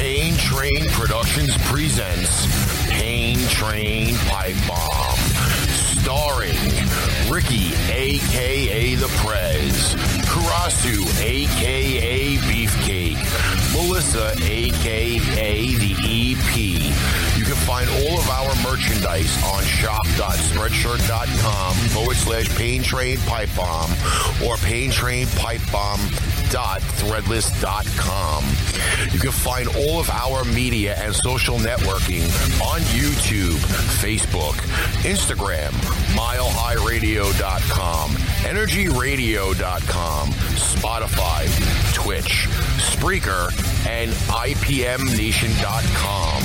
Train Productions presents Pain Train Pipe Bomb, starring Ricky, aka The Prez, Karasu, aka Beefcake, Melissa, aka The EP. You can find all of our merchandise on shop.spreadshirt.com forward slash Pain Train Pipe Bomb or Pain Train Pipe Bomb www.threadless.com. You can find all of our media and social networking on YouTube, Facebook, Instagram, milehighradio.com, energyradio.com, Spotify, Twitch, Spreaker, and IPMNation.com.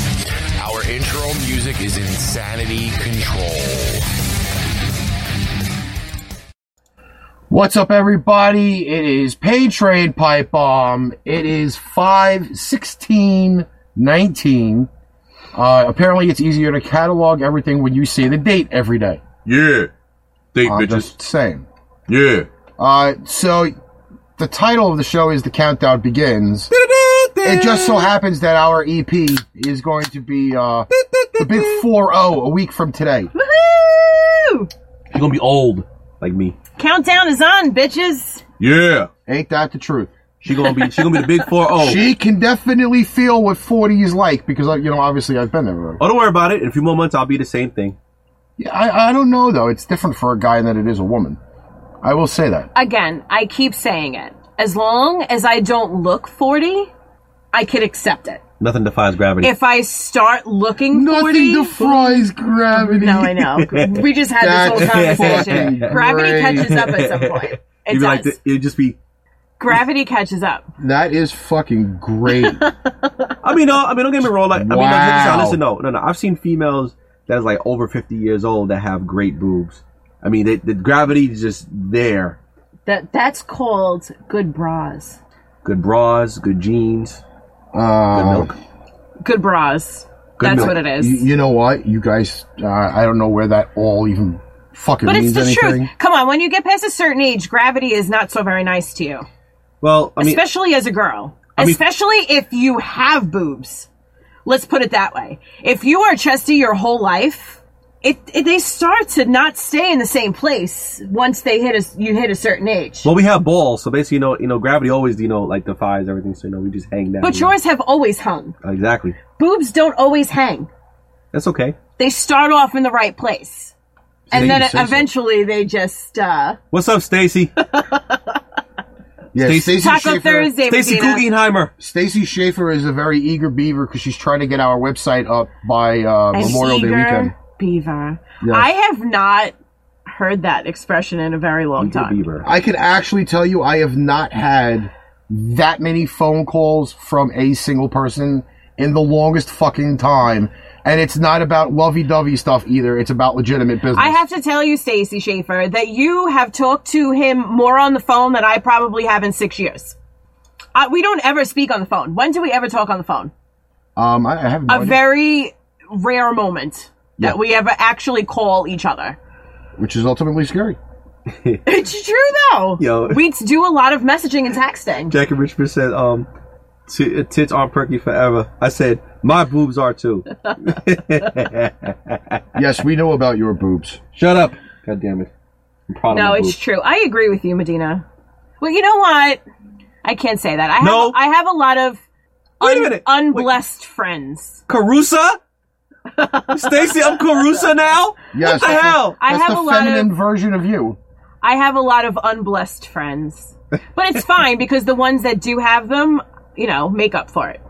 Our intro music is Insanity Control. What's up, everybody? It is Pay Trade Pipe Bomb. It is 5 16 19. Uh, apparently, it's easier to catalog everything when you see the date every day. Yeah. Date I'm bitches. just saying. Yeah. Uh, so, the title of the show is The Countdown Begins. It just so happens that our EP is going to be uh, the big 4 0 a week from today. Woohoo! You're gonna be old like me. Countdown is on, bitches. Yeah. Ain't that the truth? She gonna be she gonna be the big four oh. She can definitely feel what 40 is like because, uh, you know, obviously I've been there already. Oh, don't worry about it. In a few more months, I'll be the same thing. Yeah, I, I don't know though. It's different for a guy than it is a woman. I will say that. Again, I keep saying it. As long as I don't look 40, I can accept it. Nothing defies gravity. If I start looking 40, Nothing defies gravity. no, I know. We just had this whole That's conversation. fucking Gravity great. catches up at some point. It You'd does. be like, the- it'd just be. Gravity catches up. That is fucking great. Um, I mean, no, I mean, don't get me wrong. Like, I mean, like, listen, Wow. listen, no, no, no. I've seen females that is like over fifty years old that have great boobs. I mean, the, the gravity is just there. That that's called good bras. Good bras, good jeans, good Uh, milk. Good bras. Good that's milk. what it is. you, you know what, you guys? Uh, I don't know where that all even fucking but means it's the anything. truth. Come on, when you get past a certain age, gravity is not so very nice to you. Well, I mean, especially as a girl. mean- especially if you have boobs. Let's put it that way. If you are chesty your whole life, it, it they start to not stay in the same place once they hit a you hit a certain age. well, we have balls, so basically, you know, you know, gravity always, you know, like defies everything. So you know, we just hang down. but yours have always hung. exactly. Boobs don't always hang. That's okay. They start off in the right place. And Thank then you, Cecil. eventually they just uh, What's up, Stacy? Yeah, Stacey- Stacey Taco Schaefer. Thursday. Stacy Medina. Guggenheimer. Stacey Schaefer is a very eager beaver because she's trying to get our website up by uh, An Memorial Day eager weekend. Beaver. I have not heard that expression in a very long time. Bieber. I can actually tell you I have not had that many phone calls from a single person in the longest fucking time. And it's not about lovey dovey stuff either. It's about legitimate business. I have to tell you, Stacey Schaefer, that you have talked to him more on the phone than I probably have in six years. Uh, we don't ever speak on the phone. When do we ever talk on the phone? um, I, I have no A idea very rare moment Yeah. that we ever actually call each other. which is ultimately scary. It's true though. Yo. We do a lot of messaging and texting. Jackie Richmond said, um, "T- tits aren't perky forever. I said, my boobs are too. Yes, we know about your boobs. Shut up. God damn it. I'm proud No, of my it's boobs. true. I agree with you, Medina. Well, you know what? I can't say that. I have No. I have a lot of Wait a un- minute. unblessed friends. Carusa? Stacy, I'm Carusa now? Yes. What the that's hell? I that's have the a lot of feminine version of you. I have a lot of unblessed friends. But it's fine because the ones that do have them, you know, make up for it.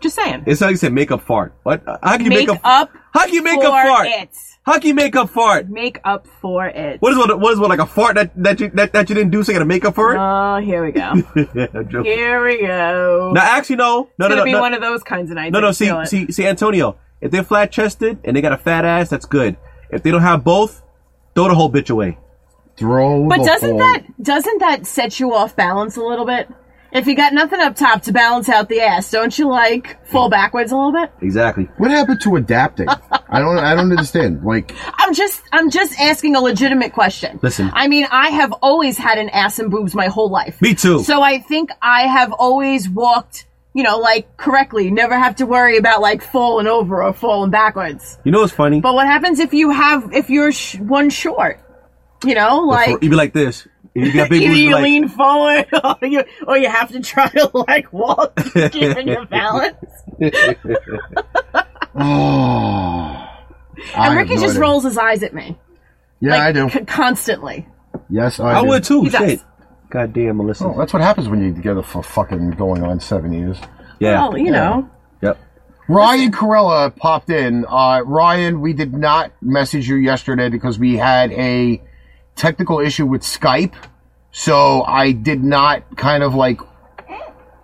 Just saying. It's like you said, make up fart. What? How can you Make make, a up How can you make for a fart? it. How can you make up fart? Make up for it. What is what? What is what? Like a fart that that you that, that you didn't do, so you gotta make up for it. Oh, here we go. I'm joking. Here we go. No, actually, no, no, it's no, gonna no, be no, one of those kinds of nights. no, I no. can See, feel it. see, see, Antonio. If they're flat chested and they got a fat ass, that's good. If they don't have both, throw the whole bitch away. Throw But the doesn't whole- that doesn't that set you off balance a little bit? If you got nothing up top to balance out the ass, don't you like fall backwards a little bit? Exactly. What happened to adapting? I don't I don't understand. Like I'm just I'm just asking a legitimate question. Listen. I mean, I have always had an ass and boobs my whole life. Me too. So I think I have always walked you know, like correctly. Never have to worry about like falling over or falling backwards. You know what's funny? But what happens if you have if you're sh- one short? You know, like You'd be like this. If you got big either boobs, you'd be you like, lean forward or you or you have to try to like walk keeping your balance. Oh. And Ricky just rolls his eyes at me. Yeah, like, I do. c- constantly. Yes, I, I do. would too. He does. Shit. God damn, Melissa. Oh, that's what happens when you're together for fucking going on seven years. yeah. Well, you know. Yep. Ryan Corella popped in. Uh, Ryan, we did not message you yesterday because we had a technical issue with Skype. So I did not kind of like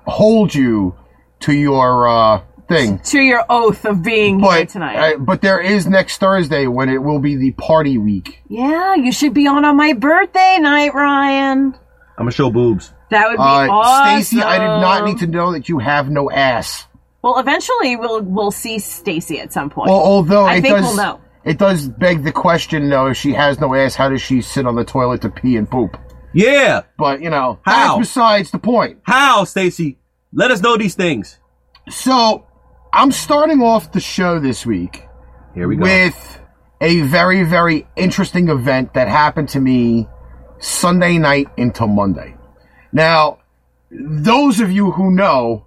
hold you to your uh, thing. To your oath of being here But, tonight. uh, but there is next Thursday when it will be the party week. yeah, you should be on on my birthday night, Ryan. I'm gonna show boobs. That would be Uh, awesome. Stacy, I did not need to know that you have no ass. Well, eventually we'll we'll see Stacy at some point. Well, although I it think does, we'll know. it does beg the question though. If she has no ass, how does she sit on the toilet to pee and poop? Yeah. But you know, How? that's besides the point. How, Stacy? Let us know these things. So, I'm starting off the show this week Here we go. with a very, very interesting event that happened to me Sunday night into Monday. Now, those of you who know,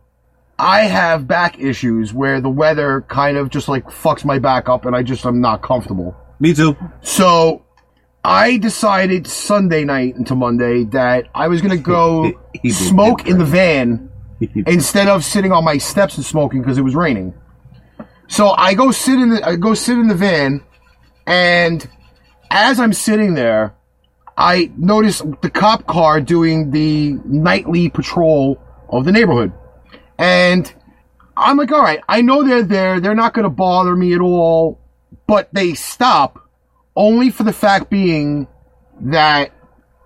I have back issues where the weather kind of just like fucks my back up and I just am not comfortable. Me too. So I decided Sunday night into Monday that I was going to go He did smoke get in the van instead of sitting on my steps and smoking because it was raining. So I go sit in the I go sit in the van and as I'm sitting there I notice the cop car doing the nightly patrol of the neighborhood. And I'm like, all right, I know they're there. They're not going to bother me at all. But they stop only for the fact being that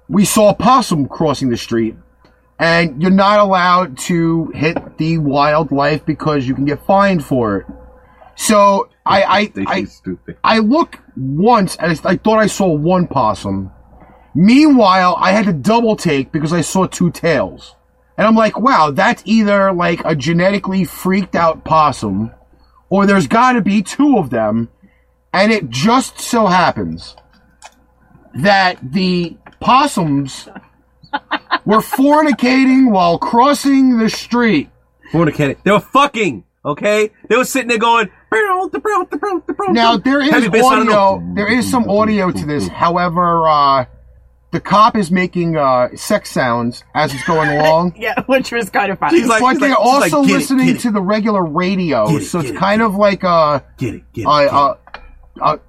we saw a possum crossing the street and you're not allowed to hit the wildlife because you can get fined for it. So I, I, I, Stacy's stupid. I look once and I, I thought I saw one possum. Meanwhile, I had to double take because I saw two tails. And I'm like, wow, that's either like a genetically freaked out possum or there's gotta be two of them. And it just so happens that the possums were fornicating while crossing the street. Fornicating. They were fucking. Okay. They were sitting there going. Now there is Heavy bass, I don't audio. know. There is some audio to this. However, uh, the cop is making uh, sex sounds as it's going along. yeah, which was kind of funny. He's like- but they're she's like, also "Get it, listening get it." to the regular radio, Get it, so it's get it, kind of like uh, a, Get it. Get it. a, a, a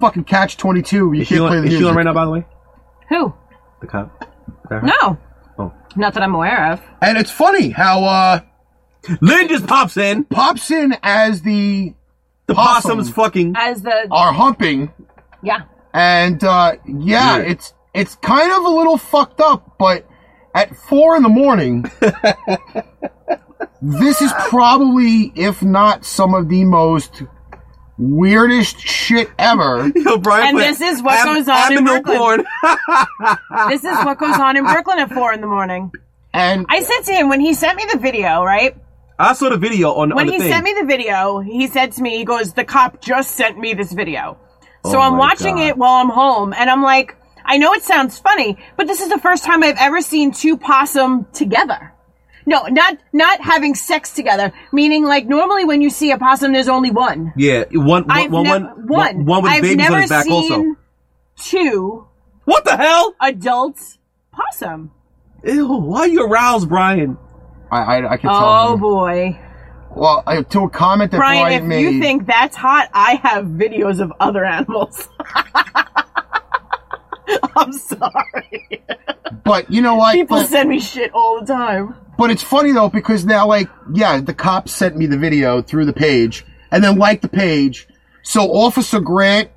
fucking catch twenty two. You is she uh, can't play the on, is she music. on right now? By the way, Who? the cop. No. Oh. Not that I'm aware of. And it's funny how uh, Lynn just pops in. pops in as the The Possum. possum's fucking. As the are humping, yeah. and uh, yeah, Yeah. it's it's kind of a little fucked up, but at four in the morning, this is probably, if not some of the most weirdest shit ever. Yo, Brian And put this is what goes on in abdominal Brooklyn. porn. This is what goes on in Brooklyn at four in the morning. And I said to him when he sent me the video, right? I saw the video on, on When the he thing. sent me the video, he said to me, he goes, The cop just sent me this video. So Oh I'm my watching God. it while I'm home, and I'm like, I know it sounds funny, but this is the first time I've ever seen two possum together. No, not not having sex together. Meaning, like normally when you see a possum, there's only one. yeah, one, one, I've one, nev- one, one, one with I've babies never on his back. seen Also, two what the hell? adult possum. Ew, why are you aroused, Brian? I, I, I can Oh tell. you. boy, Well, I, to a comment that Brian, Brian! If made. you think that's hot, I have videos of other animals. I'm sorry. but you know what? People But, send me shit all the time. but it's funny though because now, like, yeah, the cops sent me the video through the page and then liked the page. So Officer Grant,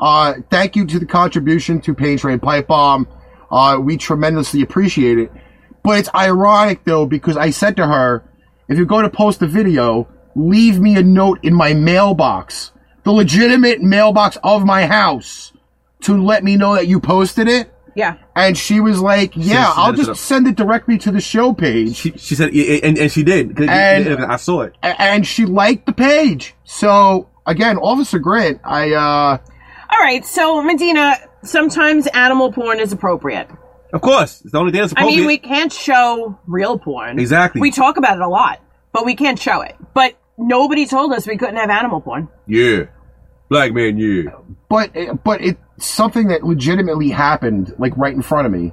uh, thank you to the contribution to Pain Train Pipe Bomb. Uh, we tremendously appreciate it. But it's ironic though because I said to her, if you're going to post the video, leave me a note in my mailbox, the legitimate mailbox of my house, to let me know that you posted it. Yeah. And she was like, "Yeah, she I'll ended just up- send it directly to the show page." She, she said, yeah, and, and she did. 'cause And- I saw it. A- And she liked the page. So again, Officer Grant, I uh, All right. So Medina, sometimes animal porn is appropriate. Of course, it's the only thing that's I appropriate. mean, we can't show real porn. Exactly. We talk about it a lot, but we can't show it. But nobody told us we couldn't have animal porn. Yeah. Black man, yeah. but but it's something that legitimately happened like right in front of me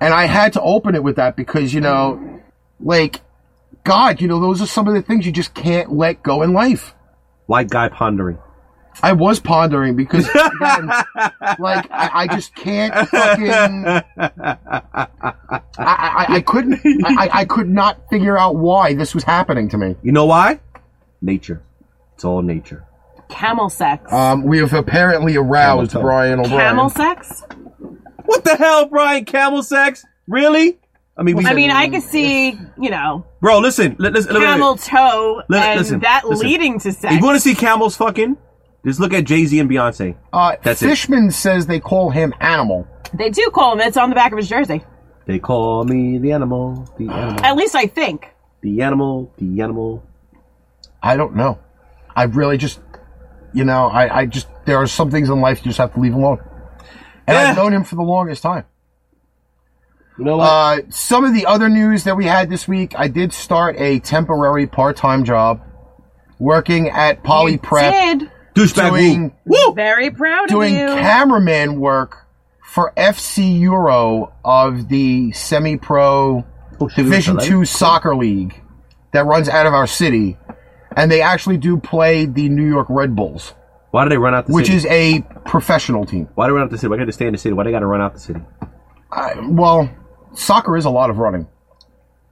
and i had to open it with that because you know like god you know those are some of the things you just can't let go in life White guy pondering. i was pondering because again, like I, I just can't fucking i i, I- I couldn't I, I- I could not figure out why this was happening to me You know why? Nature. It's all nature. Camel sex. Oh, um, we have apparently aroused Camel toe. Brian O'Brien. Camel sex? What the hell, Brian? Camel sex? Really? I mean, we, I mean, I could see, you know, bro, listen, li- listen, wait, wait, wait. camel toe Li- and listen, that listen. leading to If sex. you want to see camels fucking, just look at Jay Z and Beyonce. Uh, That's it. Fishman says they call him animal. They do call him. It's on the back of his jersey. They call me the animal, the animal, At least I think. the animal, the animal. I don't know. I really just, you know, I, I just, there are some things in life you just have to leave alone. And I've Yeah. known him for the longest time. You know what? Uh, some of the other news that we had this week, I did start a temporary part-time job working at Poly Prep, Did. Douchebag doing- move. Woo! Very proud doing of you. cameraman work for FC Euro of the semi-pro Oh, shit, we Division went to Two soccer league that runs out of our city, and they actually do play the New York Red Bulls, LA? Why did they run out the which city? is a professional team. Why did they run out the city? Why did they stay in the city? Why they got to run out the city? I, well, soccer is a lot of running,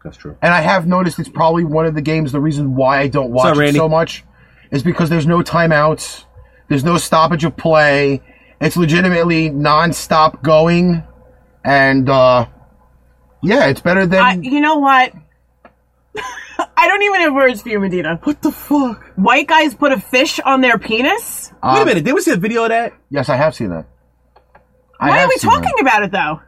That's true. and I have noticed it's probably one of the games. The reason why I don't watch Sorry, it Randy. so much is because there's no timeouts, there's no stoppage of play. It's legitimately non-stop going, and uh, yeah, it's better than I, you know what? I don't even have words for you, Medina. What the fuck? White guys put a fish on their penis? Uh, Wait a minute. Did we see a video of that? yes, I have seen that. I Why are have we seen that. talking about it though?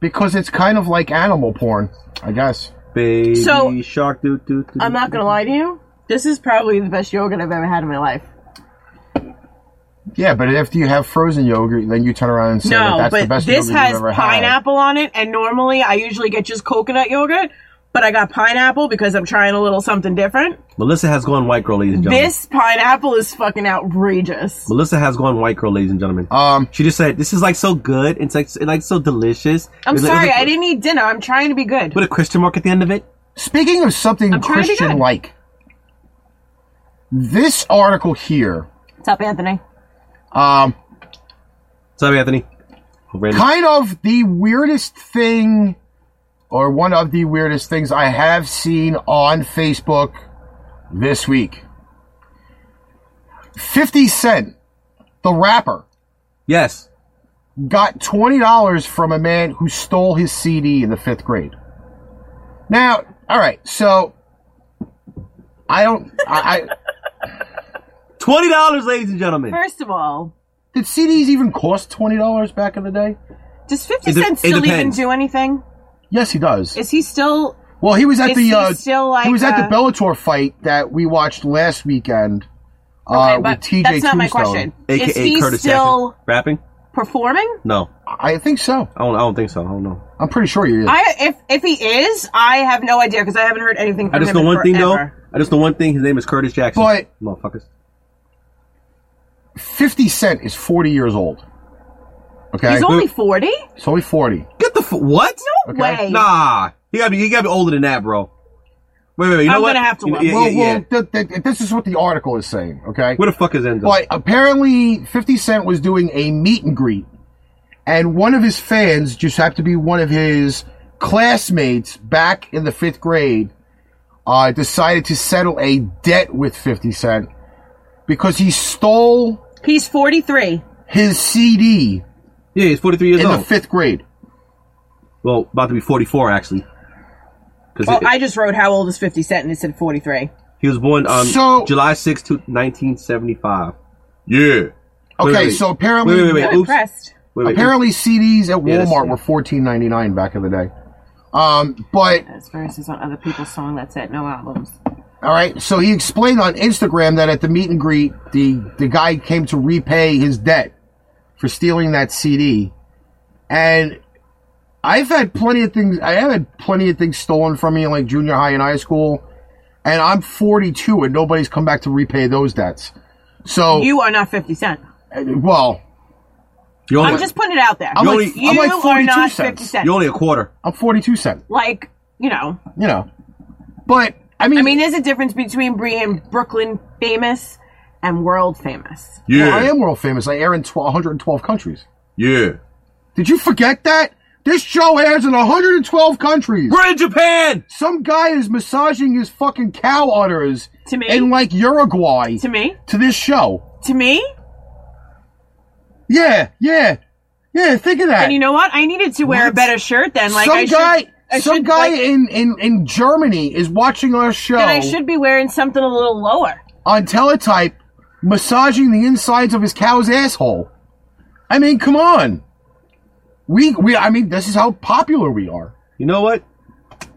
Because it's kind of like animal porn, I guess. Baby So- shark. Do, do, do, I'm not gonna lie to you. This is probably the best yogurt I've ever had in my life. Yeah, but after you have frozen yogurt, then you turn around and say that No, that's the but best this yogurt has you've ever pineapple on it, and normally I usually get just coconut yogurt, but I got pineapple because I'm trying a little something different. Melissa has gone white girl, ladies and gentlemen. This pineapple is fucking outrageous. Melissa has gone white girl, ladies and gentlemen. had. Um, she just said, "This is like so good. It's like, it's like so delicious." It I'm was like- it was sorry, like- I didn't eat dinner. I'm trying to be good. With a question mark at the end of it. speaking of something I'm trying to be good. Christian-like, this article here What's up, Anthony? um, Sorry, Anthony. Oh, Randy. kind of the weirdest thing or one of the weirdest things I have seen on Facebook this week. 50 Cent, the rapper, Yes. got $20 from a man who stole his CD in the fifth grade. Now, all right, so I don't. I, I Twenty dollars, ladies and gentlemen. First of all, did CDs even cost twenty dollars back in the day? does 50 It de- Cent it still even depends. do anything? Yes, he does. Is he still well, he was at is the he uh, still like he was at a- the Bellator fight that we watched last weekend uh, Okay, with but TJ that's not my Tombstone. question. AKA is he Curtis still Jackson. Rapping? performing? No, I think so. I don't. I don't think so. I don't know. I'm pretty sure he is. I if if he is, I have no idea because I haven't heard anything from I just him know in one thing though. forever. I just know one thing. His name is Curtis Jackson. But- motherfuckers. Fifty Cent is forty years old. Okay, He's only forty. he's only forty. Get the f- what? No Okay. way. Nah, he gotta be. He gotta be older than that, bro. Wait, wait, wait. You know I'm what? gonna have to You know- look. yeah, well, yeah, yeah. well, th- th- this is what the article is saying. Okay, Where the fuck is Enzo? But apparently, 50 Cent was doing a meet and greet, and one of his fans just happened to be one of his classmates back in the fifth grade. Uh, decided to settle a debt with 50 Cent because he stole He's forty three. his CD yeah, he's 43 years in old. the fifth grade. well, about to be 44 actually. 'Cause Well, it- Oh, I just wrote how old is Fifty Cent and it said forty three. he was born um, So- July 6, 1975. Yeah. Wait, Okay, wait. so apparently, Wait, wait, wait. I'm Oops. impressed. Wait, wait, Apparently, CDs at Yeah, that's Walmart it. were fourteen ninety nine back in the day. Um, but That's verses on other people's song that's at no albums. all right, so he explained on Instagram that at the meet and greet, the the guy came to repay his debt for stealing that CD, and I've had plenty of things. I have had plenty of things stolen from me in like junior high and high school, and I'm 42 and nobody's come back to repay those debts. Oh. So, You are not 50 Cent. well, you only, I'm just putting it out there. I'm like- you I'm like are 42 not cents. 50 Cent. you're only a quarter. I'm 42 cent. like, you know. you know. But I mean, I mean, there's a difference between being Brooklyn famous and world famous. Yeah. I am world famous. I air in 12, 112 countries. Yeah. Did you forget that? This show airs in 112 countries. We're in Japan. Some guy is massaging his fucking cow udders To me? in like Uruguay To me, to this show. to me, Yeah, yeah, yeah. Think of that. and you know what? I needed to wear a What? better shirt then. Like some I should, guy, I some should, guy like, in, in in Germany is watching our show then I should be wearing something a little lower. on teletype, massaging the insides of his cow's asshole. I mean, come on. We we. I mean, this is how popular we are. You know what?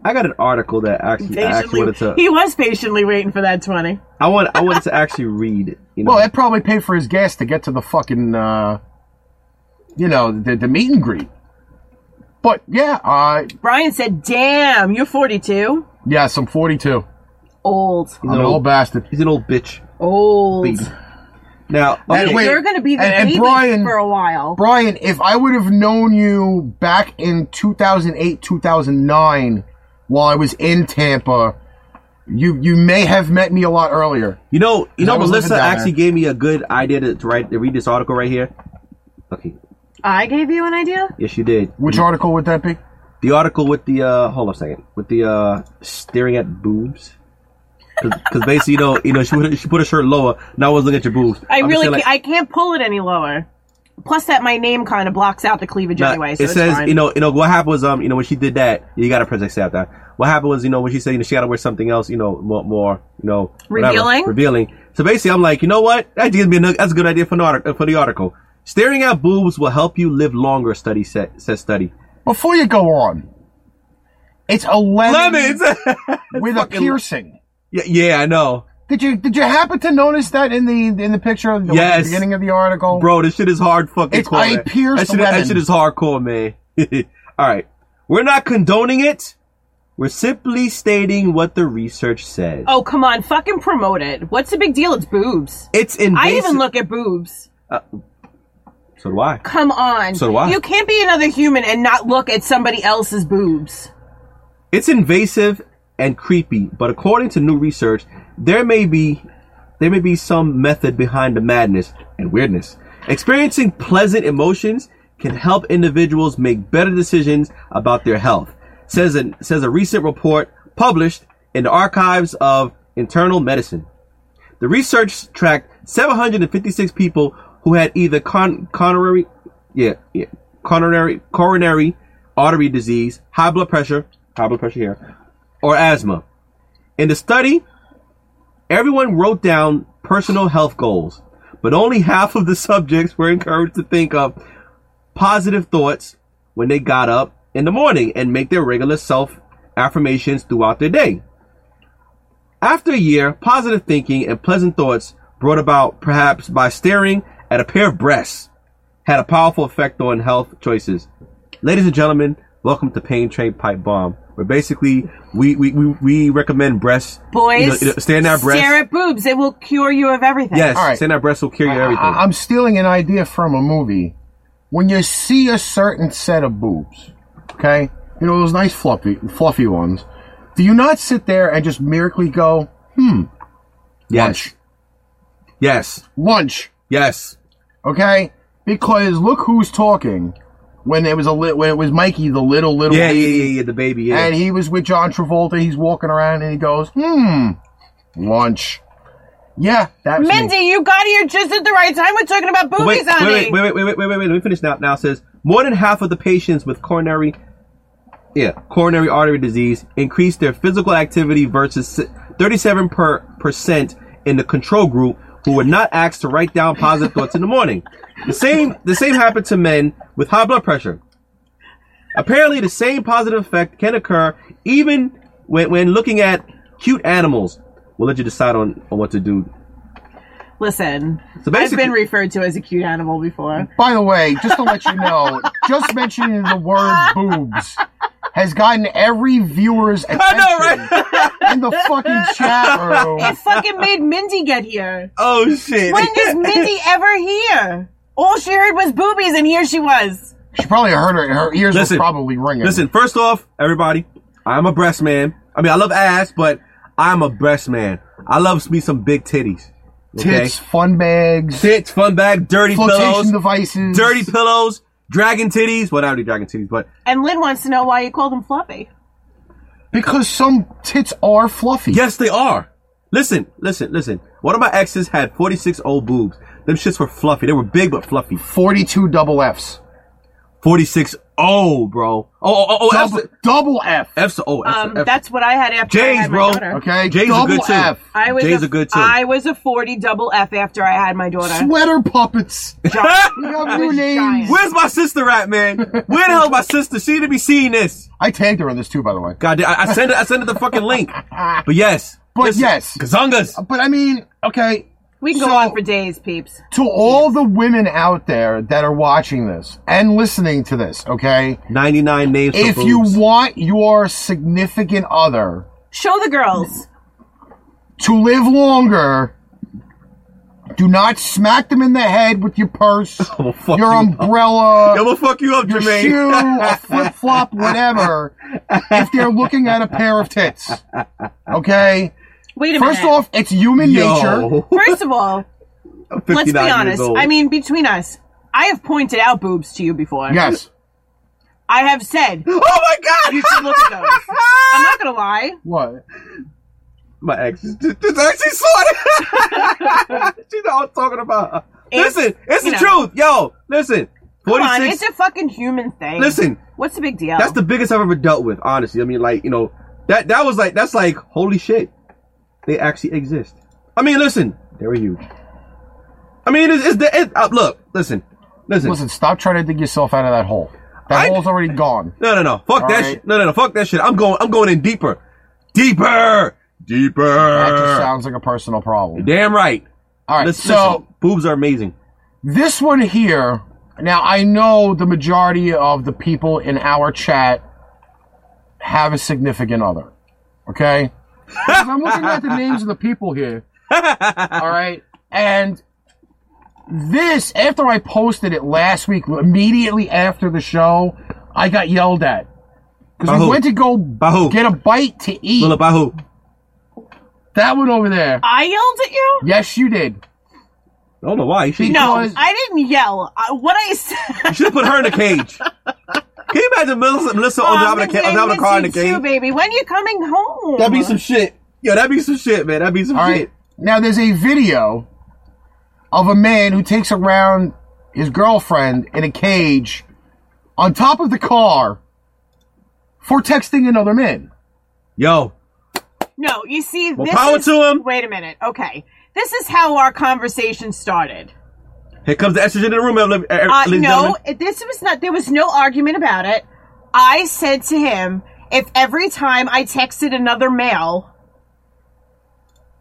I got an article that actually I actually wanted to. he was patiently waiting for that twenty. I want I wanted to actually read. it, You know, Well, that probably paid for his gas to get to the fucking, uh, you know, the, the meet and greet. But yeah, I Brian said, "Damn, you're 42. yes, I'm 42. Old, I'm an old bastard. he's an old bitch. old. Wait, Now, And okay, wait, You're going to be the and- and baby Brian- for a while." Brian, if I would have known you back in 2008, 2009, while I was in Tampa, you you may have met me a lot earlier. you know, you I know, was living Melissa down actually gave me a good idea to, to write to read this article right here. Okay, I gave you an idea. yes, you did. Which article would that be? The article with the uh, hold on a second, with the uh, staring at boobs. Because basically, you know, you know, she put, she put her shirt lower. Now I was looking at your boobs. I I'm just really, saying, like, can't, I can't pull it any lower. Plus, that my name kind of blocks out the cleavage Nah, anyway. it So it's says, fine. you know, you know what happened was, um, you know, when she did that, you got to protect staff that. What happened was, you know, when she said, you know, she got to wear something else, you know, more, more you know, whatever, Revealing? revealing. So basically, I'm like, you know what? That gives me a, that's a good idea for an article. For the article, staring at boobs will help you live longer. Study sa- says study. Before you go on, it's a lemon Lemons. with a piercing. yeah, yeah, I know, Did you did you happen to notice that in the in the picture of the, Yes. the beginning of the article? bro. This shit is hard fucking. It's core, a man. pierced that shit, that lemon. shit is hardcore, man. All right, we're not condoning it. We're simply stating what the research says. oh come on, fucking promote it. What's the big deal? It's boobs. It's invasive. I even look at boobs. So do I. Come on. So do I. You can't be another human and not look at somebody else's boobs. It's invasive and creepy, but according to new research, there may be there may be some method behind the madness and weirdness. Experiencing pleasant emotions can help individuals make better decisions about their health, says an, says a recent report published in the archives of internal medicine. The research tracked 756 people who had either con- coronary, yeah, yeah, coronary, coronary artery disease, high blood pressure, high blood pressure here, or asthma. In the study, everyone wrote down personal health goals, but only half of the subjects were encouraged to think of positive thoughts when they got up in the morning and make their regular self affirmations throughout their day. After a year, positive thinking and pleasant thoughts brought about perhaps by staring at a pair of breasts had a powerful effect on health choices. Ladies and gentlemen, welcome to Pain Train Pipe Bomb, where basically we we, we, we recommend breasts. Boys, you know, you know, staring at breasts. stare at boobs. It will cure you of everything. yes, All right. staring at breasts will cure you everything. I, am stealing an idea from a movie. When you see a certain set of boobs, okay, you know those nice fluffy fluffy ones, do you not sit there and just miraculously go yes, lunch, yes, lunch, yes. okay? Because look who's talking. When it was a lit, when it was Mikey, the little little, Yeah, yeah, lady, yeah, yeah. The baby. Yeah. and he was with John Travolta. He's walking around and he goes, hmm, lunch. Yeah, that was me. Mindy, you got here just at the right time. We're talking about boobies, wait, honey. wait, wait, wait, wait, wait, wait, wait, wait. Let me finish now. Now it says more than half of the patients with coronary, yeah, coronary artery disease increased their physical activity versus thirty-seven per percent in the control group, who were not asked to write down positive thoughts in the morning. The same the same happened to men with high blood pressure. Apparently, the same positive effect can occur even when, when looking at cute animals. We'll let you decide on, on what to do. Listen, So I've basically- been referred to as a cute animal before. By the way, just to let you know, just mentioning the word boobs has gotten every viewer's attention in the fucking chat room. It fucking made Mindy get here. Oh shit! When is Mindy ever here? All she heard was boobies, and here she was. She probably heard her. Her ears Listen. were probably ringing. Listen, first off, everybody, I'm a breast man. I mean, I love ass, but I'm a breast man. I love me some big titties. Okay? tits, fun bags, Tits, fun bag, dirty flotation pillows, devices, dirty pillows, dragon titties. Well, not really dragon titties, but And Lynn wants to know why you called him Fluffy. Because some tits are fluffy. yes, they are. Listen, listen, listen. One of my exes had 46 old boobs. Them shits were fluffy. They were big but fluffy. Forty-two double Fs. 46 old, bro. Oh, oh, oh, oh F's, Double, double F. F's, oh, F's, Um, F's. that's what I had after I Jays, had my bro. daughter. Okay, Jay's a double good too. F. I was Jays a, are good too. I was a forty double F after I had my daughter. Sweater puppets. We got new Giant. names. Where's my sister at, man? Where the hell my sister? She didn't be seeing this. I tagged her on this too, by the way. God, damn- I, I send it. I send it the fucking link. But yes, But yes. Kazungas. But I mean, okay, We can go So- on for days, peeps. to all the women out there that are watching this and listening to this, okay? Ninety nine names. for If boobs. you want your significant other Show the girls. to live longer, do not smack them in the head with your purse, I'ma fuck your you umbrella, I'm gonna fuck you up, your Jermaine. shoe, a flip flop, whatever, if they're looking at a pair of tits. Okay? Wait a First minute. off, it's human nature. Yo, First of all, I'm let's 59 be years honest. old. I mean, between us, I have pointed out boobs to you before. Yes. I have said oh my god, you should look at those. I'm not gonna lie. What? my ex. This ex, she saw it. She's all talking about. It's- listen, it's the you know. truth, yo. Listen, Come forty on, six. it's a fucking human thing. Listen, what's the big deal? that's the biggest I've ever dealt with. Honestly, I mean, like you know, that that was like that's like holy shit, they actually exist. I mean, listen, they were huge. I mean, it's, it's the it, uh, look, listen, listen, Listen, stop trying to dig yourself out of that hole. That I- hole's already gone. No, no, no, fuck that Alright. shit. No, no, no, fuck that shit. I'm going, I'm going in deeper, deeper, deeper. That just sounds like a personal problem. Damn right. All right, Listen, so listen, boobs are amazing. this one here. Now I know the majority of the people in our chat have a significant other. Okay, 'Cause I'm looking at the names of the people here. All right, and this after I posted it last week, immediately after the show, I got yelled at By because we who? went to go who? get a bite to eat. Lil by who? That one over there. I yelled at you. Yes, you did. I don't know why. You should, No, Because- I didn't yell. I, what I said. you should have put her in a cage. Can you imagine Melissa, Melissa on top of the, ca- on top of the car Oh, in the I'm missing cage? you, baby. When you coming home? That'd be some shit. Yo, that'd be some shit, man. That'd be some All shit. right. Now there's a video of a man who takes around his girlfriend in a cage on top of the car for texting another man. Yo, No, you see, this power is, to 'em. Wait a minute. Okay, this is how our conversation started. here comes the estrogen in the room, ladies Uh, and no, gentlemen. it- this was not. There was no argument about it. I said to him, if every time I texted another male,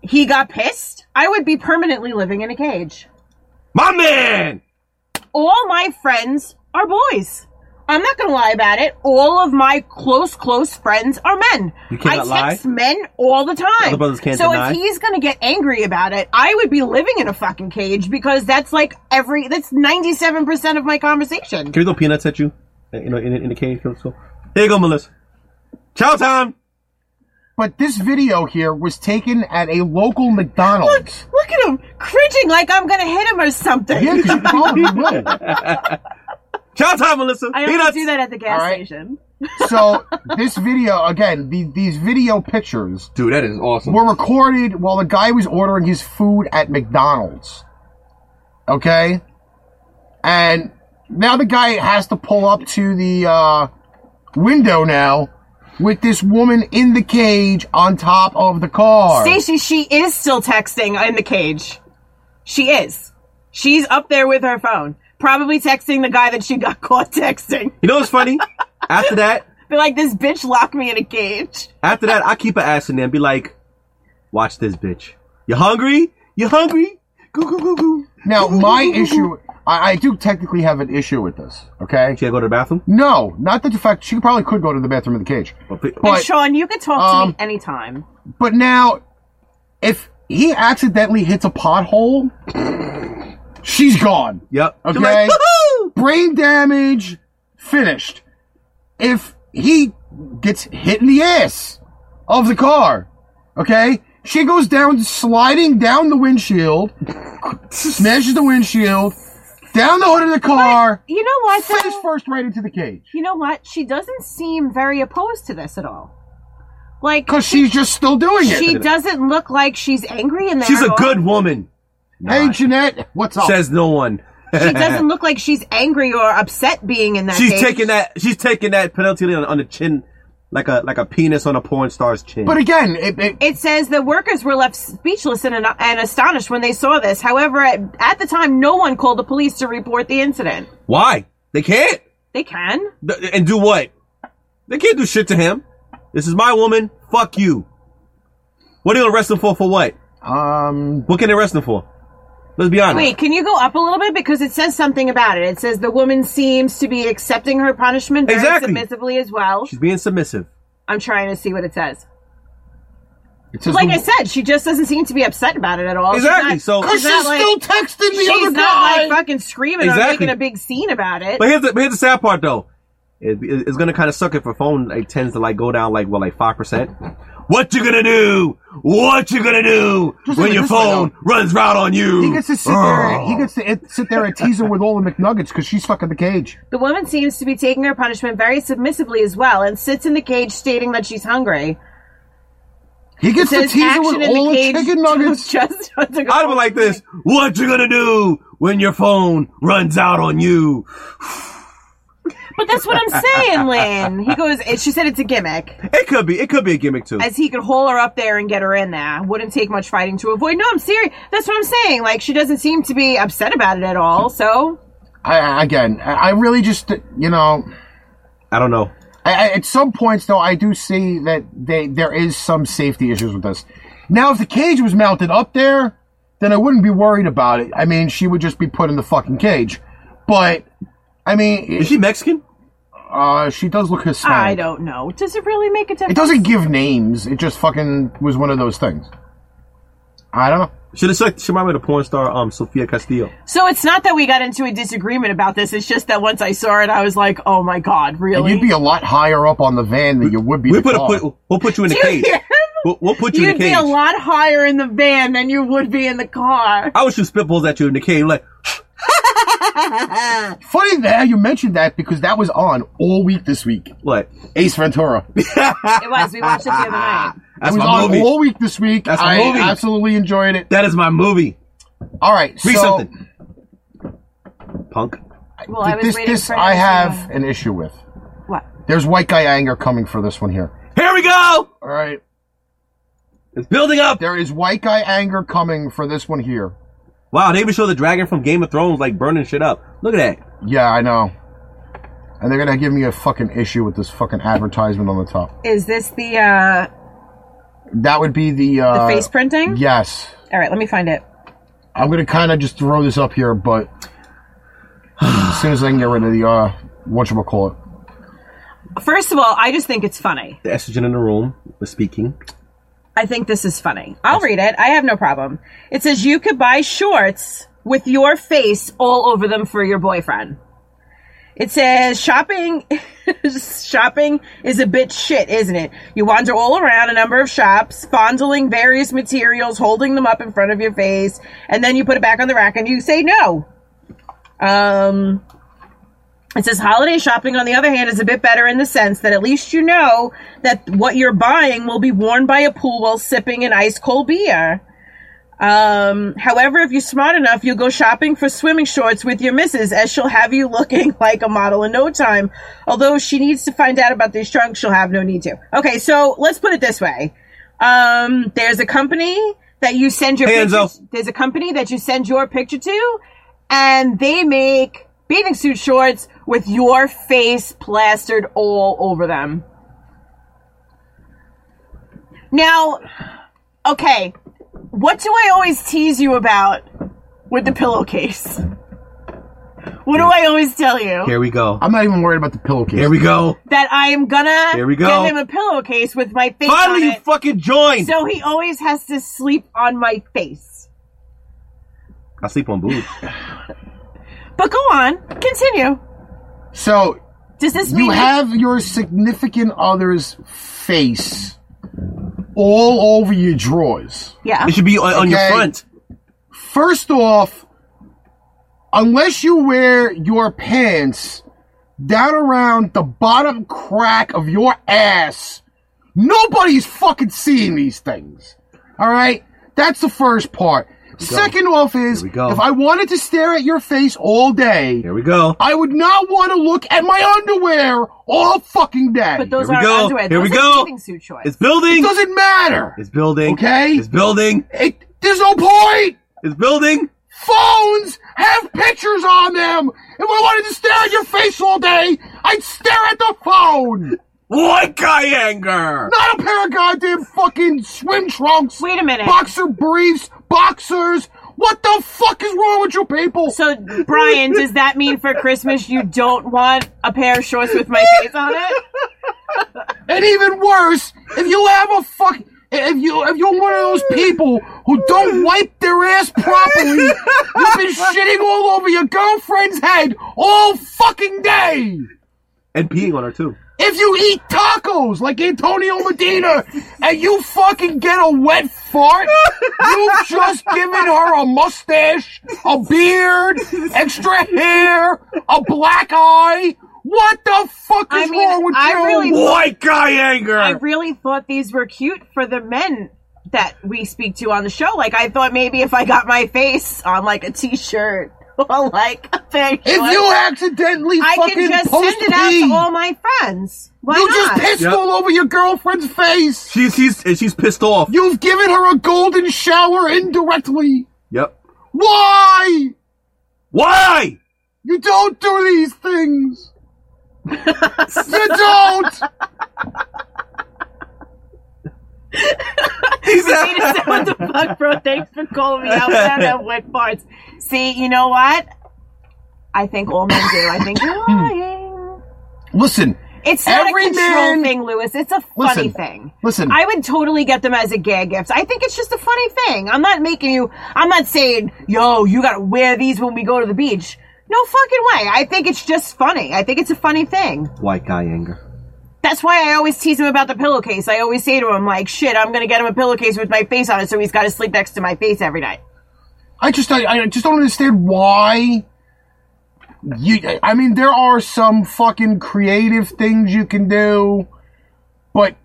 he got pissed, I would be permanently living in a cage. My man! All my friends are boys. I'm not going to lie about it. All of my close, close friends are men. You cannot I text men all the time. other brothers can't so deny. if he's going to get angry about it, I would be living in a fucking cage because that's like every, that's 97% of my conversation. Can we throw peanuts at you? Uh, You know, in, in the cage. So, so. Here you go, Melissa. Chow time! But this video here was taken at a local McDonald's. Look at him cringing like I'm gonna hit him or something. Yeah, 'cause you probably will. Chow time, Melissa! I only peanuts! do that at the gas All right. station. So this video again, the, these video pictures Dude, that is awesome. were recorded while the guy was ordering his food at McDonald's. Okay? And now the guy has to pull up to the uh, window now with this woman in the cage on top of the car. Stacy, she is still texting in the cage. She is. She's up there with her phone, probably texting the guy that she got caught texting. You know what's funny? after that, Be like, this bitch locked me in a cage. after that, I keep her ass in there and be like, "Watch this, bitch. You hungry? You hungry? Goo goo goo goo." Now, my issue, I, I do technically have an issue with this. Okay. She gotta go to the bathroom. No, not that the fact she probably could go to the bathroom in the cage. Mm. And But Sean, you can talk to um, me anytime. but now, if he accidentally hits a pothole, she's gone. Yep. She Okay. like, "Woohoo!" Brain damage, finished. If he gets hit in the ass of the car, okay, she goes down, sliding down the windshield, smashes the windshield, down the hood of the car, You know what? finish though? first right into the cage. You know what? She doesn't seem very opposed to this at all. Like Because she's just still doing it. she doesn't look like she's angry in there. She's a or- good woman. Hey, Jeanette, what's up? Says no one. She doesn't look like she's angry or upset being in that. She's cage. taking that. She's taking that penalty on, on the chin, like a like a penis on a porn star's chin. but again, it, it, It says the workers were left speechless and, and astonished when they saw this. However, at, at the time, no one called the police to report the incident. why? They can't. They can. Th- And do what? They can't do shit to him. This is my woman. Fuck you. What are you gonna arrest him for? For what? um, What can they arrest him for? Let's be honest. Wait, can you go up a little bit because it says something about it? It says the woman seems to be accepting her punishment very Exactly. submissively as well. She's being submissive. I'm trying to see what it says. it says Like the- I said, she just doesn't seem to be upset about it at all. She's Exactly, not- so- 'Cause she's she's not like still texting the she's other not guy. like fucking screaming or Exactly. making a big scene about it. But here's the, but here's the sad part though. It, it- it's gonna kind of suck if her phone like tends to like go down like what like five percent. What you gonna do? What you gonna do leave when it your this way, phone runs out on you? he gets to sit there. Oh. He gets to it, sit there and tease her with all the McNuggets because she's stuck in the cage. The woman seems to be taking her punishment very submissively as well and sits in the cage stating that she's hungry. He gets to Says tease her action with in all the the cage chicken nuggets. just to go- I'd have been like this. What you gonna do when your phone runs out on you? But that's what I'm saying, Lynn. He goes, and she said it's a gimmick. It could be. It could be a gimmick too. As he could haul her up there and get her in there. Wouldn't take much fighting to avoid. No, I'm serious. That's what I'm saying. Like, she doesn't seem to be upset about it at all, so. I- I, again, I I really just you know, I don't know. I, I, at some points though, I do see that they there is some safety issues with this. Now, if the cage was mounted up there, then I wouldn't be worried about it. I mean, she would just be put in the fucking cage. But I mean, Is she Mexican? uh, she does look Hispanic. I don't know. Does it really make a difference? It doesn't give names. It just fucking was one of those things. I don't know. Should have sucked. She might have the porn star um Sofia Castillo. So it's not that we got into a disagreement about this. It's just that once I saw it, I was like, oh my god, really? You'd be a lot higher up on the van than you would be. We the put a car. put. We'll put you in the Do you cage. hear him? We'll, we'll put you in You'd the be cage. a lot higher in the van than you would be in the car. I would shoot spitballs at you in the cage. Like Funny that you mentioned that because that was on all week this week. what? Ace Ventura. It It was. We watched it the other night. That's was my on movie. all week this week. That's my I movie. absolutely enjoyed it. That is my movie. All right, Read so something. Punk. Well, I was this waiting this for I him to- have an issue with. What? There's white guy anger coming for this one here. Here we go. All right, It's building up. there is white guy anger coming for this one here. Wow, they even show the dragon from Game of Thrones like burning shit up. Look at that. Yeah, I know. And they're gonna give me a fucking issue with this fucking advertisement on the top. Is this the uh, That would be the uh, the face printing? Yes, All right, let me find it. I'm gonna kind of just throw this up here, but as soon as I can get rid of the uh, what you call it. First of all, I just think it's funny. The estrogen in the room was speaking. I think this is funny. I'll read it. I have no problem. It says you could buy shorts with your face all over them for your boyfriend. It says shopping shopping is a bit shit, isn't it? You wander all around a number of shops, fondling various materials, holding them up in front of your face, and then you put it back on the rack and you say no. Um it says holiday shopping, on the other hand, is a bit better in the sense that at least you know that what you're buying will be worn by a pool while sipping an ice cold beer. Um, however, if you're smart enough, you'll go shopping for swimming shorts with your missus, as she'll have you looking like a model in no time. Although if she needs to find out about these trunks, she'll have no need to. Okay, so let's put it this way. Um, there's a company that you send your Hey, Enzo. pictures- There's a company that you send your picture to, and they make bathing suit shorts with your face plastered all over them. Now, okay, what do I always tease you about with the pillowcase? What do I always tell you? Here we go. I'm not even worried about the pillowcase. Here we go. that I am gonna Here we go. get him a pillowcase with my face Finally, on you it. fucking joined. so he always has to sleep on my face. I sleep on boobs. But go on, continue. So Does this mean you have your significant other's face all over your drawers. Yeah. It should be on, on your Okay. front. First off, unless you wear your pants down around the bottom crack of your ass, nobody's fucking seeing these things. All right? That's the first part. Second off is we go. if I wanted to stare at your face all day, Here we go. I would not want to look at my underwear all fucking day. But those Here we aren't go. underwear. Here those we are go. bathing suit shorts. It's building. doesn't matter. It's building. Okay. It's building. It, there's no point. It's building. Phones have pictures on them. If I wanted to stare at your face all day, I'd stare at the phone. White guy anger. Not a pair of goddamn fucking swim trunks, Wait a minute. boxer briefs, boxers. What the fuck is wrong with you people? so Brian, does that mean for Christmas you don't want a pair of shorts with my face on it? And even worse, if you have a fuck, if you if you're one of those people who don't wipe their ass properly, you've been shitting all over your girlfriend's head all fucking day. And peeing on her too. If you eat tacos like Antonio Medina and you fucking get a wet fart, you've just given her a mustache, a beard, extra hair, a black eye. What the fuck I is mean, wrong with I you? really White guy anger. Uh, I really thought these were cute for the men that we speak to on the show. Like I thought maybe if I got my face on like a t-shirt or like a pair of If shorts, you accidentally I fucking can just post send it out pee, to all my friends. Why you not? just pissed Yep. all over your girlfriend's face. she's she's and she's pissed off. You've given her a golden shower indirectly. Yep. Why? Why? You don't do these things. you don't. He's Wait a second, what the fuck, bro? Thanks for calling me out on that wet farts. See, you know what? I think all men do. I think you're lying. Listen, It's not Hmm. Every a control man- thing, Lewis. It's a funny Listen, thing. listen. I would totally get them as a gag gift. I think it's just a funny thing. I'm not making you. I'm not saying, yo, you gotta wear these when we go to the beach. No fucking way. I think it's just funny. I think it's a funny thing. White guy anger. That's why I always tease him about the pillowcase. I always say to him, like, shit, I'm gonna get him a pillowcase with my face on it, so he's gotta sleep next to my face every night. I just I, I just don't understand why you I mean there are some fucking creative things you can do but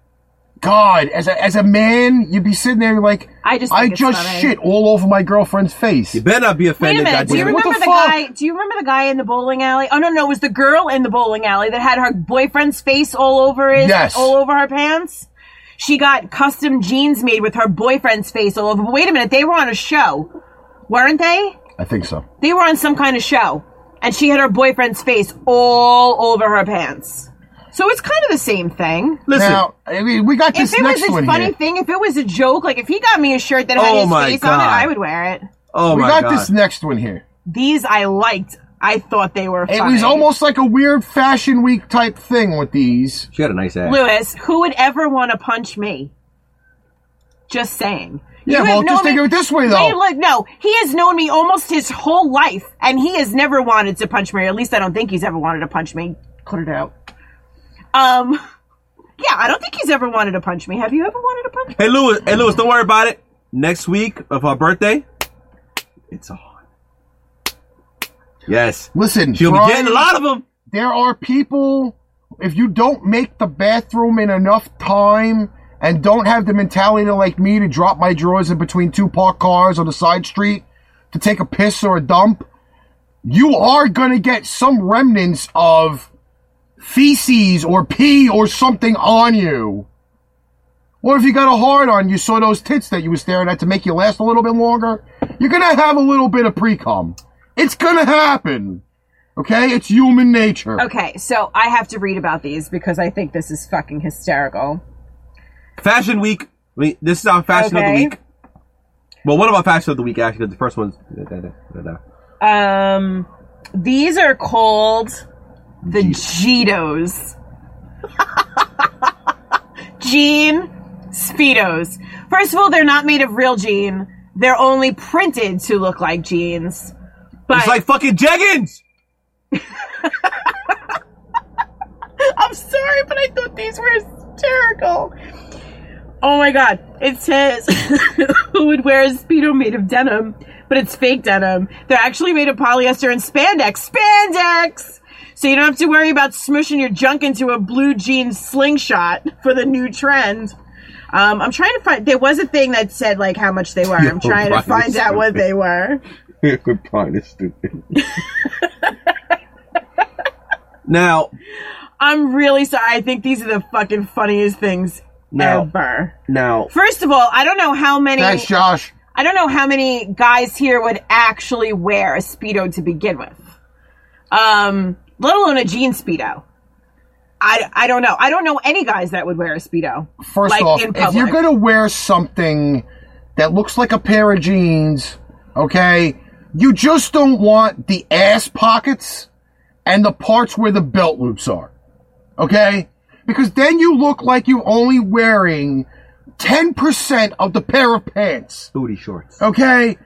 god as a as a man you'd be sitting there like I just I think it's just funny. shit all over my girlfriend's face. You better not be Wait a offended. minute. Do you goddamn it. What remember the the, fuck? guy? Do you remember the guy in the bowling alley? Oh no, no, it was the girl in the bowling alley that had her boyfriend's face all over his, Yes. all over her pants. She got custom jeans made with her boyfriend's face all over. But wait a minute, they were on a show, weren't they? I think so. They were on some kind of show, and she had her boyfriend's face all over her pants. So it's kind of the same thing. Listen. Now, I mean, we got If this it was next a one funny here. thing, if it was a joke, like if he got me a shirt that had Oh his my face on it, God. I would wear it. oh we my got god. this next one here. These I liked. I thought they were. It funny. was almost like a weird fashion week type thing with these. she had a nice ass. Lewis, who would ever want to punch me? Just saying. Yeah, You well, have just known think me- of it this way, Wait, though. look, no, he has known me almost his whole life, and he has never wanted to punch me. Or at least I don't think he's ever wanted to punch me. Cut it out. Um, yeah, I don't think he's ever wanted to punch me. Have you ever wanted to punch me? Hey Lewis. Hey Lewis. Don't worry about it. Next week of her birthday, it's on. Yes. Listen, She'll Brian- be getting a lot of them. there are people if you don't make the bathroom in enough time and don't have the mentality like me to drop my drawers in between two parked cars on the side street to take a piss or a dump you are going to get some remnants of feces or pee or something on you Or if you got a hard on, you saw those tits that you were staring at to make you last a little bit longer. You're gonna have a little bit of pre cum. It's gonna happen. Okay? It's human nature. Okay, so I have to read about these because I think this is fucking hysterical. Fashion Week. I mean, this is our fashion of Okay. the week. Well, what about fashion of the week? Actually, 'cause the first one's Um, these are called the Cheetos. Jean Speedos. First of all, they're not made of real jean. They're only printed to look like jeans. But it's like fucking Jeggings. I'm sorry, but I thought these were hysterical. Oh my god. It says who would wear a Speedo made of denim, but it's fake denim. They're actually made of polyester and spandex. Spandex! So you don't have to worry about smushing your junk into a blue jean slingshot for the new trend. Um, I'm trying to find. There was a thing that said like how much they were. I'm trying to Ryan find is out what they were. Good point. It's stupid. now, I'm really sorry. I think these are the fucking funniest things No. ever. now, First of all, I don't know how many. Thanks, Josh. I don't know how many guys here would actually wear a speedo to begin with, um, let alone a jean speedo. I, I don't know. I don't know any guys that would wear a speedo. First like, off, in if you're public. gonna wear something that looks like a pair of jeans, okay, you just don't want the ass pockets and the parts where the belt loops are. Okay? Because then you look like you're only wearing 10% of the pair of pants. booty shorts. Okay?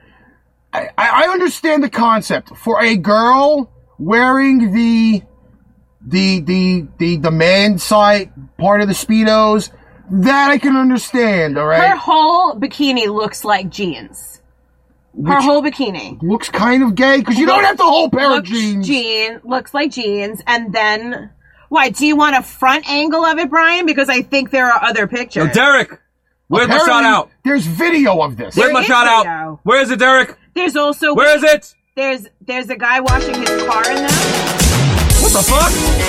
I, I I understand the concept. For a girl wearing the the the the the man side part of the speedos, that I can understand, her alright? whole bikini looks like jeans. her whole bikini. Looks kind of gay, because you don't have the whole pair of looks jeans. Jean looks like jeans, and then why? Do you want a front angle of it, Brian? Because I think there are other pictures. Yo, Derek, where's my shout Apparently, out? There's video of this. Where's my is shout video. out? Where is it, Derek? there's also Where is it? There's there's a guy washing his car in there. What the fuck?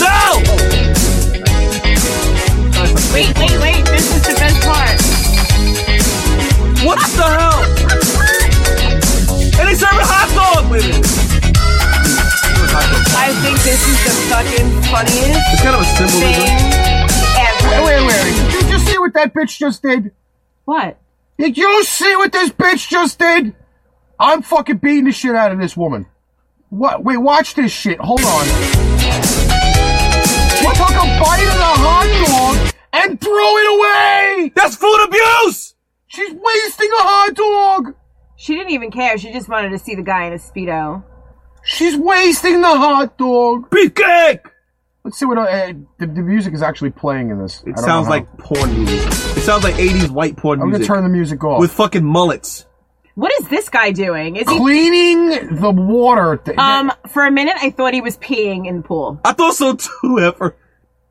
No! Wait, wait, wait. This is the best part. What the hell? And they serving hot dog with it. I think this is the fucking funniest It's kind of a symbolism. thing Wait, ever. wait, wait. Did you see what that bitch just did? What? Did you see what this bitch just did? I'm fucking beating the shit out of this woman. What? Wait, watch this shit. Hold on. She took a bite of the hot dog and threw it away. That's food abuse! She's wasting a hot dog. She didn't even care. She just wanted to see the guy in a speedo. She's wasting the hot dog. Beefcake! Let's see what uh, the, the music is actually playing in this. I It don't know sounds how. like porn music. It sounds like 80s white porn I'm gonna music. turn the music off. with fucking mullets. What is this guy doing? Is he? cleaning the water. Th- Um, for a minute, I thought he was peeing in the pool. I thought so too, ever.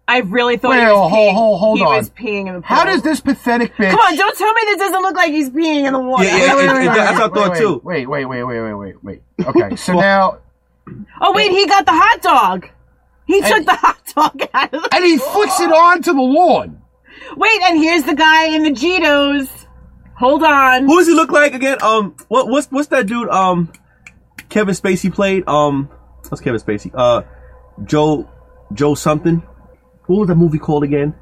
I really thought he Wait, was hold- peeing. hold- hold he on. was peeing in the pool. how does this pathetic bitch? Come on, don't tell me this doesn't look like he's peeing in the water. Yeah, yeah, Wait, it- wait, it- wait, that's wait, what I thought wait, too. Wait, wait, wait, wait, wait, wait, wait. Okay, so now Oh wait, he got the hot dog. He took the hot dog out of the. and he flicks it onto the lawn. Wait, and here's the guy in the Cheetos. Hold on. Who does he look like again? Um, what what's what's that dude? Um, Kevin Spacey played. Um, what's Kevin Spacey? Uh, Joe Joe something. What was that movie called again?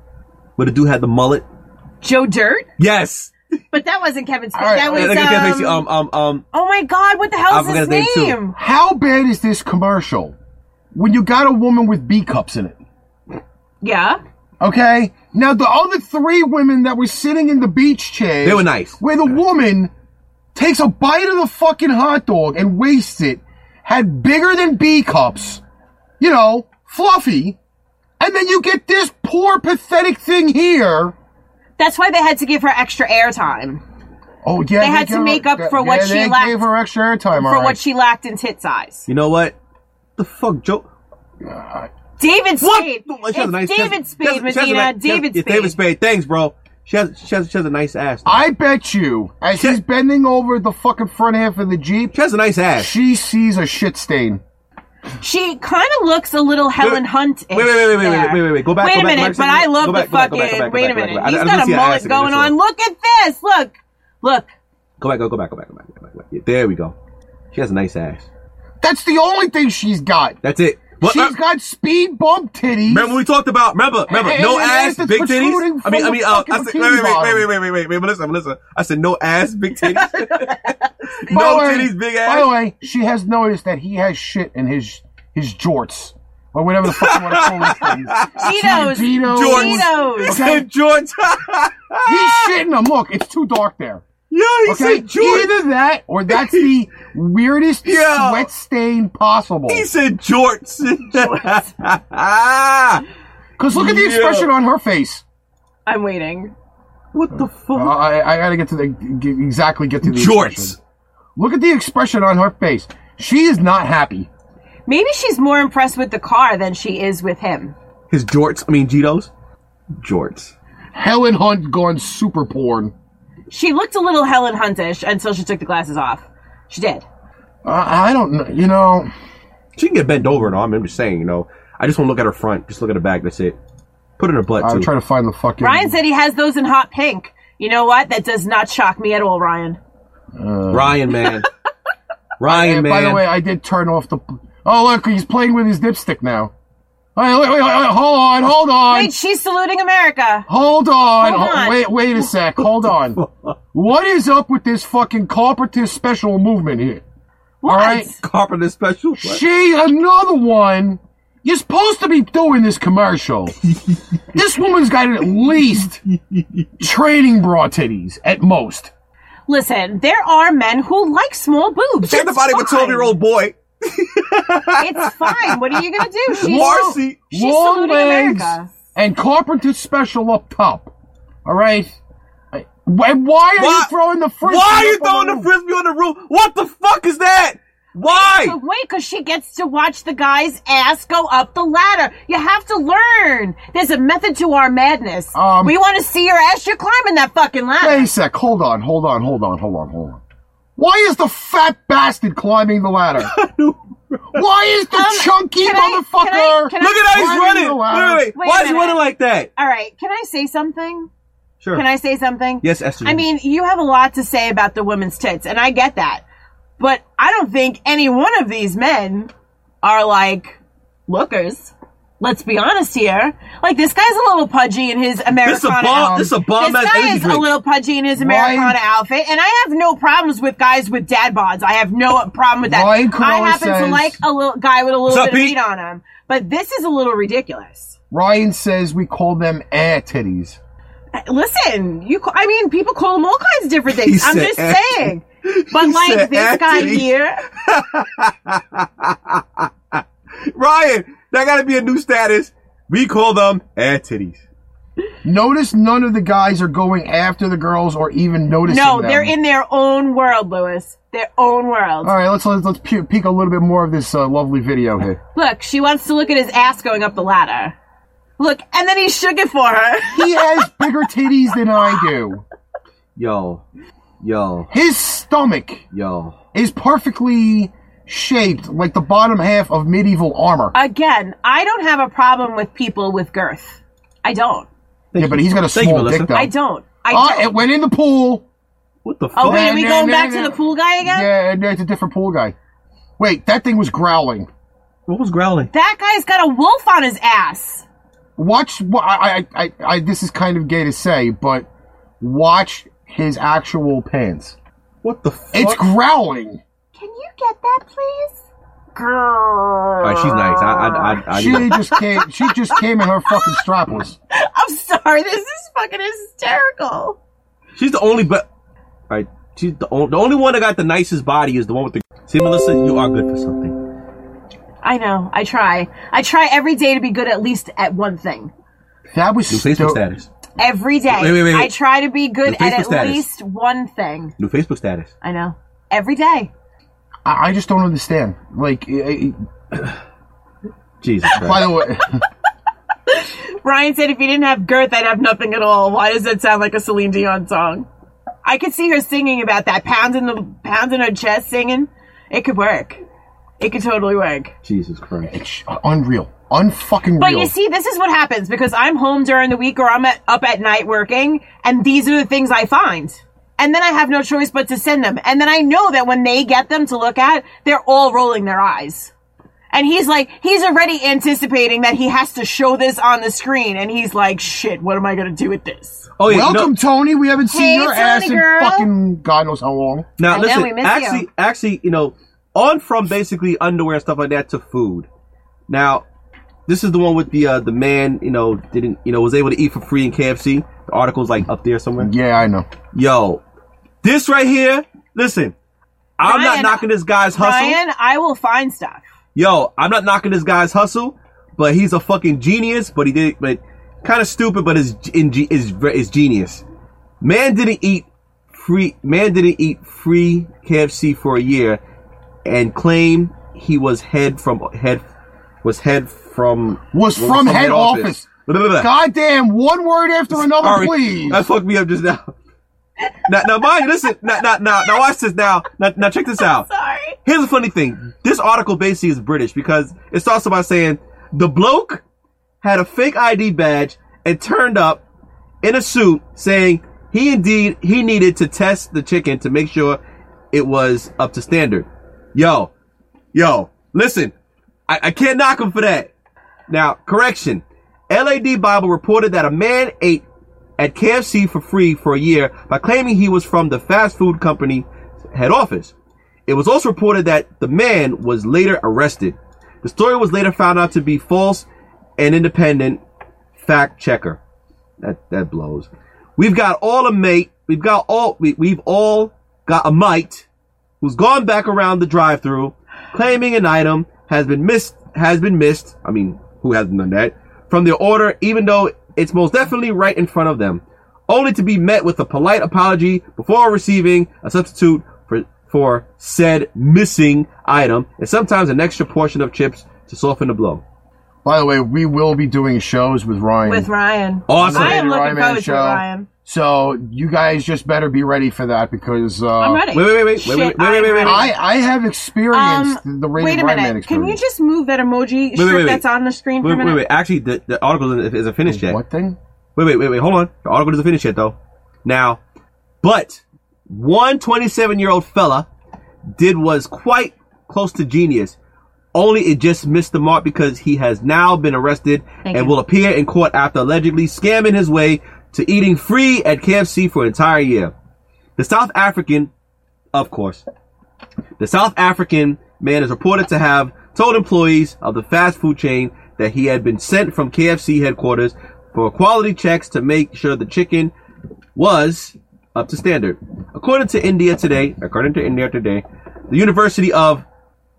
Where the dude had the mullet. Joe Dirt? Yes. But that wasn't Kevin Spacey. All right, that was Yeah, look at Kevin Spacey. um, Um, um, um. Oh my God! What the hell I is forgot his his name, too. name? How bad is this commercial? When you got a woman with B cups in it. Yeah. Okay? Now the other three women that were sitting in the beach chair They were nice. Where the woman takes a bite of the fucking hot dog and wastes it, had bigger than B cups, you know, fluffy, and then you get this poor pathetic thing here. That's why they had to give her extra airtime Oh yeah, They had gave to make up for what she they lacked- Gave her extra airtime. for what she lacked in tit size. You know what? The fuck, Joe. David What? Spade. No, she has a nice- It's she has- David she has- Spade, she has a Medina. nice- she has- David yeah, Spade. David Spade. Thanks, bro. She has she has she has a nice ass. though. I bet you, as she's bending over the fucking front half of the Jeep, She has a nice ass. she sees a shit stain. She kind of looks a little Helen Hunt. wait, wait, wait, wait, wait, wait, wait, wait, wait. Go back, Wait go a back, minute, go but back, I go love back, the go back, go back, go fucking. back, Wait go a back, go minute, back. I- he's I got just a see an mullet accident, going that's all. on. Look at this. Look, look. Go back, go, go back, go back, go back, go back, go back. Yeah, there we go. She has a nice ass. That's the only thing she's got. That's it. What, she's got speed bump titties. uh, Remember we talked about? Remember, remember, And- no and ass, that's big protruding titties. I from mean, I the mean, uh, I fucking said, wait, wait, bikini wait, wait, wait, wait, wait, wait, wait, listen, listen. I said no ass, big titties. By the no way- titties, big By the ass. way, she has noticed that he has shit in his his jorts or whatever the fuck you want to call these things. Ah, Cheetos. Speedos. Jordan. Cheetos. He said George. He's shitting them. Look, it's too dark there. Yo, he Okay, said George. either that or that's the weirdest Yeah. sweat stain possible. He said jorts. what Because look at the Yeah. expression on her face. I'm waiting. the Uh, fuck? I, I gotta get to the g- exactly get to the Jorts. expression. Look at the expression on her face. She is not happy. Maybe she's more impressed with the car than she is with him. His jorts. I mean, Gitos. Jorts. Helen Hunt gone super porn. She looked a little Helen Huntish until she took the glasses off. She did. I I don't know. You know, She can get bent over and all. I'm just saying, you know. I just want to look at her front. Just look at her back. That's it. Put it in her butt I'm too. trying to find the fucking. Ryan said he has those in hot pink. You know what? That does not shock me at all, Ryan. Ryan, man. Ryan, man. By the way, I did turn off the. Oh look, he's playing with his dipstick now. Wait, wait, wait, wait, hold on, hold on, Wait, she's saluting America. hold on. Hold ho- on. Wait, wait a sec. Hold on. what is up with this fucking corporatist special movement here? What? All right. Carpenter special. What? She, another one. You're supposed to be doing this commercial. this woman's got at least training bra titties at most. Listen, there are men who like small boobs. She's the That's body of a fine. 12 year old boy. It's fine. What are you gonna do? She's, Marcy. she's long saluting legs America. and carpenter special up top. All right. I- And why are Why- you throwing the frisbee? Why are you up on throwing the frisbee on the roof? What the fuck is that? But Why? wait, because she gets to watch the guy's ass go up the ladder. You have to learn. There's a method to our madness. Um, we want to see your ass. You're climbing that fucking ladder. Wait a sec. Hold on. Hold on. Hold on. Hold on. Hold on. Why is the fat bastard climbing the ladder? Why is the Um, chunky can I- can I- motherfucker? can I- Look at how he's Why do running. you Wait, allow- wait, wait. Wait Why a is he minute. running like that? All right, can I say something? Sure. Can I say something? Yes, Esther. I mean, you have a lot to say about the women's tits, and I get that. But I don't think any one of these men are like lookers. Let's be honest here. Like this guy's a little pudgy in his Americana This a bomb. outfit. This a bomb This ass guy energy is a drink. little pudgy in his Ryan- Americana outfit, and I have no problems with guys with dad bods. I have no problem with that. Ryan I Corona happen to says- like a little guy with a What's little up, bit of Pete? meat on him, but this is a little ridiculous. Ryan says we call them air titties. Listen, you. Ca- I mean, people call him all kinds of different He things. I'm said just Anthony. saying. But like said this guy Anthony. here, Ryan, that gotta be a new status. We call them ad titties. Notice none of the guys are going after the girls or even noticing no, them. they're in their own world, Lewis. Their own world. All right, let's let's, let's pe- peek a little bit more of this uh, lovely video here. Look, she wants to look at his ass going up the ladder. Look, and then he shook it for her. He has bigger titties than I do. Yo, yo, His stomach yo. is perfectly shaped like the bottom half of medieval armor. Again, I don't have a problem with people with girth. I don't. yeah, but he's got a Thank you, small Melissa. dick though. I don't. I Oh, don't. it went in the pool. What the fuck? oh wait, are we Nah, going nah, back nah, to the nah. pool guy again? Yeah, no, it's a different pool guy. Wait, that thing was growling. What was growling? That guy's got a wolf on his ass. Watch. wh- I, I, I, I. This is kind of gay to say, but watch his actual pants. What the fuck? It's growling. Can you get that, please? Girl. Alright, she's nice. I, I, I, I, She just came. She just came in her fucking strapless. I'm sorry, this is fucking hysterical. she's the only, but, alright, she's the only, the only one that got the nicest body is the one with the. See, Melissa, you are good for something. I know. I try. I try every day to be good at least at one thing. That was New Facebook sto- status. Every day. Wait, wait, wait, wait. I try to be good The at Facebook at status. least one thing. New Facebook status. I know. Every day. I, I just don't understand. Like, I- Jesus I- Christ. by the way, Ryan said if you didn't have girth, I'd have nothing at all. Why does that sound like a Celine Dion song? I could see her singing about that, pounding the pounding her chest singing. It could work. It could totally work. Jesus Christ. It's unreal. Unfucking But real. you see, this is what happens because I'm home during the week or I'm at, up at night working, and these are the things I find. And then I have no choice but to send them. And then I know that when they get them to look at, they're all rolling their eyes. And he's like, he's already anticipating that he has to show this on the screen. And he's like, shit, what am I going to do with this? Oh yeah. Welcome, Tony. We haven't seen Hey, your ass Tony in girl. fucking God knows how long. No, now I know, listen. we miss actually, you. actually, you know, on from basically underwear and stuff like that to food. Now, this is the one with the uh, the man. You know, didn't you know was able to eat for free in KFC. The article's like up there somewhere. Yeah, I know. Yo, this right here. Listen, I'm not Ryan, knocking this guy's hustle. Ryan, I will find stuff. Yo, I'm not knocking this guy's hustle, but he's a fucking genius. But he did, but kind of stupid, but is in ge- is ver- is genius. Man didn't eat free. Man didn't eat free KFC for a year, and claim he was head from head was head from Was from head office. Blah, blah, blah. Goddamn, one word after another, Sorry. please. That fucked me up just now. now, now mind you, listen. Now, now, now, now watch this. Now, now, now check this out. Sorry. Here's the funny thing. This article basically is British because it starts by saying the bloke had a fake ID badge and turned up in a suit saying he indeed he needed to test the chicken to make sure it was up to standard. Yo, yo, listen, I, I can't knock him for that. Now, correction. LAD Bible reported that a man ate at KFC for free for a year by claiming he was from the fast food company head office. It was also reported that the man was later arrested. The story was later found out to be false and independent fact checker. That that blows. We've got all a mate. We've got all we, we've all got a mite who's gone back around the drive-through claiming an item has been missed has been missed. I mean, who hasn't done that? From their order even though it's most definitely right in front of them, only to be met with a polite apology before receiving a substitute for for said missing item and sometimes an extra portion of chips to soften the blow. By the way, we will be doing shows with Ryan. With Ryan. Awesome. I Later, am looking Ryan Man forward to it, show. Ryan. So you guys just better be ready for that because uh, I'm ready. Oh. Wait, wait, wait, wait, wait, Shit, wait, wait, I am wait, wait. ready. I, I have experienced the rated Um, wait a Ryan minute. Man experience. Can you just move that emoji strip wait, wait. that's on the screen for Wait, a wait, minute? wait. Actually, the, the article isn't- isn't finished yet. what thing? Wait, wait, wait, wait. Hold on. The article isn't finished yet, though. Now, but one 27 year old fella did was quite close to genius. Only it just missed the mark because he has now been arrested Thank and you. will appear in court after allegedly scamming his way to eating free at KFC for an entire year. The South African, of course, the South African man is reported to have told employees of the fast food chain that he had been sent from KFC headquarters for quality checks to make sure the chicken was up to standard. According to India Today, according to India Today, the University of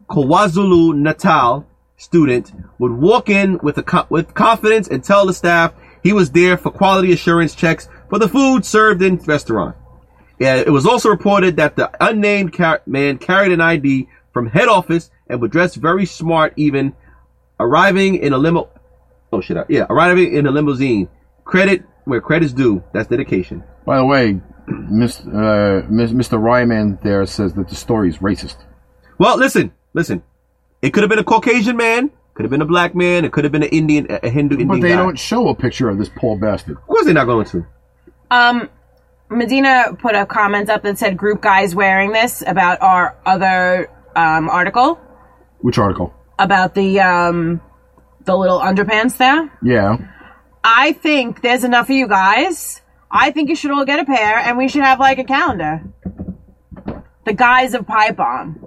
KwaZulu Natal student would walk in with a co- with confidence and tell the staff he was there for quality assurance checks for the food served in restaurant. Yeah, it was also reported that the unnamed car- man carried an ID from head office and was dressed very smart, even arriving in a limo. Oh shit! I- Yeah, arriving in a limousine. Credit where credit's due. That's dedication. By the way, Miss, uh, Miss, Mr. Ryan Man there says that the story is racist. Well, listen, listen. It could have been a Caucasian man. Could have been a black man. It could have been an Indian, a a Hindu Indian But they guy. don't show a picture of this poor bastard. Of course, they're not going to. Um, Medina put a comment up that said group guys wearing this about our other um, article Which article? about the um, the little underpants there. Yeah. I think there's enough of you guys. I think you should all get a pair, and we should have like a calendar. The guys of Pipe Bomb.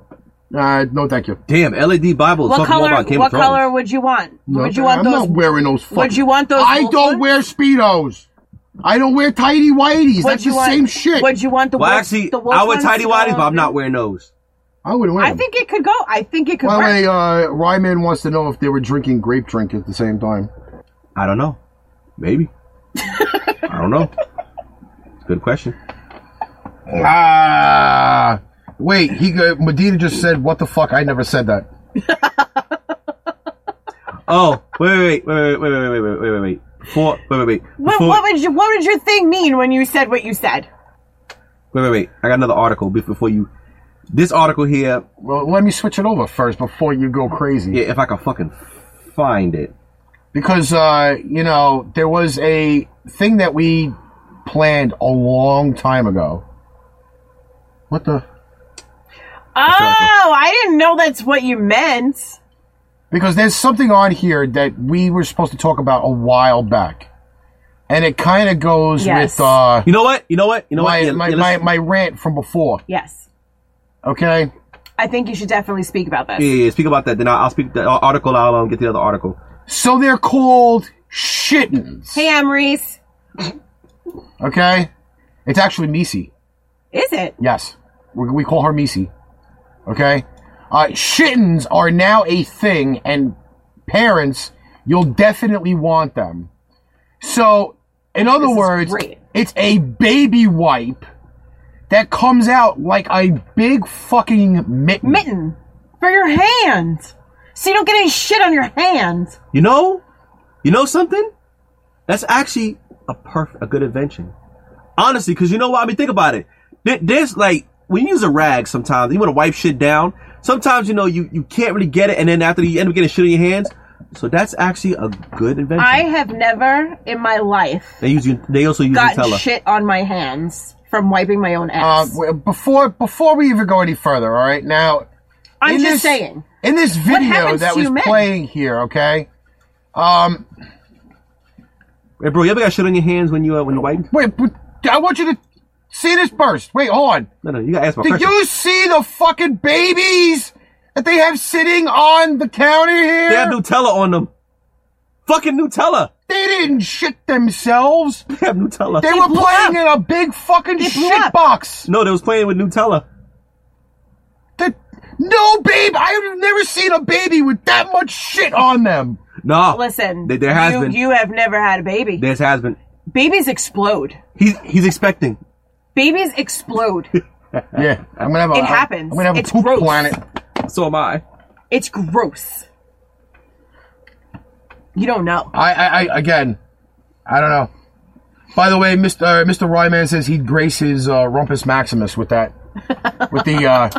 Uh, no, thank you. Damn, LED Bible is What talking more color? about Game What of Thrones. color would you want? No, would you want I'm those? not wearing those. Fucking, you want those I wolf don't ones? wear speedos. I don't wear tidy whities. would That's you the want, same shit. Would you want the? Well, wolf- actually, the wolf I would ones tidy to go whities, but on? I'm not wearing those. I wouldn't wear I them. think it could go. I think it could By the work. way, uh, Ryman wants to know if they were drinking grape drink at the same time. I don't know. Maybe. I don't know. Good question. Ah, wait. He go- Medina just said, "What the fuck?" I never said that. Oh, wait, wait, wait, wait, wait, wait, wait, wait, wait, wait, wait. Before, wait, wait, wait. What, Before- what would you, what would your thing mean when you said what you said? Wait, wait, wait. I got another article be- before you. This article here, Well, let me switch it over first before you go crazy. yeah, if I can fucking find it. because uh, you know there was a thing that we planned a long time ago. What the? Oh, I didn't know that's what you meant. Because there's something on here that we were supposed to talk about a while back, and it kind of goes Yes. with uh, You know what? You know what? You know my, what? Yeah, my, yeah, my let's- my rant from before. Yes. Okay, I think you should definitely speak about this. yeah, yeah, speak about that. Then I'll, I'll speak the article. I'll um, get the other article. so they're called shittens. Hey, Emery's. Okay, it's actually Misi. Is it? Yes. We, we call her Misi. Okay? Uh, shittens are now a thing, and parents, you'll definitely want them. So, in other is words, great. it's a baby wipe that comes out like a big fucking mitten. Mitten for your hand. So you don't get any shit on your hand. You know, you know something? That's actually a perfect, a good invention. Honestly, because you know what? I mean, think about it. There- There's like when you use a rag, sometimes you want to wipe shit down. Sometimes you know you you can't really get it, and then after you end up getting shit on your hands. So that's actually a good invention. I have never in my life they use they also use gotten Nutella. shit on my hands from wiping my own Uh, ass. w- before before we even go any further, all right? Now, I'm in just this- saying. in this video happens that to was men? playing here, okay? Hey, bro, you ever got shit on your hands when you uh, when you wipe? Wait, but I want you to see this first. Wait, hold on. No, no, you gotta ask my Did question. you see the fucking babies that they have sitting on the counter here? They have Nutella on them. Fucking Nutella. They didn't shit themselves. They have Nutella. They, were blew playing in a big fucking blew shit up. box. no, they was playing with Nutella. That- no, babe, I've never seen a baby with that much shit on them. No. Listen, There, there has you, been. you have never had a baby. There's has been. Babies explode. He's he's expecting. Babies explode. Yeah, I'm gonna have a. It happens. I'm gonna have It's a poop gross. planet. So am I. it's gross. You don't know. I, I, I again, I don't know. By the way, Mr. Uh, Mr. Ryman says he'd grace his uh, Rumpus Maximus with that, with the uh,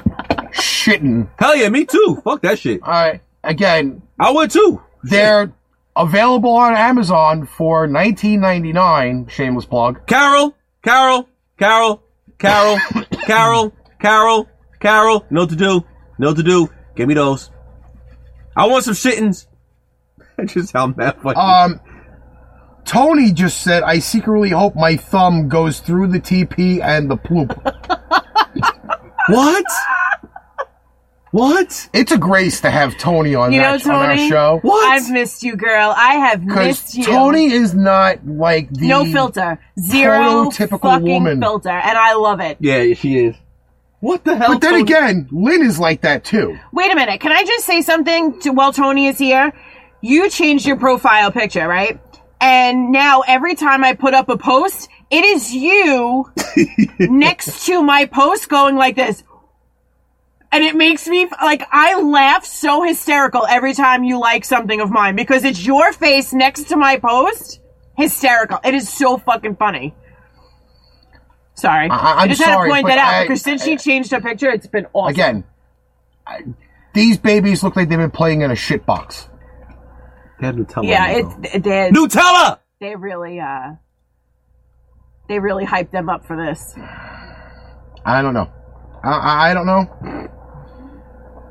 shitting. Hell yeah, me too. Fuck that shit. All right, again, I would too. They're available on Amazon for 19.99. Shameless plug. Carol, Carol, Carol, Carol, Carol, Carol, Carol. You know what to do. You know what to do. Give me those. I want some shittins. I just sound mad fucking. Um, Tony just said, "I secretly hope my thumb goes through the TP and the ploop." what? What? it's a grace to have Tony on You know, that on our Tony, show. What? I've missed you, girl. I have Because missed you. Tony is not like the no filter, zero prototypical fucking woman. filter, and I love it. Yeah, she is. What the hell? But then Tony? again, Lynn is like that too. Wait a minute. Can I just say something to, while Tony is here? You changed your profile picture, right? And now every time I put up a post, it is you next to my post going like this. And it makes me like, I laugh so hysterical every time you like something of mine because it's your face next to my post. Hysterical. It is so fucking funny. Sorry. I- I'm just had sorry, to point but that out I- because since she changed her picture, it's been awesome. Again, I, these babies look like they've been playing in a shit box. They have Nutella. Yeah, on them, it's they though. Nutella. they really uh they really hyped them up for this. I don't know. I, I, I don't know.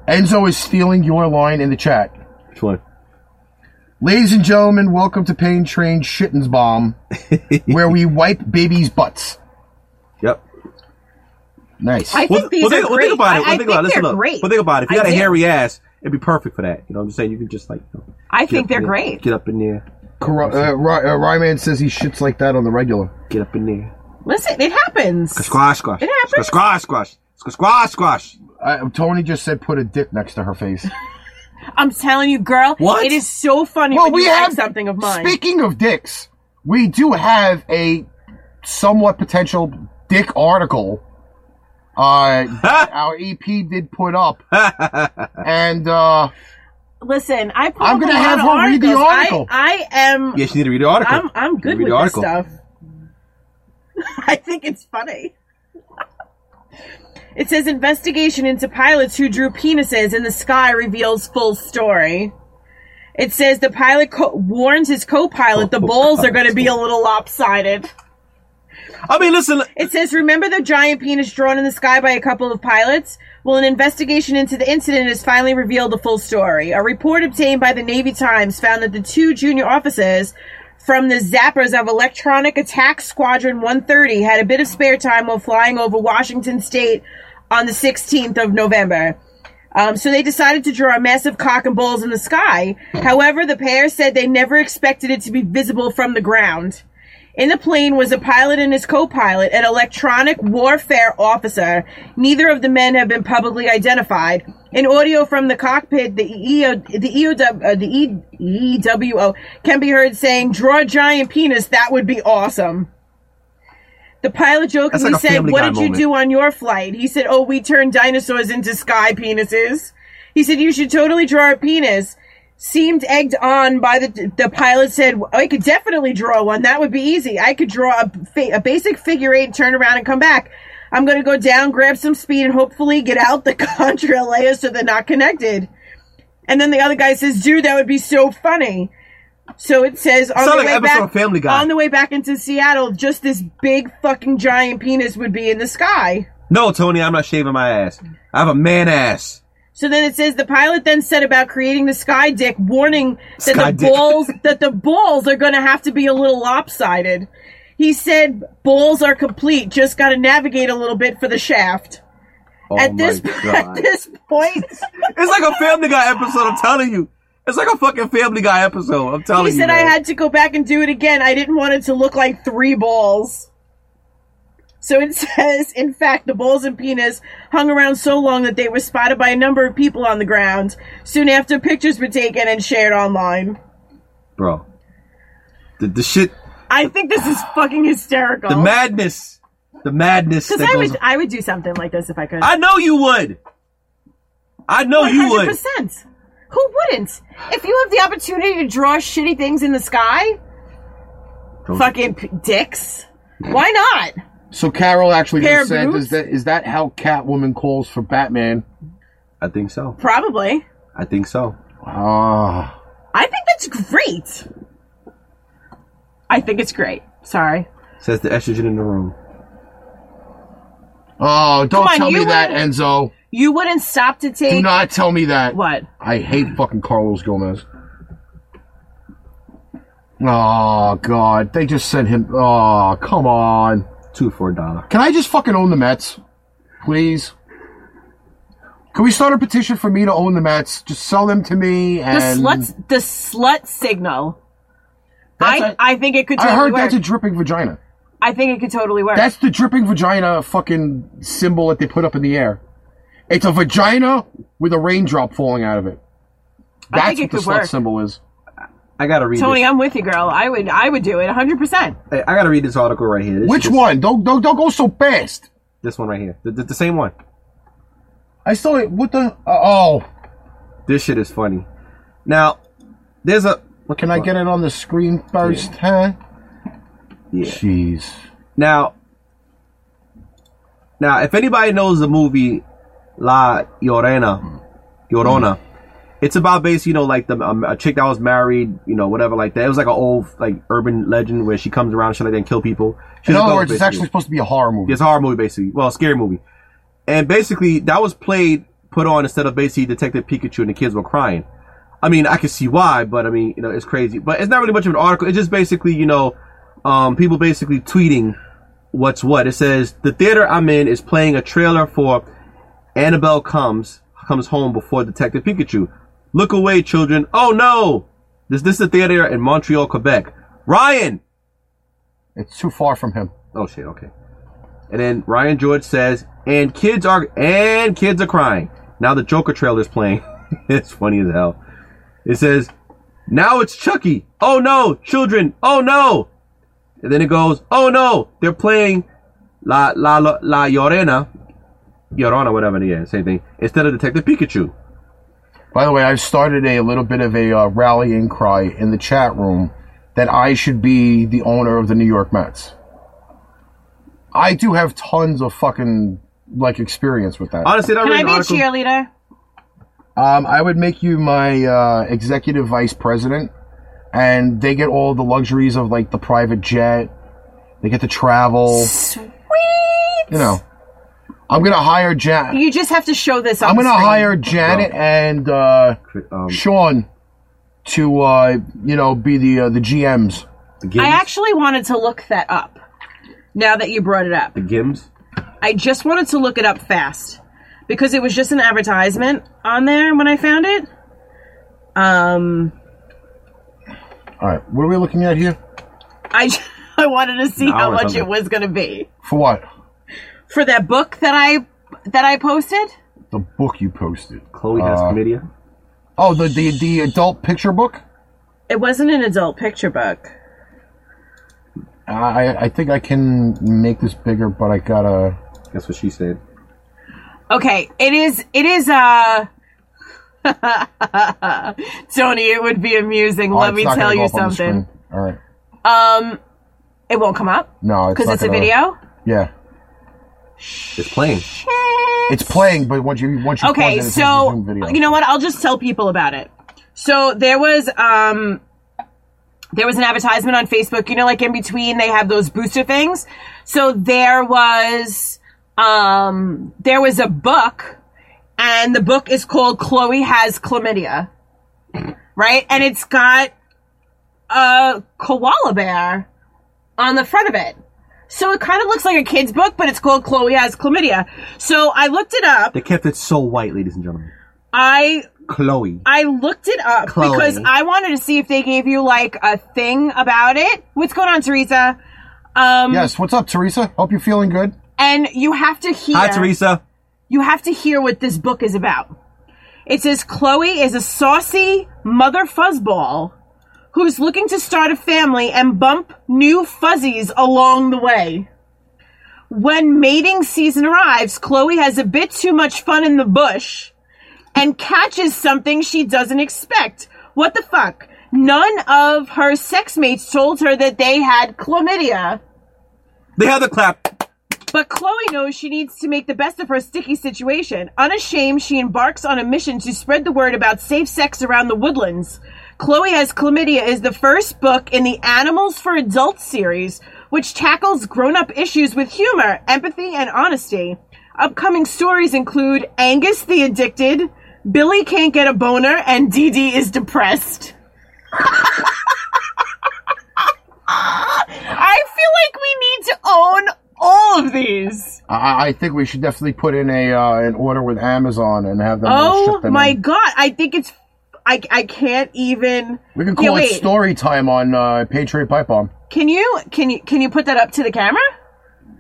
Enzo is stealing your line in the chat. Which one? Ladies and gentlemen, welcome to Pain Train Shittens Bomb, where we wipe babies' butts. Yep. Nice. I think these are well, great. think about it. I, Well, I think about it. Listen, they're look. great. Well, think about it. If you I got a do. hairy ass, it'd be perfect for that. You know what I'm saying? You could just like. you know, I get think up they're in there, great. Get up in there. Cor- uh, Ry- uh, Ryman says he shits like that on the regular. Get up in there. Listen, it happens. Squash, squash. It happens. Squash, squash, squash. Squash, squash. Uh, Tony just said put a dick next to her face. I'm telling you, girl, What? it is so funny well, when we you like have something of mine. Speaking of dicks, we do have a somewhat potential dick article. Uh, that our EP did put up, and uh, Listen, I I'm gonna have her read the article. I, I am Yeah, she need to read the article. I'm I'm good Read with the article. this stuff. I think it's funny. It says investigation into pilots who drew penises in the sky reveals full story. It says the pilot co- warns his co-pilot the balls are going to be a little lopsided. I mean, listen, It says, remember the giant penis drawn in the sky by a couple of pilots? Well, an investigation into the incident has finally revealed the full story. A report obtained by the Navy Times found that the two junior officers from the zappers of Electronic Attack Squadron 130 had a bit of spare time while flying over Washington State on the 16th of November. Um, so they decided to draw a massive cock and balls in the sky. However, the pair said they never expected it to be visible from the ground. In the plane was a pilot and his co-pilot, an electronic warfare officer. Neither of the men have been publicly identified. In audio from the cockpit, the EO, the EOW, uh, the e, EWO can be heard saying, "Draw a giant penis. That would be awesome." The pilot jokingly like a said, Family "What Guy did moment. you do on your flight?" He said, "Oh, we turned dinosaurs into sky penises." He said, "You should totally draw a penis." seemed egged on by the the pilot said I could definitely draw one that would be easy I could draw a, fa- a basic figure eight turn around and come back I'm going to go down grab some speed and hopefully get out the contrail layer so they're not connected and then the other guy says dude that would be so funny so it says on Sound the like way an episode back of Family Guy. on the way back into Seattle just this big fucking giant penis would be in the sky no, Tony, I'm not shaving my ass. I have a man ass. So then it says the pilot then said about creating the sky dick, warning that Sky the dick. balls that the balls are going to have to be a little lopsided. He said balls are complete, just got to navigate a little bit for the shaft. Oh at my this at god. this point, It's like a Family Guy episode. I'm telling you, it's like a fucking Family Guy episode. I'm telling he you. said I man. had to go back and do it again. I didn't want it to look like three balls. So it says, in fact, the balls and penis hung around so long that they were spotted by a number of people on the ground. Soon after, pictures were taken and shared online. bro. The, the shit, I think this is fucking hysterical. the madness, the madness that Because I goes. would, I would do something like this if I could. I know you would. I know you would. percent. Who wouldn't? If you have the opportunity to draw shitty things in the sky, fucking p- dicks. Why not? So Carol actually Pair just said, boobs? is that, is that how Catwoman calls for Batman? I think so. Probably. I think so. Ah, I think that's great. I think it's great. Sorry. Says the estrogen in the room. oh, don't Come on, tell me you that, were- Enzo. You wouldn't stop to take Do not tell me that. what? I hate fucking Carlos Gomez. Oh God, they just sent him. Oh come on, Two for a dollar. can I just fucking own the Mets, please? Can we start a petition for me to own the Mets? Just sell them to me The and slut, the slut signal. I That's a- I think it could. I Totally heard work. that's a dripping vagina. I think it could totally work. That's the dripping vagina fucking symbol that they put up in the air. It's a vagina with a raindrop falling out of it. That's I think it what the could slut work. symbol is. I gotta read. Tony, this. I'm with you, girl. I would, I would do it 100. percent I, I gotta read this article right here. This Which shit is- one? Don't, don't don't go so fast. This one right here. The, the, the same one. I saw it. What the? oh, This shit is funny. Now, there's a. What can I get it on the screen first? Huh? Yeah. Jeez. Now, now, if anybody knows the movie La Llorona, Llorona, Hmm. it's about basically, you know, like the um, a chick that was married, you know, whatever, like that. It was like an old like urban legend where she comes around, shit like that, and kill people. She's In a other ghost, words, it's basically. actually supposed to be a horror movie. It's a horror movie, basically. Well, a scary movie. And basically, that was played, put on instead of basically Detective Pikachu and the kids were crying. I mean, I can see why, but I mean, you know, it's crazy. But it's not really much of an article. It's just basically, you know, um, people basically tweeting what's what. It says, the theater I'm in is playing a trailer for Annabelle comes comes home before Detective Pikachu. Look away, children. Oh no! This this is the theater in Montreal, Quebec. Ryan, It's too far from him. Oh shit, okay. And then Ryan George says, and kids are and kids are crying. Now the Joker trailer's playing. it's funny as hell. It says, now it's Chucky. Oh no, children. Oh no. And then it goes, oh no, they're playing La La La, La Llorona. Llorona, whatever, yeah, same thing. Instead of Detective Pikachu. By the way, I've started a little bit of a uh, rallying cry in the chat room that I should be the owner of the New York Mets. I do have tons of fucking like experience with that. Honestly, that Can read I an be a article. cheerleader? Um, I would make you my uh, executive vice president, and they get all the luxuries of like the private jet. They get to travel. Sweet. You know, I'm gonna hire Jan. You just have to show this. On I'm the gonna screen. hire Janet and uh, Um, Sean to uh, you know be the uh, the GMs. the Gims. I actually wanted to look that up. Now that you brought it up, the Gims. I just wanted to look it up fast because it was just an advertisement on there when I found it. Um, All right, what are we looking at here? I j- I wanted to see An hour how or much something. it was gonna be For what? for that book that I that I posted. The book you posted. Chloe has chlamydia. Oh, the the, the adult picture book. It wasn't an adult picture book. I I think I can make this bigger, but I gotta. That's what she said. Okay, it is. It is. Uh, Tony, it would be amusing. Oh, Let it's me not gonna tell go you up on the something. screen. All right. It won't come up No, because not it's, a gonna- video. Yeah, It's plain. it's playing, but once you once you Okay, pause it, it's a so Zoom video. you know what? I'll just tell people about it. So there was um there was an advertisement on Facebook, you know, like in between they have those booster things. So there was um there was a book and the book is called Chloe has chlamydia. Right? And it's got a koala bear on the front of it. So it kind of looks like a kid's book, but it's called Chloe has chlamydia. So I looked it up. They kept it so white, ladies and gentlemen. I Chloe. I looked it up Chloe. because I wanted to see if they gave you like a thing about it. What's going on, Teresa? Um, yes, what's up, Teresa? Hope you're feeling good. and you have to hear. Hi, Teresa. You have to hear what this book is about. It says Chloe is a saucy mother fuzzball who's looking to start a family and bump new fuzzies along the way. When mating season arrives, Chloe has a bit too much fun in the bush and catches something she doesn't expect. What the fuck? None of her sex mates told her that they had chlamydia. They have the clap. But Chloe knows she needs to make the best of her sticky situation. Unashamed, she embarks on a mission to spread the word about safe sex around the woodlands. Chloe has Chlamydia is the first book in the Animals for Adults series, which tackles grown up issues with humor, empathy, and honesty. Upcoming stories include Angus the Addicted, Billy Can't Get a Boner, and Dee Dee is Depressed. I feel like we need to own all of these. I, I think we should definitely put in a uh, an order with Amazon and have them. all Oh ship them my in. god! I think it's. I I can't even. We can Yeah, call it wait. story time on uh, Patriot Pipe Bomb. Can you can you can you put that up to the camera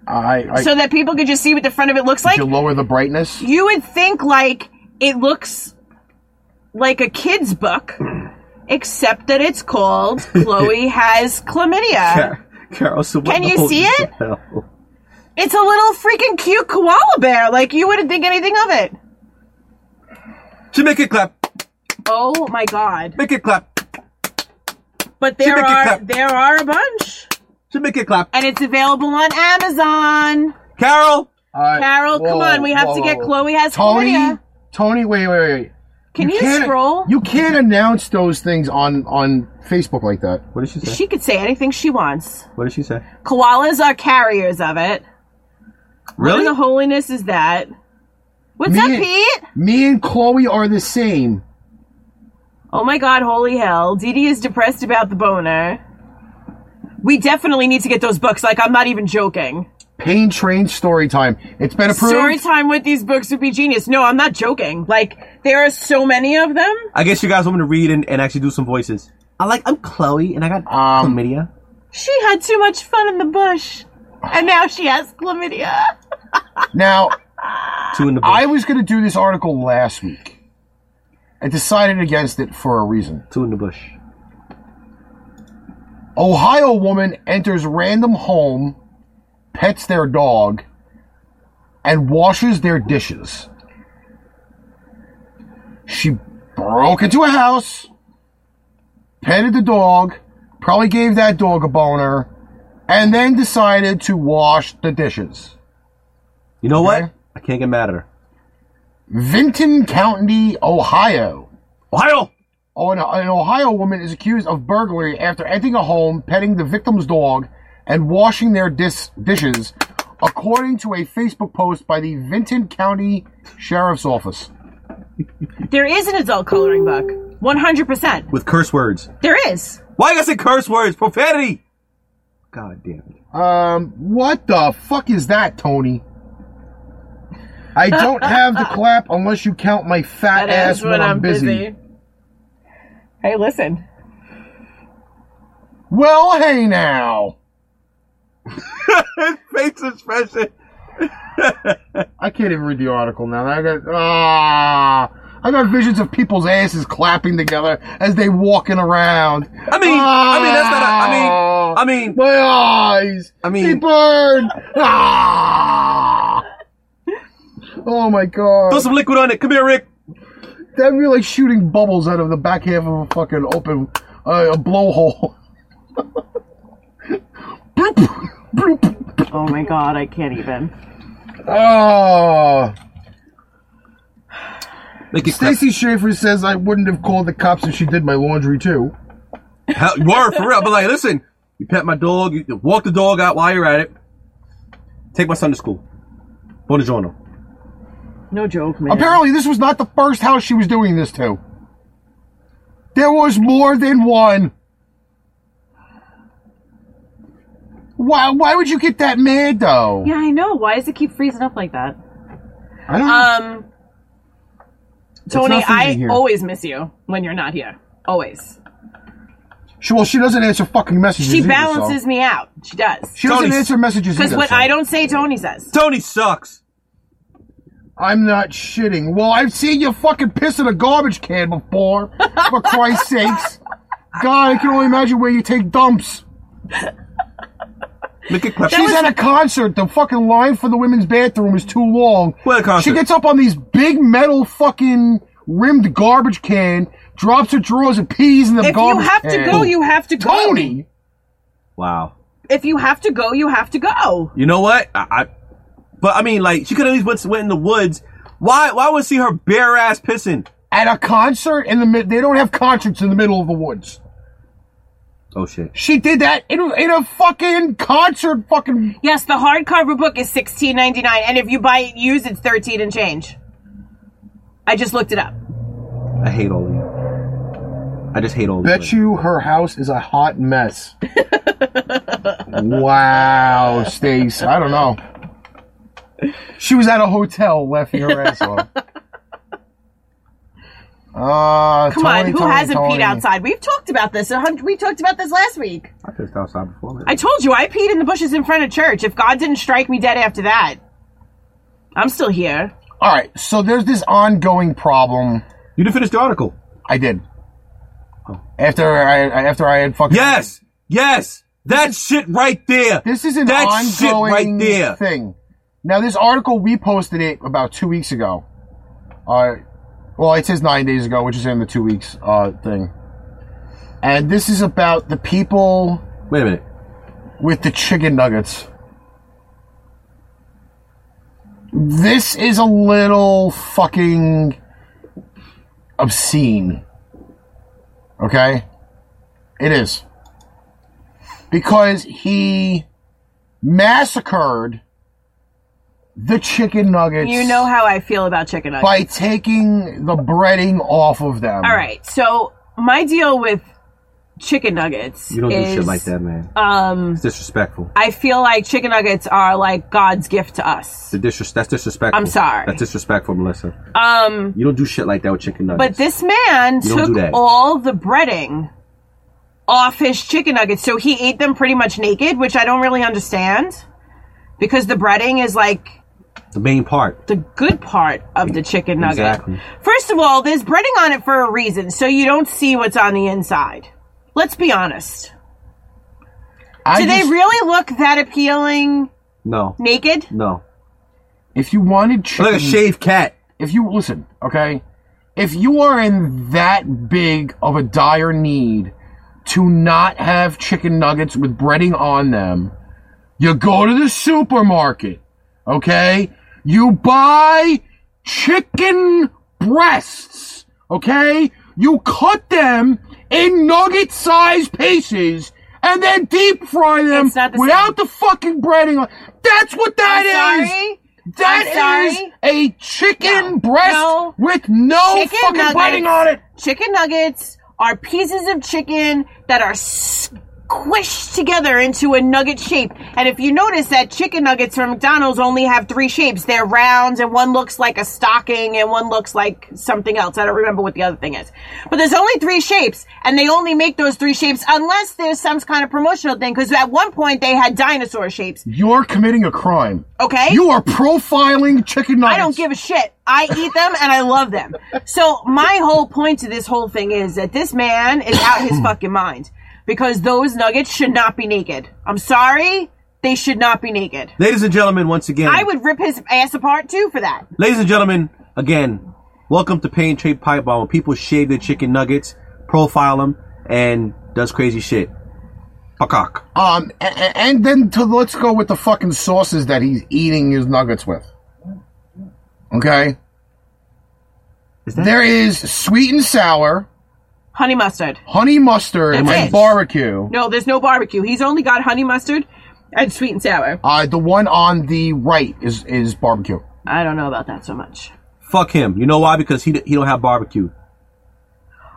I, I so that people can just see what the front of it looks like? you lower the brightness. You would think like it looks like a kid's book, except that it's called Chloe has Uh, chlamydia. Carol, so what Can the you hell see is it? that? It's a little freaking cute koala bear. Like you wouldn't think anything of it. She make it clap. Oh my god! Make it clap. But there make it are clap. there are a bunch, She make it clap. and it's available on Amazon. Carol. Uh, Carol, come whoa, on, we have to whoa, get whoa. Chloe has Tony, chlamydia. Tony, wait, wait, wait. Can you, can't- scroll? You can't announce those things on on Facebook like that. What did she say? she could say anything she wants. what did she say? Koalas are carriers of it. What in the holiness is that? What's Me- up, Pete? Me and Chloe are the same. Oh my god, holy hell. Dee Dee is depressed about the boner. We definitely need to get those books. Like, I'm not even joking. Pain Train Story Time. It's been approved. Story time with these books would be genius. No, I'm not joking. Like, there are so many of them. I guess you guys want me to read and, and actually do some voices. I like. I'm Chloe, and I got Um, chlamydia. She had too much fun in the bush. And now she has chlamydia. Now, Two in the bush. I was going to do this article last week. I decided against it for a reason. Two in the bush. Ohio woman enters random home, pets their dog, and washes their dishes. She broke into a house, petted the dog, probably gave that dog a boner, and then decided to wash the dishes. You know Okay. what? I I can't get mad at her. Vinton County, Ohio. Ohio! Oh, an, an Ohio woman is accused of burglary after entering a home, petting the victim's dog, and washing their dis- dishes, according to a Facebook post by the Vinton County Sheriff's Office. There is an adult coloring book. 100%. With curse words. There is. Why you gotta say curse words? Profanity! God damn it. Um, what the fuck is that, Tony? I don't have the clap unless you count my fat ass when I'm busy. Hey, listen. Well, hey now. Face expression. I can't even read the article now. I got ah, I got visions of people's asses clapping together as they walking around. Ah, I mean, I mean, that's not a, I mean, I mean, my eyes. I mean- they burn. Ah. Oh my god! throw some liquid on it. Come here, Rick. That'd be like shooting bubbles out of the back half of a fucking open uh, a blowhole. Bloop, bloop. Oh my god, I can't even. Oh. Make it Stacy Schaefer says I wouldn't have called the cops if she did my laundry too. How, you are for real. But like, listen, you pet my dog, you you walk the dog out while you're at it. Take my son to school. Buongiorno. No joke, man. Apparently, this was not the first house she was doing this to. There was more than one. Why? Why would you get that mad though? Yeah, I know. Why does it keep freezing up like that? I don't know. Um, Tony, not freezing I here. always miss you when you're not here. Always. she, well, she doesn't answer fucking messages. She either, so- balances me out. She does. She doesn't Tony's- answer messages Because either. what so- I don't say, Tony says. Tony sucks. I'm not shitting. Well, I've seen you fucking piss in a garbage can before. For Christ's sakes. God, I can only imagine where you take dumps. Make it clap. She's at a concert. The fucking line for the women's bathroom is too long. What concert? She gets up on these big metal fucking rimmed garbage can, drops her drawers and pees in the If you garbage have to can. go, you have to go. Tony! wow. If you have to go, you have to go. You know what? I, I but I mean, like, she could at least went, went in the woods. Why? Why was she her bare ass pissing? At a concert in the mid, they don't have concerts in the middle of the woods. Oh shit. She did that in, in a fucking concert fucking Yes, the hardcover book is sixteen ninety nine, and if you buy it used, it's thirteen and change. I just looked it up. I hate all of you. I just hate all of Bet you her house is a hot mess. wow, Stace. I don't know. She was at a hotel laughing her ass off. Uh, Come on, who hasn't peed outside? We've talked about this. a hun- We talked about this last week. I pissed outside before. man. I told you I peed in the bushes in front of church. If God didn't strike me dead after that, I'm still here. All right, so there's this ongoing problem. you didn't finish the article. I did. After I I- after I had fucking Yes. Yes. That shit right there. This is an that shit ongoing right there. thing. Now, this article we posted it about two weeks ago. Uh, well, it says nine days ago, which is in the two weeks uh, thing. And this is about the people Wait a minute. with the chicken nuggets. This is a little fucking obscene. Okay? It is. Because he massacred the chicken nuggets You know how I feel about chicken nuggets. by taking the breading off of them. All right, so my deal with chicken nuggets. You don't is, do shit like that, man. Um, it's disrespectful. I feel like chicken nuggets are like God's gift to us. The disres- that's disrespectful. I'm sorry. That's disrespectful, Melissa. Um, You don't do shit like that with chicken nuggets. but this You don't man do took that. all the breading off his chicken nuggets, so he ate them pretty much naked, which I don't really understand because the breading is like the main part. the good part of the chicken nugget. Exactly. First of all, there's breading on it for a reason, so you don't see what's on the inside. Let's be honest. I Do they just- really look that appealing No. naked? No. if you wanted chicken Like a shaved cat. if you listen, okay, if you are in that big of a dire need to not have chicken nuggets with breading on them, you go to the supermarket, okay? You buy chicken breasts, okay? You cut them in nugget sized pieces and then deep fry them It's not the without the fucking breading. on- That's what that I'm is. sorry? I'm That sorry? is a chicken breast No. with no fucking breading on it. Chicken nuggets are pieces of chicken that are squished together into a nugget shape. And if you notice that chicken nuggets from McDonald's only have three shapes, they're round and one looks like a stocking and one looks like something else. I don't remember what the other thing is. But there's only three shapes and they only make those three shapes unless there's some kind of promotional thing because at one point they had dinosaur shapes. You're committing a crime. Okay? You are profiling chicken nuggets. I don't give a shit. I eat them and I love them. So my whole point to this whole thing is that this man is out his fucking mind because those nuggets should not be naked. I'm sorry, they should not be naked. Ladies and gentlemen, once again, I would rip his ass apart too for that. ladies and gentlemen, again, welcome to Pain Trade Pipe Bomb, where people shave their chicken nuggets, profile them, and does crazy shit. Pakak. Um, and, and then to, let's go with the fucking sauces that he's eating his nuggets with. Okay? there is sweet and sour, Honey mustard. honey mustard, That's and it. barbecue. No, there's no barbecue. He's only got honey mustard and sweet and sour. Uh, the one on the right is, is barbecue. I don't know about that so much. Fuck him. You know why? Because he he don't have barbecue.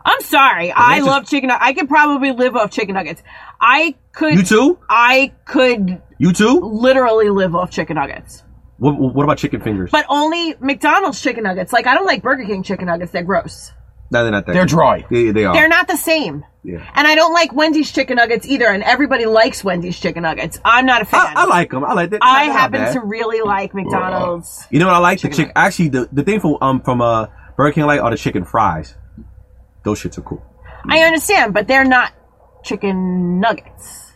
I'm sorry. I just- love chicken. nu- I could probably live off chicken nuggets. I could. You too? I could You too? literally live off chicken nuggets. What, what about chicken fingers? But only McDonald's chicken nuggets. Like I don't like Burger King chicken nuggets. They're gross. no, they're not that. They're dry. Yeah, yeah, they are. They're not the same. Yeah. And I don't like Wendy's chicken nuggets either. And everybody likes Wendy's chicken nuggets. I'm not a fan. I, I like them. I like that. I happen to really like McDonald's. You know what I like? the chick. Actually, the, the thing from um from uh Burger King I like are the chicken fries. Those shits are cool. I understand, but they're not chicken nuggets.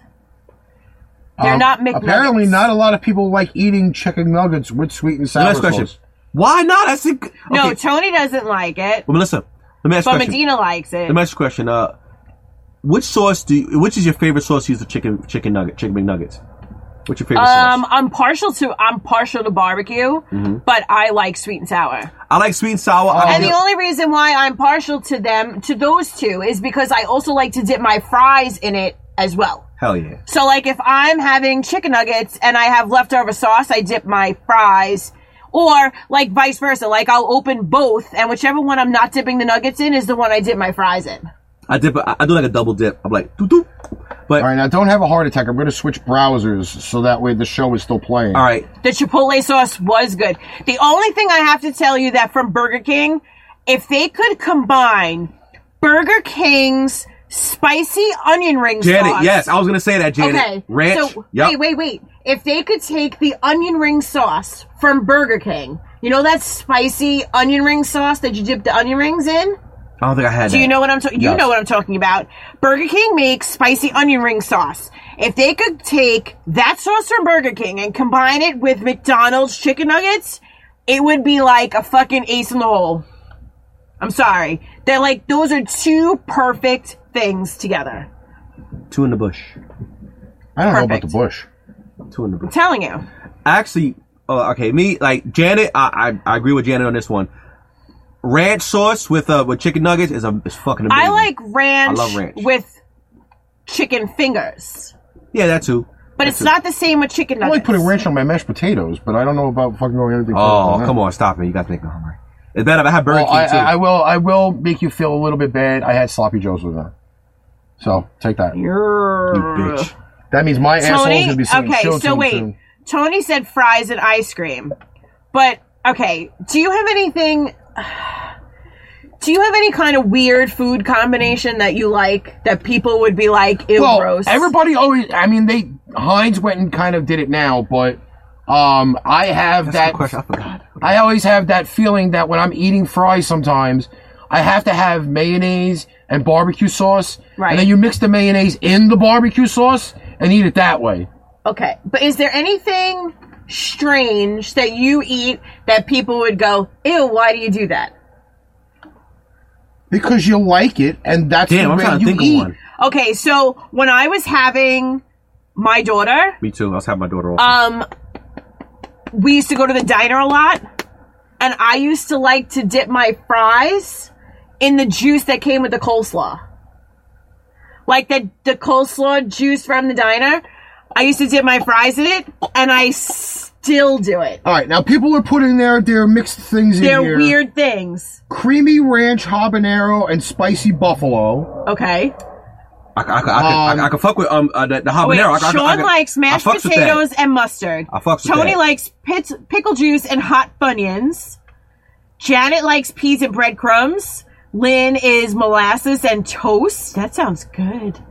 They're Um, not McNuggets. Apparently, not a lot of people like eating chicken nuggets with sweet and sour. Last question. sauce. Why not? That's a, okay. No, Tony doesn't like it, Well, Melissa, let me ask you but a question. Medina likes it. let me ask you a question. Uh, which sauce do? You, which is your favorite sauce to use for chicken chicken nugget chicken McNuggets? What's your favorite Um, sauce? Mm-hmm. I'm partial to I'm partial to barbecue, but I like sweet and sour. I like sweet and sour. I And don't- the only reason why I'm partial to them, to those two, is because I also like to dip my fries in it as well. hell yeah. So, like, if I'm having chicken nuggets and I have leftover sauce, I dip my fries. Or, like, vice versa. Like, I'll open both, and whichever one I'm not dipping the nuggets in is the one I dip my fries in. I dip. I, I do like a double dip. I'm like doo doo. But All right, now don't have a heart attack. I'm going to switch browsers so that way the show is still playing. all right. The chipotle sauce was good. The only thing I have to tell you that from Burger King, if they could combine Burger King's spicy onion ring Janet, sauce. yes, I was gonna say that. Janet, Okay. ranch. So Yup. wait, wait, wait. If they could take the onion ring sauce from Burger King, you know that spicy onion ring sauce that you dip the onion rings in? I don't think I had. Do that. you know what I'm talking? You know what I'm talking about. Burger King makes spicy onion ring sauce. If they could take that sauce from Burger King and combine it with McDonald's chicken nuggets, it would be like a fucking ace in the hole. I'm sorry. They're like those are two perfect things together. Two in the bush. I don't know about Perfect. the bush. Two in the bush. telling you. actually, uh, okay, me like Janet. I, I I agree with Janet on this one. Ranch sauce with uh with chicken nuggets is a is fucking amazing. I like ranch, I love ranch. with chicken fingers, yeah that too. but it's not the same with chicken I nuggets. like putting ranch on my mashed potatoes, but I don't know about fucking going anything. Oh come on, stop it! You gotta make me hungry. It's better. if I had Burger Well, King I, too. I, I will. I will make you feel a little bit bad. I had sloppy joes with that, so take that. you You're- uh, bitch. That means my asshole is Tony. gonna be singing Okay, Show so Tune wait. soon. Tony said fries and ice cream, but okay. Do you have anything? Do you have any kind of weird food combination that you like that people would be like, "Ew, well, gross"? everybody always. I mean, they Heinz went and kind of did it now, but um, I have That's that. the question. I forgot. I always have that feeling that when I'm eating fries, sometimes I have to have mayonnaise and barbecue sauce, Right. and then you mix the mayonnaise in the barbecue sauce and eat it that way. Okay, but is there anything strange that you eat that people would go, "Ew, why do you do that"? Because you like it, and that's Damn, the I'm way trying to you think eat. of one. Okay, so when I was having my daughter, Uh, Me too. I was having my daughter also. um, we used to go to the diner a lot, and I used to like to dip my fries in the juice that came with the coleslaw. Like the, the coleslaw juice from the diner, I used to dip my fries in it, and I still do it. All right, now people are putting their their mixed things They're in here. weird things. Creamy ranch habanero and spicy buffalo. Okay. I, I, I, I, Um, I, I can fuck with um uh, the, the habanero. Oh, Wait, I, I, Sean I, I, likes mashed I fucks with that. potatoes and mustard. I fucks with Tony that. likes pit, pickle juice and hot bunions. Janet likes peas and breadcrumbs. Lynn is molasses and toast. That sounds good.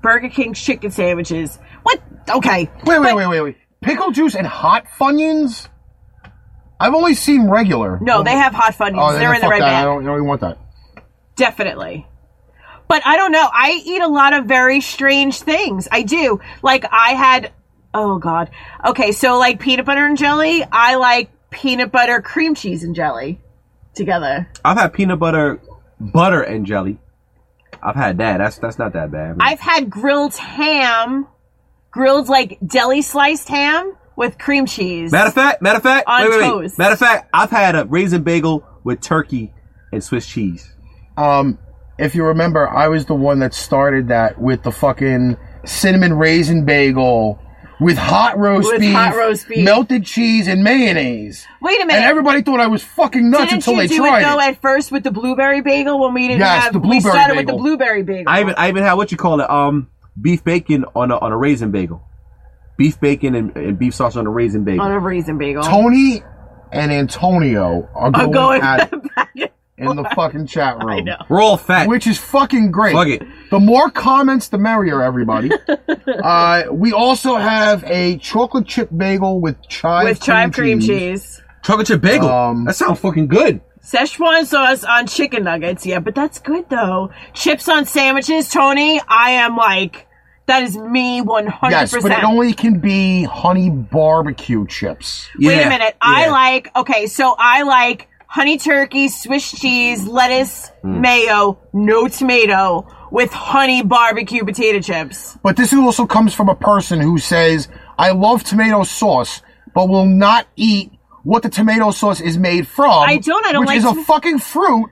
Burger King chicken sandwiches. What? Okay. Wait, wait, But- wait, wait, wait. Pickle juice and hot funyuns. I've only seen regular. No, they have hot funions. Oh, They're, then in the fuck right that. I bag. don't, I don't even want that. Definitely. But I don't know. I eat a lot of very strange things. I do. Like I had oh god. Okay, so like peanut butter and jelly, I like peanut butter, cream cheese and jelly together. I've had peanut butter, butter and jelly. I've had that. That's that's not that bad. I've had grilled ham, grilled like deli sliced ham with cream cheese. matter of fact, matter of fact, On wait, wait, wait. toast. Matter of fact, I've had a raisin bagel with turkey and Swiss cheese. Um, if you remember, I was the one that started that with the fucking cinnamon raisin bagel with hot roast With beef, hot roast beef. melted cheese, and mayonnaise. Wait a And minute. everybody thought I was fucking nuts Didn't until you they do tried it though it. at first with the blueberry bagel when we didn't Yes, have the we blueberry started with the bagel. blueberry bagel. I even I even had what you call it um beef bacon on a on a raisin bagel, beef bacon and, and beef sauce on a raisin bagel. on a raisin bagel. Tony and Antonio are going, going at it in the fucking chat room. We're all fat. Which is fucking great. Fuck it. The more comments, the merrier, everybody. uh, we also have a chocolate chip bagel with chive with chive cream cheese. Chocolate chip bagel. Um, that sounds fucking good. Szechuan sauce on chicken nuggets. Yeah, but that's good though. Chips on sandwiches, Tony. I am like, that is me 100%. Yes, but it only can be honey barbecue chips. Wait Yeah, a minute. I yeah. like, okay, so I like honey turkey, Swiss cheese, lettuce, Hmm. mayo, no tomato with honey barbecue potato chips. But this also comes from a person who says, I love tomato sauce, but will not eat what the tomato sauce is made from. I don't- I don't Which like is a toma- fucking fruit,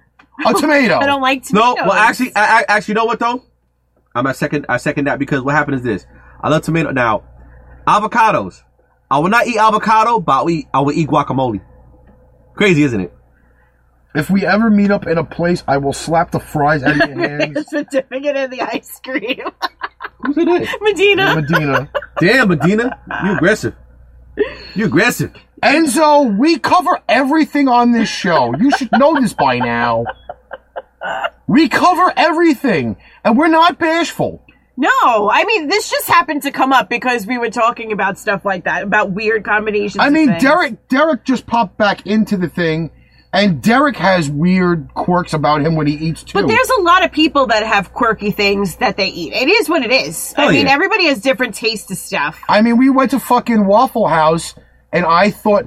a tomato. I don't like tomatoes. Oh. No, well, actually, I, I, actually, you know what though? I'm a second. I second that because what happened is this: I love tomato. Now, avocados. I will not eat avocado, but I will eat, I will eat guacamole. Crazy, isn't it? If we ever meet up in a place, I will slap the fries out of your hands. certificate of the ice cream. Who's it is? Medina. Medina. Damn, Medina, you aggressive. You aggressive. Enzo, we cover everything on this show. You should know this by now. We cover everything, and we're not bashful. No, I mean this just happened to come up because we were talking about stuff like that, about weird combinations. I of mean, things. Derek. Derek just popped back into the thing, and Derek has weird quirks about him when he eats too. But there's a lot of people that have quirky things that they eat. It is what it is. I Hell mean, yeah. everybody has different taste to stuff. I mean, we went to fucking Waffle House, and I thought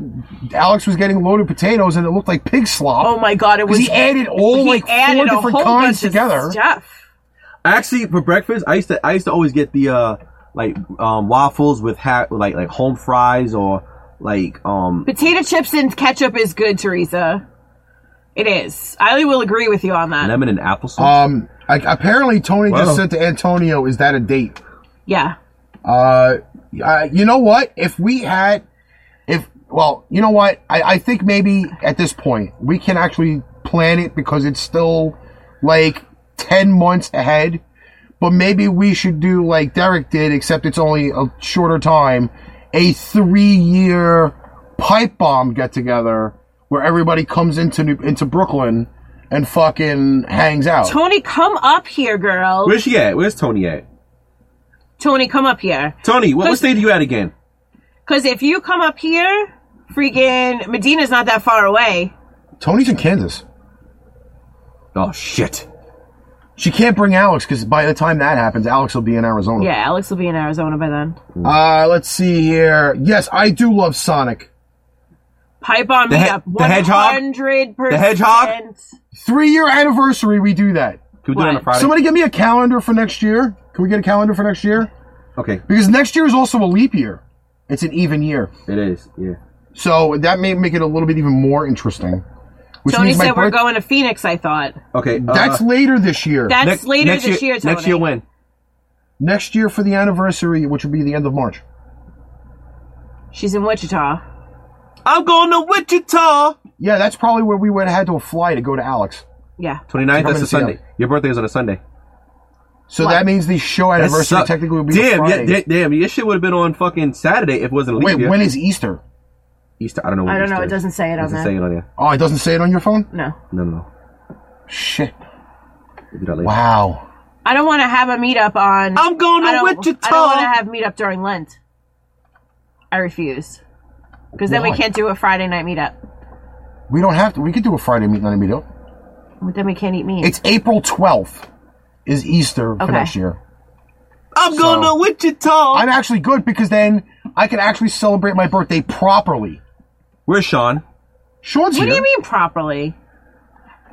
Alex was getting loaded potatoes, and it looked like pig slop. Oh my god, it was Because he added all he like four added a different whole kinds bunch of together. stuff. Actually, for breakfast, I used to I used to always get the uh like um waffles with ha- like like home fries or like um Potato chips and ketchup is good, Teresa. It is. I will agree with you on that. lemon and apple sauce. Um, I, apparently Tony Wow. just said to Antonio, "Is that a date?" yeah. Uh, uh, you know what? If we had, if well, you know what? I, I think maybe at this point we can actually plan it because it's still like ten months ahead. But maybe we should do like Derek did, except it's only a shorter time, a three-year pipe bomb get-together where everybody comes into New- into Brooklyn and fucking hangs out. Tony, come up here, Oh. girl. Where's she at? Where's Tony at? Tony, come up here. Tony, what, what state are you at again? Because if you come up here, freaking Medina's not that far away. Tony's in Kansas. Oh shit. She can't bring Alex because by the time that happens, Alex will be in Arizona. Yeah, Alex will be in Arizona by then. Uh, let's see here. Yes, I do love Sonic. Pipe on The me he- up. the hedgehog? 100%. The hedgehog? Three year anniversary, we do that. Can we do it on a What? Friday? Somebody give me a calendar for next year. Can we get a calendar for next year? okay, Because next year is also a leap year. It's an even year. it is. Yeah. So that may make it a little bit even more interesting. Uh-huh. Which Tony means my said we're birth- going to Phoenix. I thought Okay, uh, That's later this year. that's next- later next this year. Tony. next year when? Next year for the anniversary, which will be the end of March. she's in Wichita. I'm going to Wichita. Yeah, that's probably where we would have had to fly to go to Alex. Yeah, 29th, Coming that's to a see Sunday. him. Your birthday is on a Sunday. So Fly. that means the show That anniversary sucks. technically would be damn, on yeah, Friday. da- damn, your shit would have been on fucking Saturday if it wasn't a leap Wait, year. when is Easter? Easter? I don't know. When I don't Easter know. It is. doesn't say it on doesn't there. say it on there. Oh, it doesn't say it on your phone? No, No, no, no. Shit. We'll do that later. Wow. I don't want to have a meetup on. I'm going to I don't, Wichita. I don't want to have meetup during Lent. I refuse because then Why? we can't do a Friday night meetup. We don't have to. We could do a Friday meet, not a meet up. Then we can't eat meat. It's April 12th is Easter for Okay. next year. I'm going So- to Wichita. I'm actually good because then I can actually celebrate my birthday properly. Where's Sean? Sean's what do here. you mean properly?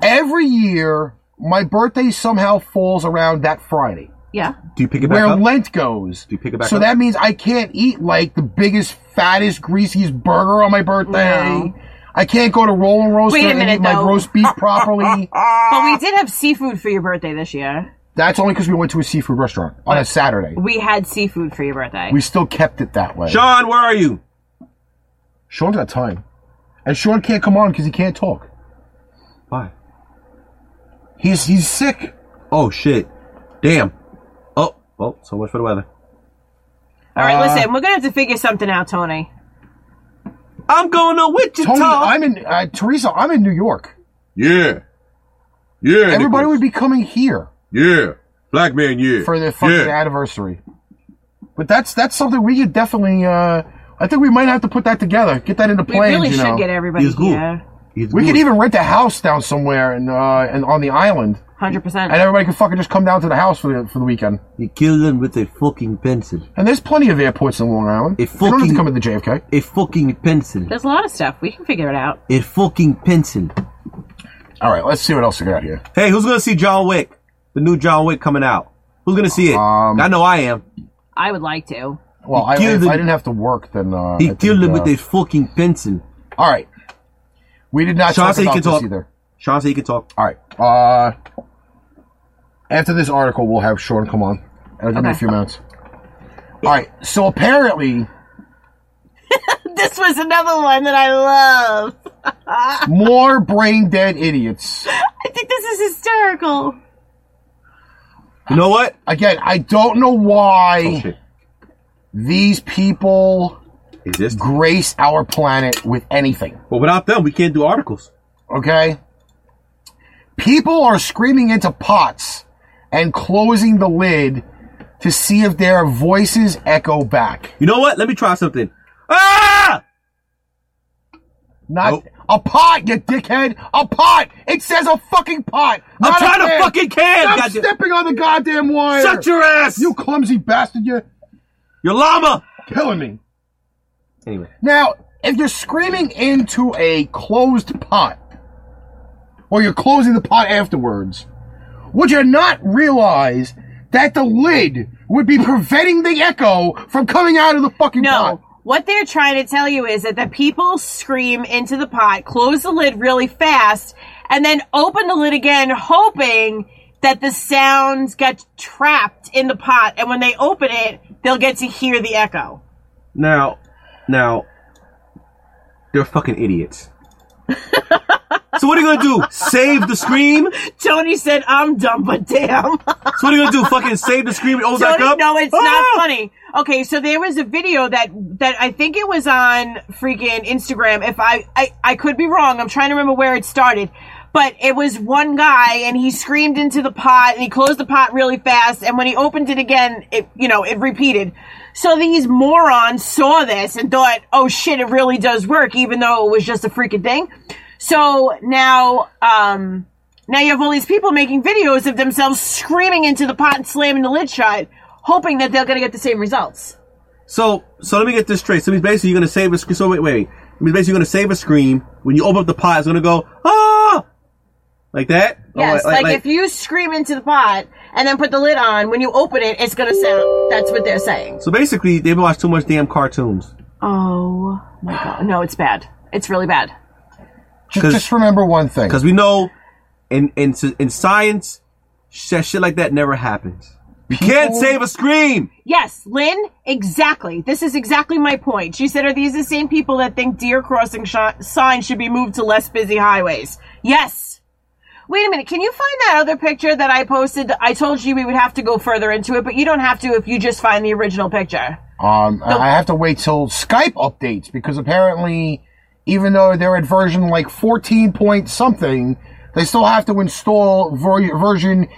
Every year, my birthday somehow falls around that Friday. Yeah. Do you pick it back where up? Lent goes. Do you pick it back so up? that means I can't eat like the biggest, fattest, greasiest burger on my birthday. No. I can't go to Roll and Roaster Wait a and minute, eat my though. roast beef properly. But we did have seafood for your birthday this year. That's only because we went to a seafood restaurant on a Saturday. We had seafood for your birthday. We still kept it that way. Sean, where are you? Sean's got time. And Sean can't come on because he can't talk. Why? He's he's sick. Oh shit. Damn. Oh, well, so much for the weather. All right, listen, we're gonna have to figure something out, Tony. I'm going to Wichita. Tony, I'm in uh, Teresa. I'm in New York. Yeah. Yeah. Everybody Nicholas. would be coming here Yeah. Black man, yeah. for the fucking yeah. anniversary. But that's that's something we could definitely. Uh, I think we might have to put that together. Get that into We plans. really you should know. get everybody He's cool. here. He's we good. could even rent a house down somewhere and uh, and on the island, Hundred percent. and everybody could fucking just come down to the house for the for the weekend. You kill them with a fucking pencil. And there's plenty of airports in Long Island. A You don't have to fucking- come into JFK. A fucking pencil. There's a lot of stuff. We can figure it out. A fucking pencil. All right, let's see what else we got here. Hey, who's gonna see John Wick? The new John Wick coming out. Who's gonna see it? Um, I know I am. I would like to. Well, I, killed if I him. didn't have to work, then uh, I He think, killed him uh, with a fucking pencil. All right. We did not Sean talk said he about can this talk. either. Sean said he can talk. All right. Uh, after this article, we'll have Sean come on. It'll give me a Okay. few minutes. All right. So apparently, This was another one that I love. more brain dead idiots. I think this is hysterical. You know what? Again, I don't know Oh, why these people Exist. grace our planet with anything. But without them, we can't do articles. okay? People are screaming into pots and closing the lid to see if their voices echo back. You know what? Let me try something. Ah! Not Nope. a pot, you dickhead! A pot! It says a fucking pot! I'm not a trying can. to fucking can. Stop goddamn- stepping on the goddamn wire! Shut your ass. You clumsy bastard, you're Your llama. killing me. Anyway, Now, if you're screaming into a closed pot, or you're closing the pot afterwards, would you not realize that the lid would be preventing the echo from coming out of the fucking pot? No. What they're trying to tell you is that the people scream into the pot, close the lid really fast, and then open the lid again, hoping that the sounds got trapped in the pot. And when they open it, they'll get to hear the echo. now, now, they're fucking idiots. so what are you gonna do? Save the scream? So Tony said, "I'm dumb, but damn." what are you gonna do? Fucking save the scream and open back Tony, up? e- no, it's Ah! not funny. Okay, so there was a video that that I think it was on freaking Instagram. If I I, I could be wrong, I'm trying to remember where it started. But it was one guy and he screamed into the pot and he closed the pot really fast and when he opened it again, it you know, it repeated. So these morons saw this and thought, "Oh shit, it really does work even though it was just a freaking thing." So now um now you have all these people making videos of themselves screaming into the pot and slamming the lid shut, hoping that they're gonna get the same results. So, so let me get this straight. So means basically you're gonna save a scream. So wait, wait, wait. It means basically you're gonna save a scream. When you open up the pot, it's gonna go ah, like that. Or Yes, like, if you scream into the pot and then put the lid on, when you open it, it's gonna sound. That's what they're saying. So basically, they've watched too much damn cartoons. Oh my god. No, it's bad. It's really bad. Just, 'Cause- just remember one thing. Because we know in, in in science, shit, shit like that never happens. You can't save a scream. Yes, Lynn, exactly. This is exactly my point. She said, Are these the same people that think deer crossing sh- signs should be moved to less busy highways? Yes. Wait a minute. Can you find that other picture that I posted? I told you we would have to go further into it, but you don't have to if you just find the original picture. Um, I I have to wait till Skype updates because apparently, even though they're at version like 14 point something, they still have to install ver- version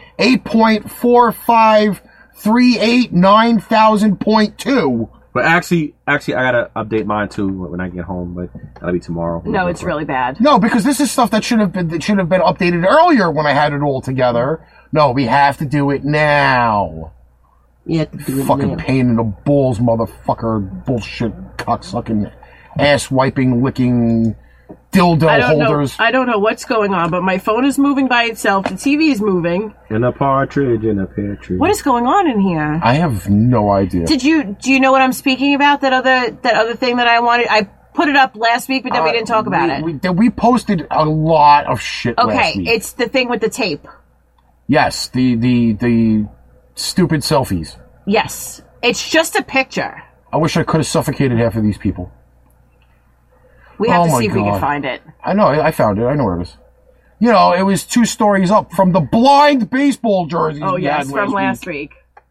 8.45389,000.2. But actually, actually, I gotta update mine too when I get home. But that'll be tomorrow. No, it's really bad. No, because this is stuff that should have been that should have been updated earlier when I had it all together. No, we have to do it now. Yeah, Fucking pain in the balls, motherfucker, bullshit, cocksucking, ass wiping, licking, I dildo don't know. holders. I don't know what's going on, but my phone is moving by itself. The TV is moving. And a partridge in a pear tree. What is going on in here? I have no idea. Did you do you know what I'm speaking about? That other that other thing that I wanted. I put it up last week, but then we didn't talk about Uh, we, it. We, that we posted a lot of shit okay, last week. it's the thing with the tape. yes, the the the stupid selfies. Yes, it's just a picture. I wish I could have suffocated half of these people. We have Oh to my see if we can God. find it. I know. I I found it. I know where it is. You know, it was two stories up from the blind baseball jerseys. Oh we had yes, from last week. week.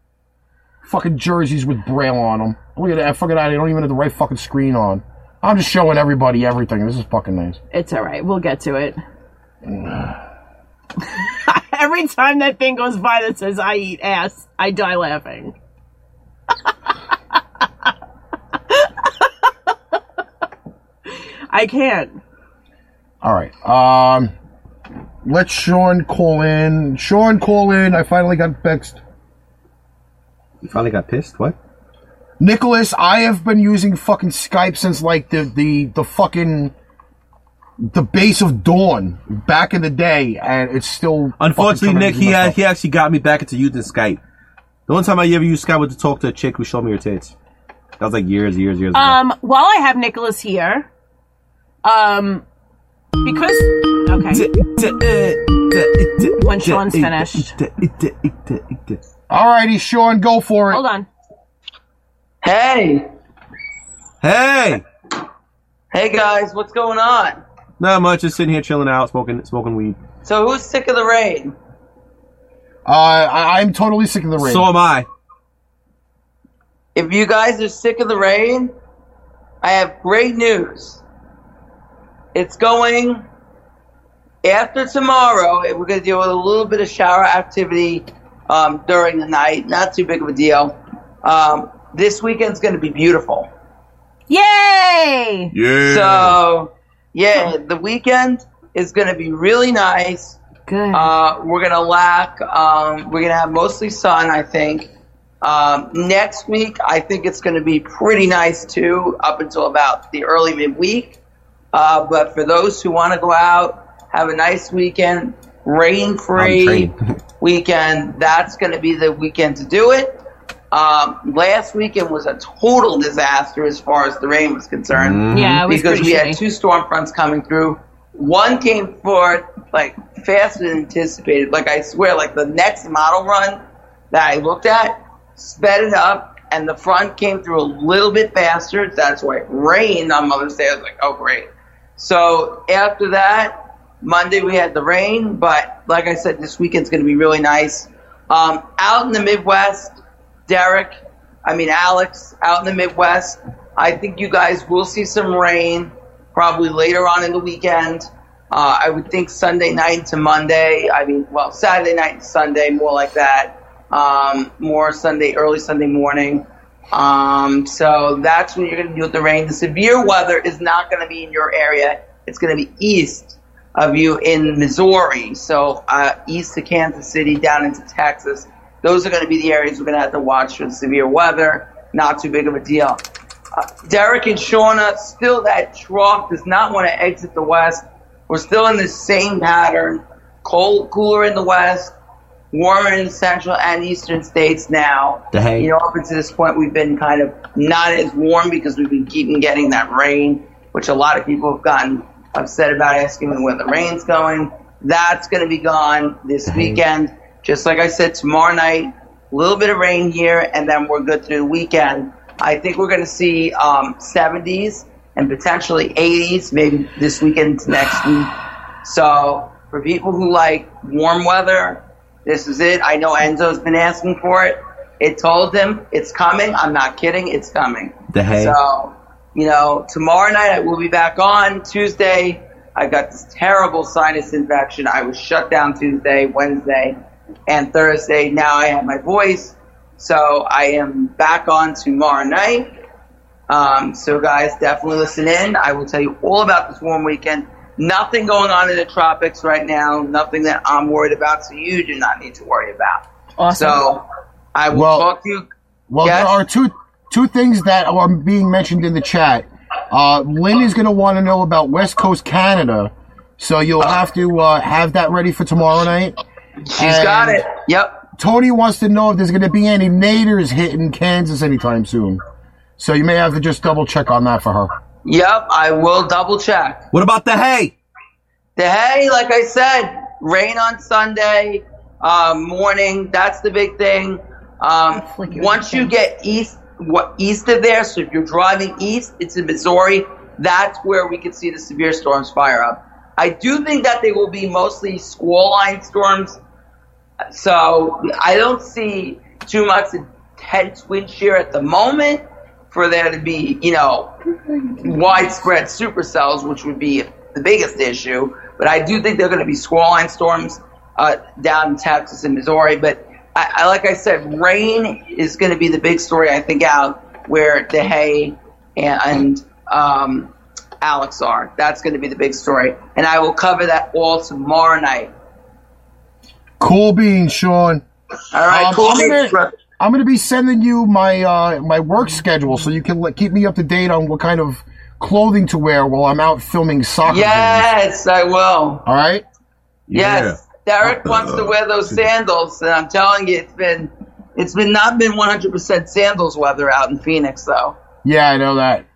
Fucking jerseys with braille on them. Look at that. Fucking, I don't even have the right fucking screen on. I'm just showing everybody everything. This is fucking nice. It's all right. We'll get to it. Every time that thing goes by that says "I eat ass," I die laughing. I can't. All right. Um, let Sean call in. Sean, call in. I finally got fixed. You finally got pissed. What? Nicholas, I have been using fucking Skype since like the the the fucking the base of dawn back in the day, and it's still. Unfortunately, fucking Nick, he messed had, up. he actually got me back into using Skype. The only time I ever used Skype was to talk to a chick who showed me her tits. That was like years, years, years ago. Um, while I have Nicholas here, um, because okay, E, when Sean's finished. E, All righty, Sean, go for it. hold on. Hey, Hey, hey guys, what's going on? not much. Just sitting here chilling out, smoking, smoking weed. So who's sick of the rain? Uh, I, I'm totally sick of the rain. So am I. If you guys are sick of the rain, I have great news. It's going after tomorrow. We're going to deal with a little bit of shower activity um, during the night. Not too big of a deal. Um, this weekend's going to be beautiful. Yay! Yeah. So, yeah, the weekend is going to be really nice. Good. Uh, we're gonna lack. Um, we're gonna have mostly sun, I think. Um, next week, I think it's gonna be pretty nice too, up until about the early midweek. Uh, but for those who want to go out, have a nice weekend, I'm rain-free trained. weekend. That's gonna be the weekend to do it. Um, last weekend was a total disaster as far as the rain was concerned yeah, it was because pretty we had shitty. two storm fronts coming through. One came forth like faster than anticipated. Like I swear, like the next model run that I looked at sped it up, and the front came through a little bit faster. That's why it rained on Mother's Day. I was like, oh great. So after that, Monday we had the rain, but like I said, this weekend's going to be really nice. Um, out in the Midwest, Derek, I mean Alex, out in the Midwest, I think you guys will see some rain probably later on in the weekend. Uh, I would think Sunday night to Monday. I mean, well, Saturday night to Sunday, more like that. Um, more Sunday, early Sunday morning. Um, so that's when you're going to deal with the rain. The severe weather is not going to be in your area. It's going to be east of you in Missouri. So uh, east to Kansas City, down into Texas. Those are going to be the areas we're going to have to watch for severe weather. Not too big of a deal. Uh, Derek and Shauna, still that trough does not want to exit the west. We're still in the same pattern. Cold, cooler in the west, warmer in central and eastern states now. The hay. You know, up until this point, we've been kind of not as warm because we've been keeping getting that rain, which a lot of people have gotten upset about asking me where the rain's going. That's going to be gone this weekend. Just like I said, tomorrow night, a little bit of rain here, and then we're good through the weekend. I think we're going to see um, 70s and potentially 80s, maybe this weekend to next week. So for people who like warm weather, this is it. I know Enzo's been asking for it. It told him it's coming. I'm not kidding. It's coming. The hay. So, you know, tomorrow night I will be back on. Tuesday, I got this terrible sinus infection. I was shut down Tuesday, Wednesday, and Thursday. Now I have my voice. So I am back on tomorrow night. Um, so, guys, definitely listen in. I will tell you all about this warm weekend. Nothing going on in the tropics right now. Nothing that I'm worried about. So you do not need to worry about. Awesome. So I will Well- talk to you. Well, Yes? there are two two things that are being mentioned in the chat. Uh, Lynn is going to want to know about West Coast Canada, so you'll have to uh, have that ready for tomorrow night. She's got it. Yep. Tony wants to know if there's going to be any naders hitting Kansas anytime soon. So you may have to just double check on that for her. Yep. I will double check. What about the hay? The hay, like I said, rain on Sunday uh, morning. That's the big thing. Um, flick you once in the you get east, what east of there? So if you're driving east, it's in Missouri. That's where we could see the severe storms fire up. I do think that they will be mostly squall line storms. So I don't see too much intense wind shear at the moment for there to be, you know, widespread supercells, which would be the biggest issue. But I do think they're going to be squall line storms uh, down in Texas and Missouri. But I, I, like I said, rain is going to be the big story, I think, out where the hay and um, Alex are. That's going to be the big story. And I will cover that all tomorrow night. Cool beans, Sean. All right, Um, cool. I'm gonna- Brother. I'm going to be sending you my uh, my work schedule so you can let, keep me up to date on what kind of clothing to wear while I'm out filming soccer. games. Yes, I will. All right. Yes, Derek wants to wear those sandals, and I'm telling you, it's been it's been not been 100% sandals weather out in Phoenix though. Yeah, I know that. So-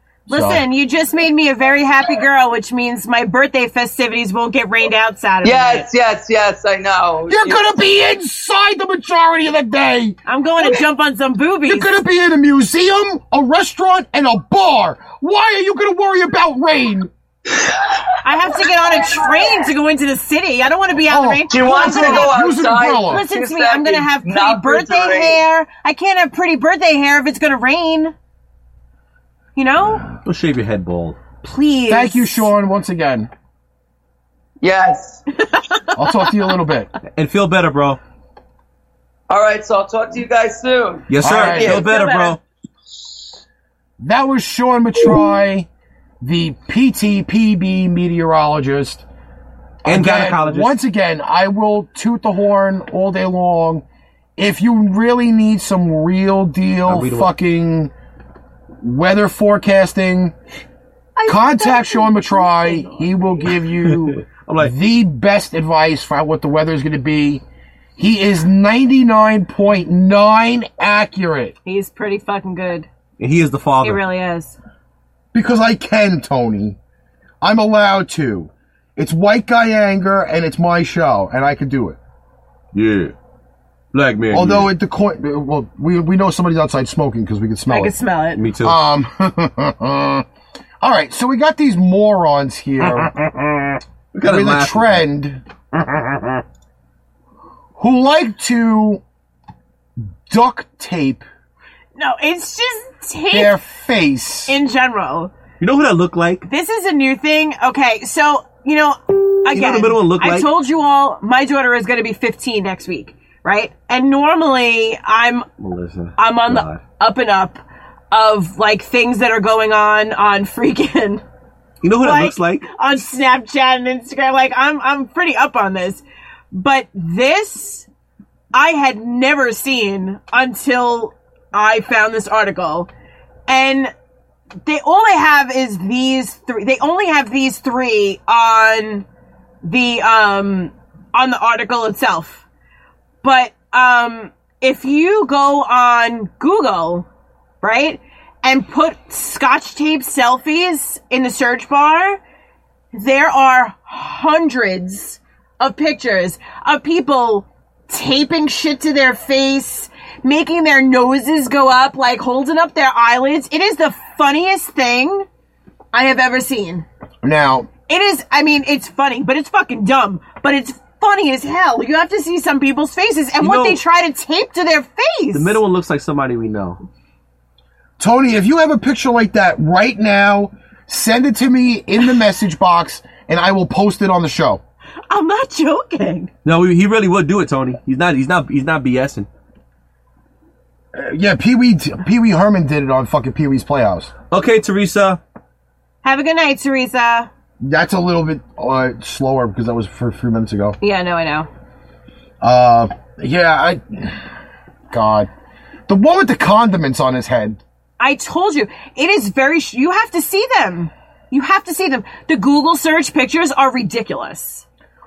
Listen, you just made me a very happy girl, which means my birthday festivities won't get rained out Saturday. Yes, yes, yes, I know. You're going to be inside the majority of the day. I'm going to jump on some boobies. You're gonna be in a museum, a restaurant, and a bar. Why are you gonna worry about rain? I have to get on a train to go into the city. I don't want to be out in the Oh, rain. She wants I'm to gonna go have- Use an outside. umbrella. Listen to Two me. I'm going to seconds, have pretty not birthday refrigerate. hair. I can't have pretty birthday hair if it's going to rain. You know? Don't shave your head bald. Please. Thank you, Sean, once again. Yes. I'll talk to you a little bit. And feel better, bro. All right, so I'll talk to you guys soon. Yes, sir. All right. Feel better, Feel bro. better. That was Sean Matry, the PTPB meteorologist. And Again, gynecologist. Once again, I will toot the horn all day long. If you really need some real I'll deal read it. fucking weather forecasting, contact Sean Matry. He will give you I'm like, the best advice for what the weather is going to be. He is 99.9 accurate He's pretty fucking good. and he is the father. He really is. because I can, Tony. I'm allowed to. It's white guy anger and it's my show and I can do it. Yeah. Black man. Although yeah. it the coin, well, we, we know somebody's outside smoking because we can smell I can it. smell it. Me too. Um, all right, so we got these morons here. we gotta with a laugh. trend who like to duct tape No, it's just tape their face. in general. You know who that looked like? This is a new thing. Okay, so you know, again, the middle one look I like? told you all, my daughter is going to be 15 next week, right? And normally, I'm Melissa. I'm on God. the up and up of like things that are going on on freaking You know who that like, looks like? on Snapchat and Instagram. Like I'm I'm pretty up on this, but this I had never seen until I found this article, and they all they have is these three. They only have these three on the um on the article itself. But um, if you go on Google, right, and put Scotch tape selfies in the search bar, there are hundreds of pictures of people taping shit to their face, making their noses go up, like holding up their eyelids. It is the funniest thing I have ever seen. Now, It is, I mean, it's funny, but it's fucking dumb. But it's funny as hell. You have to see some people's faces and You what know- they try to tape to their face. The middle one looks like somebody we know. Tony, if you have a picture like that right now, send it to me in the message box and I will post it on the show. I'm not joking. No, he he really would do it, Tony. He's not. He's not. He's not BSing. Uh, Yeah, Pee Wee Pee Wee Herman did it on fucking Pee Wee's Playhouse. Okay, Teresa. Have a good night, Teresa. That's a little bit uh, slower because that was for a few minutes ago. Yeah, no, I know. Uh, yeah, I. God, the one with the condiments on his head. I told you, it is very, sh- you have to see them. You have to see them. The Google search pictures are ridiculous.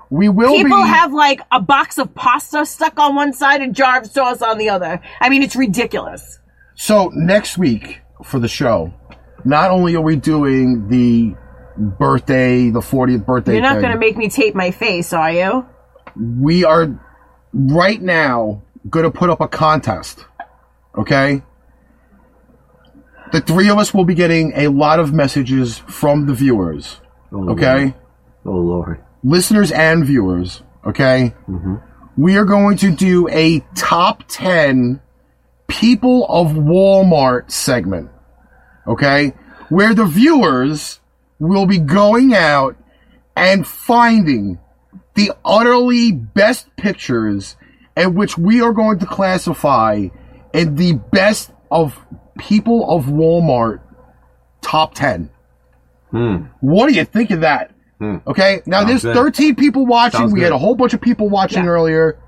We will People be. have like a box of pasta stuck on one side and jar of sauce on the other. I mean, it's ridiculous. so next week for the show, not only are we doing the birthday, the 40th birthday. You're not thing, going to make me tape my face, are you? we are right now going to put up a contest. Okay? The three of us will be getting a lot of messages from the viewers. Oh, Okay? Lord. Oh Lord. Listeners and viewers. Okay? We are going to do a top 10 people of Walmart segment. Okay? Where the viewers will be going out and finding the utterly best pictures and which we are going to classify in the best of people of Walmart top 10. What do you think of that? Okay, now there's good. 13 people watching. Sounds we had good. a whole bunch of people watching Yeah. earlier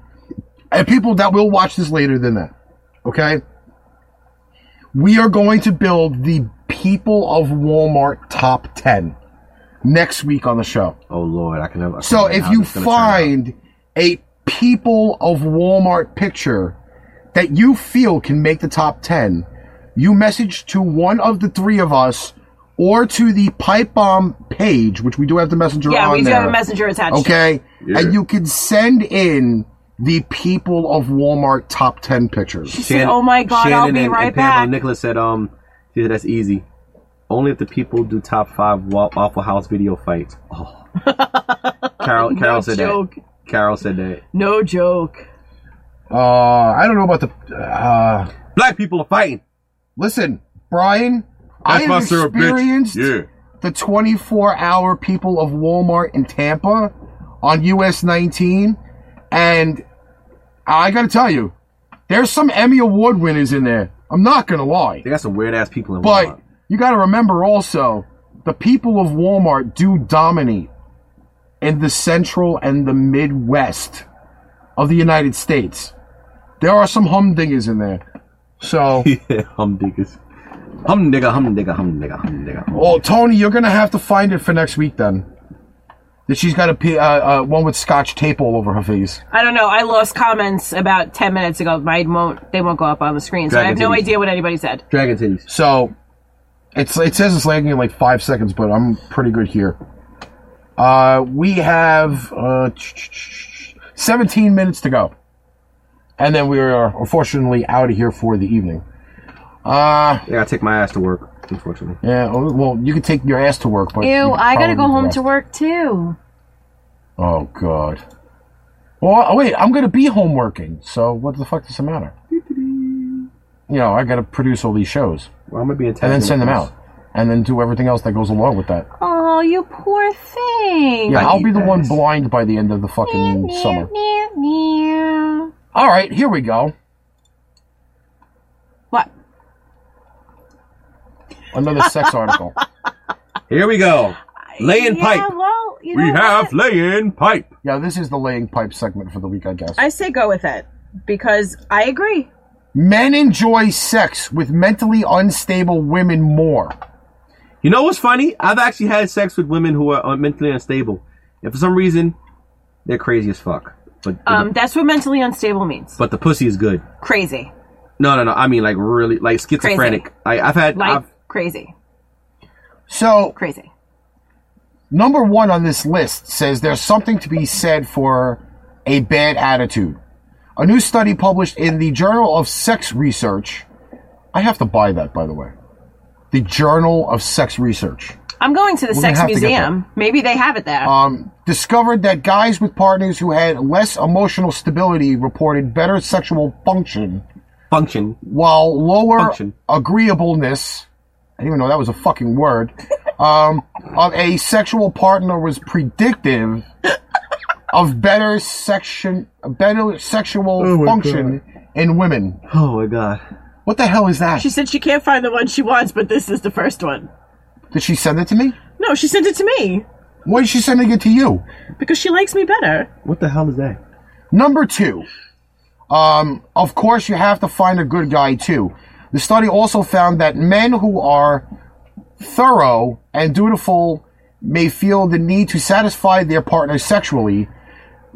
and people that will watch this later than that. Okay? We are going to build the people of Walmart top 10 next week on the show. Oh Lord. I can never. I can So never if how you this is gonna turn out. find a people of Walmart picture that you feel can make the top 10, you message to one of the three of us or to the Pipe Bomb page, which we do have the messenger Yeah, on we do there. have a messenger attached. Okay? Yeah. And you can send in the people of Walmart top 10 pictures. said, "Oh my God, I'll be and, right and Pamela back." Nicholas said, "Um, she said, that's easy. Only if the people do top five wa- Waffle House video fights." Oh. Carol, Carol No said joke. that. Carol said that. No joke. Uh, I don't know about the. Uh, Black people are fighting. listen, Brian, I That's my have syrup, experienced bitch. Yeah. the 24 hour people of Walmart in Tampa on US 19. And I got to tell you, there's some Emmy Award winners in there. I'm not going to lie. They got some weird ass people in But Walmart. you got to remember also, the people of Walmart do dominate in the central and the Midwest of the United States. There are some humdingers in there. So, Yeah, humdiggers. Humdigger, humdigger, humdigger, humdigger. well, oh, Tony, you're going to have to find it for next week then. That she's got a p- uh, uh, one with scotch tape all over her face. I don't know. I lost comments about 10 minutes ago. Mine won't, they won't go up on the screen, so I have no Dragon titties. idea what anybody said. Dragon titties. So, it's it says it's lagging in like five seconds, but I'm pretty good here. Uh, we have uh, 17 minutes to go, and then we are unfortunately out of here for the evening. Uh, They gotta take my ass to work, unfortunately. yeah. oh, Well, you can take your ass to work, but you Ew, could I gotta go probably home rest. to work too. Oh God. Well, oh, wait, I'm gonna be home working, so what the fuck does it matter? You know, I gotta produce all these shows Well, I'm gonna be in and then send them out, and then do everything else that goes along with that. Oh, you poor thing. Yeah, I I'll eat be the that. one blind by the end of the fucking summer. Meow, meow. All right, here we go. What? Another sex article. Here we go. Laying yeah, pipe. Well, you We know have What? laying pipe. Yeah, this is the laying pipe segment for the week, I guess. I say go with it because I agree. Mm-hmm. Men enjoy sex with mentally unstable women more. You know what's funny? I've actually had sex with women who are uh, mentally unstable, and for some reason, they're crazy as fuck. But Um, that's what mentally unstable means. but the pussy is good. crazy. No, no, no. I mean like really like schizophrenic. I, I've had Like, I've, crazy. So Crazy. number one on this list says there's something to be said for a bad attitude. A new study published in the Journal of Sex Research. I have to buy that, by the way. The Journal of Sex Research I'm going to the We're gonna sex have to get Uh, museum. Maybe they have it there. discovered that guys with partners who had less emotional stability reported better sexual function function. while lower Function. agreeableness, I didn't even know that was a fucking word, um, of a sexual partner was predictive of better section, better sexual function in women. Oh my god. What the hell is that? she said she can't find the one she wants, but this is the first one. did she send it to me? No, she sent it to me Why is she sending it to you? because she likes me better. What the hell is that? Number two, um, of course, you have to find a good guy too. The study also found that men who are thorough and dutiful may feel the need to satisfy their partner sexually,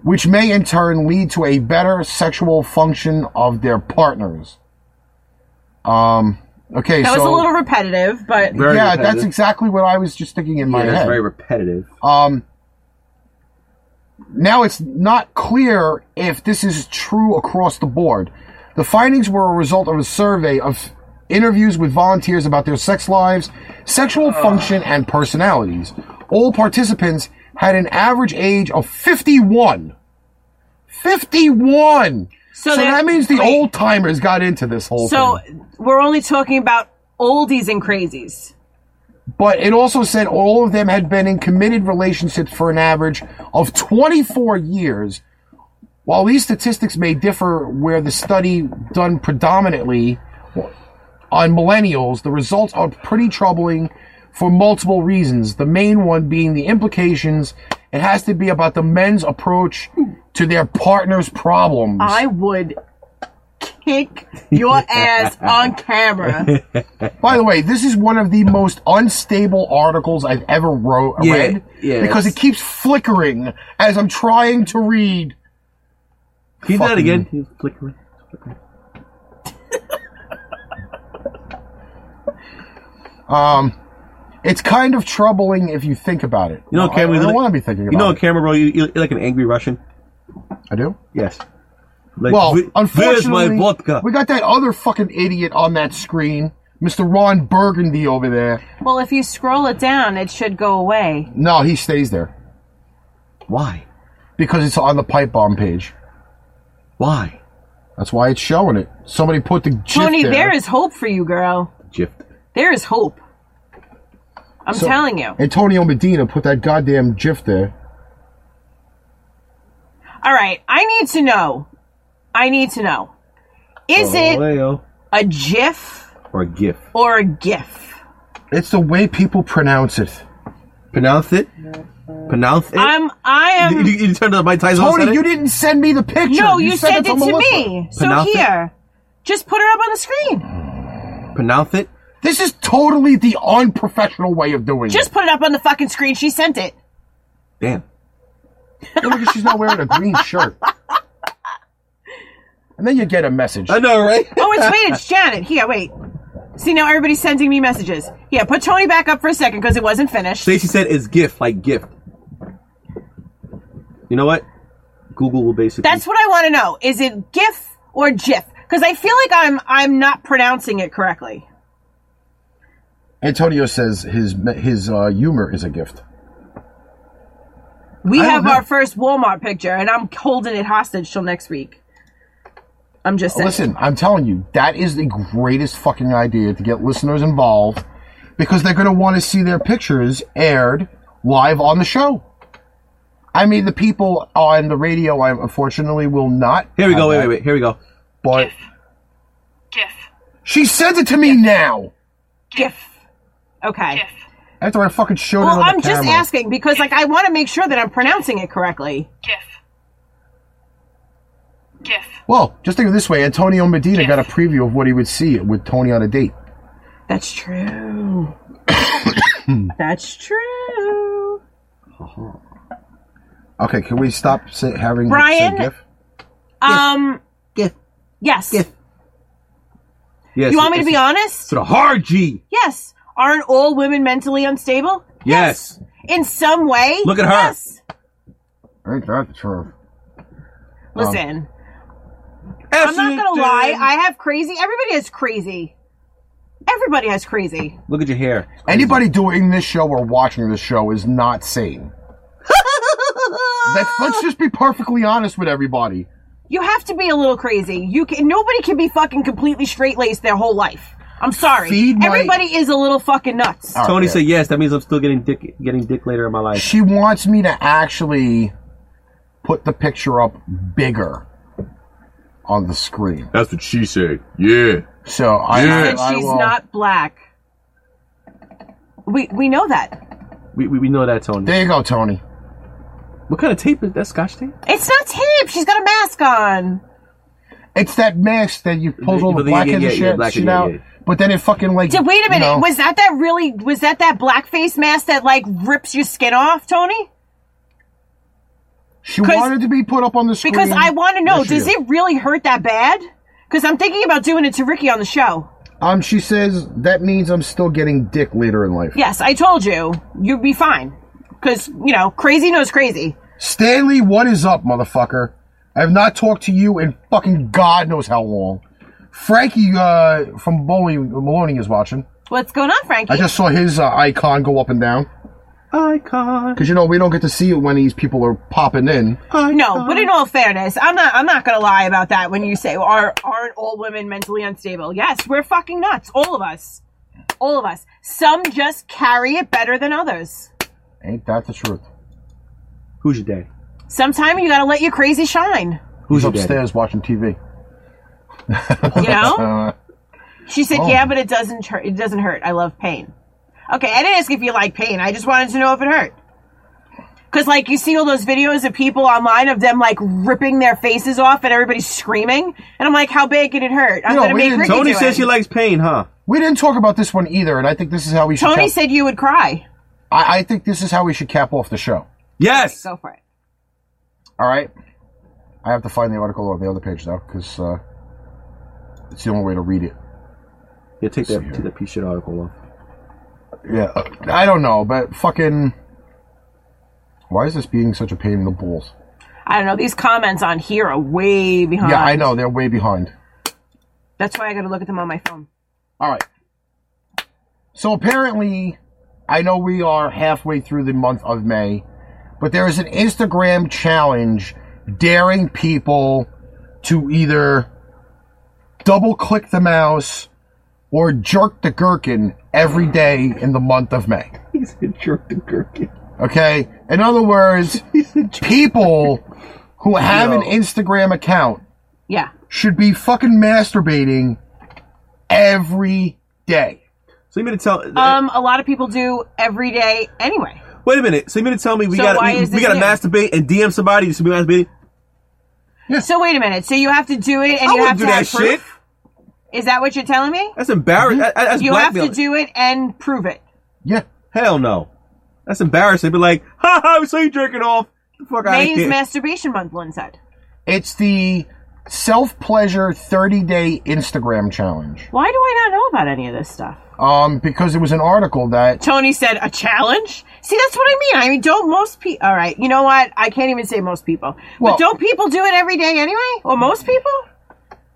which may in turn lead to a better sexual function of their partners. Um, okay, That so was a little repetitive, but Very yeah, repetitive. that's exactly what I was just thinking in my yeah, that's head. very repetitive. Now it's not clear if this is true across the board. The findings were a result of a survey of interviews with volunteers about their sex lives, sexual function, and personalities. All participants had an average age of 51. 51! So, they're- that means the wait. old timers got into this whole So thing. we're only talking about oldies and crazies. But it also said all of them had been in committed relationships for an average of 24 years. While these statistics may differ where the study done predominantly on millennials, the results are pretty troubling for multiple reasons. The main one being the implications it has to be about the men's approach to their partner's problems. I would kick your ass on camera. By the way, this is one of the most unstable articles I've ever wrote, Yeah, read yeah, because that's- it keeps flickering as I'm trying to read. Can you do that fucking- again? He's flickering. It's kind of troubling if you think about it. You know, I, I camera. don't like, want to be thinking about You know, it. camera, bro. You, you're like an angry Russian. I do. Yes. Like, Well, "Where- unfortunately, where's my vodka? we got that other fucking idiot on that screen, Mr. Ron Burgundy over there. well, if you scroll it down, it should go away. No, he stays there Why? because it's on the pipe bomb page. Why? That's why it's showing it. Somebody put the gif Tony, there. there is hope for you, girl. Gift. There is hope. I'm So- telling you. Antonio Medina put that goddamn gif there. All right, I need to know. I need to know. Is it Galileo a GIF or GIF? or a GIF? It's the way people pronounce it. Pronounce it. Pronounce it. I'm. I you, am. you, you turned to Mike Tyson. and said Tony, Oh, it? you didn't send me the picture. No, you sent sent it to Melissa. me. So Pronounce it? here, just put her up on the screen. pronounce it. This is totally the unprofessional way of doing Just put it up on the fucking screen. She sent it. Damn. it. Look at- she's not wearing a green shirt. And then you get a message. I know, right? Oh, it's wait, it's Janet. Here, wait. See now everybody's sending me messages. Yeah, put Tony back up for a second because it wasn't finished. Stacy said it's GIF, like gift. You know what? Google will basically. That's what I want to know. Is it GIF or GIF? Because I feel like I'm I'm not pronouncing it correctly. Antonio says his his uh, humor is a gift. We don't have know. our first Walmart picture, and I'm holding it hostage till next week. I'm just saying. Listen, I'm telling you, that is the greatest fucking idea to get listeners involved because they're going to want to see their pictures aired live on the show. I mean, the people on the radio, I unfortunately will not. Here we have go. Wait, that, wait, wait. Here we go. But GIF. she sends it to me now. GIF. Okay. After I fucking showed it Well, on the I'm camera. just asking because, like, I want to make sure that I'm pronouncing it correctly. GIF. GIF. Well, just think of it this way: Antonio Medina got a preview of what he would see with Tony on a date. That's true. That's true. Okay, can we stop say, having Brian? Say GIF? Um, Gif. yes. Gif. Yes. You want me to it's- be honest? It's a hard G. Yes. Aren't all women mentally unstable? Yes. In some way? Look at her. Yes. Ain't that the truth? Um, Listen, I'm not gonna lie. I have crazy. Everybody has crazy. Everybody has crazy. Look at your hair. Anybody doing this show or watching this show is not sane. Let's, let's just be perfectly honest with everybody. You have to be a little crazy. You can. Nobody can be fucking completely straight laced their whole life. I'm sorry. Feed my- Everybody is a little fucking nuts. Tony said yes. That means I'm still getting dick, getting dick later in my life. She wants me to actually put the picture up bigger on the screen. That's what she said. Yeah. So I, Yeah. I, and I she's will- not black. We we know that. We, we, we know that, Tony. There you go, Tony. What kind of tape is that? Scotch tape? It's not tape. She's got a mask on. It's that mask that you pulled all the Yeah, black yeah, and yeah, shit, yeah, black shit and- yeah, out, yeah. but then it fucking like. Did, wait a you minute. know- Was that that really? Was that that blackface mask that like rips your skin off, Tony? she 'cause- wanted to be put up on the screen? Because I want to know, Yes, she does is. it really hurt that bad? Because I'm thinking about doing it to Ricky on the show. Um, she says that means I'm still getting dick later in life. Yes, I told you, you'd be fine. Because you know, crazy knows crazy. Stanley, what is up, motherfucker? I have not talked to you in fucking God knows how long. Frankie uh, from Boley, Maloney is watching. What's going on, Frankie? I just saw his uh, icon go up and down. Icon. Because, you know, we don't get to see it when these people are popping in. Oh, no, but in all fairness, I'm not. I'm not gonna lie about that. When you say are aren't all women mentally unstable? Yes, we're fucking nuts, all of us, all of us. Some just carry it better than others. Ain't that the truth? Who's your daddy? Sometimes you gotta let your crazy shine. Who's He's your daddy? upstairs watching TV. You know. Uh, She said, Oh. "Yeah, but it doesn't hurt. It doesn't hurt. I love pain." Okay, I didn't ask if you like pain. I just wanted to know if it hurt. Cause like you see all those videos of people online of them like ripping their faces off and everybody's screaming, and I'm like, "How bad can it hurt?" I'm You know, gonna we make didn't- Ricky Tony do says it. she likes pain, huh? we didn't talk about this one either, and I think this is how we should. Tony cap- said you would cry. I, I think this is how we should cap off the show. Yes. Go for it. All right. I have to find the article on the other page though, because uh, it's the only way to read it. Yeah, take that, take that piece of shit article off. Yeah, I don't know, but fucking. Why is this being such a pain in the balls? I don't know. These comments on here are way behind. Yeah, I know they're way behind. That's why I gotta look at them on my phone. All right. So apparently, I know we are halfway through the month of May, but there is an Instagram challenge daring people to either double click the mouse or jerk the gherkin every day in the month of May. He said jerk the gherkin. Okay? In other words, people who have an Yo. Instagram account Yeah. should be fucking masturbating every day. So you mean to tell? Um, a lot of people do every day anyway. wait a minute. So you mean to tell me we So gotta why we, is we this gotta new? masturbate and DM somebody to be masturbating? So wait a minute. So you have to do it, and I you wouldn't have do to that have proof? shit. Is that what you're telling me? That's embarrassing. That's Mm-hmm. You have to blackmailing. do it and prove it. Yeah. Hell no. That's embarrassing. Be like, ha ha, we saw you jerking off. Get the fuck out of May is here. masturbation month, Lynn said. It's the self pleasure 30 day Instagram challenge. Why do I not know about any of this stuff? Um, because it was an article that Tony said, a challenge? See, that's what I mean. I mean, don't most people. All right, you know what? I can't even say most people. Well- but don't people do it every day anyway? Or most people?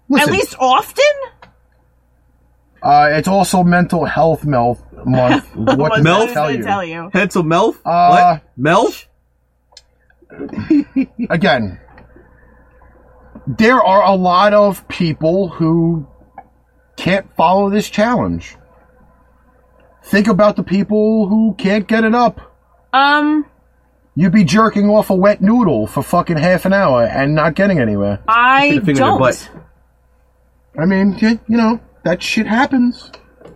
listen, At least often? uh, it's also mental health mel- month. what does Was that Mel- gonna tell you? tell you. Pencil Melf? Uh, what? Melf? Again, there are a lot of people who can't follow this challenge. Think about the people who can't get it up. Um, You'd be jerking off a wet noodle for fucking half an hour and not getting anywhere. I Stick a finger in your butt. don't. I mean, yeah, you know, that shit happens. Uh,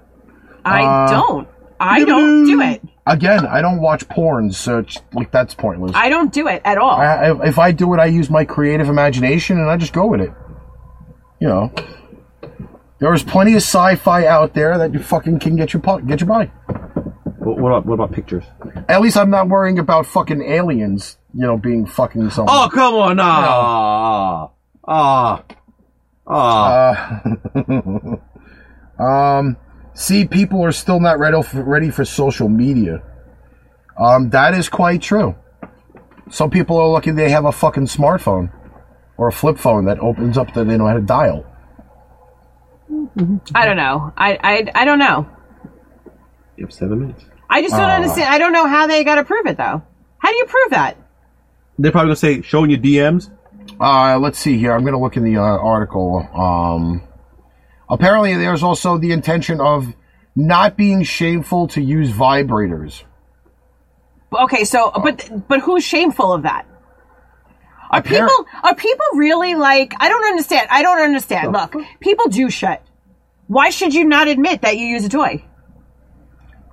I don't. I don't do it. Again, I don't watch porn, so it's- like that's pointless. I, I don't do it at all. I, if I do it, I use my creative imagination and I just go with it. You know, there is plenty of sci-fi out there that you fucking can get your po- get your by. What, what, about, what about pictures? At least I'm not worrying about fucking aliens you know, being fucking someone. Oh, come on now. Ah. Ah. Uh, See, people are still not ready for, ready for social media. Um, that is quite true. Some people are lucky they have a fucking smartphone or a flip phone that opens up that they know how to dial. I don't know. I, I, I don't know. You have seven minutes. I just don't understand. I don't know how they got to prove it though. How do you prove that? They're probably going to say, showing your DMs. Uh, let's see here. I'm going to look in the uh, article. Um, apparently, there's also the intention of not being shameful to use vibrators. Okay, so but but who's shameful of that? Are People are people really like I don't understand. I don't understand. Look, people do shit. Why should you not admit that you use a toy?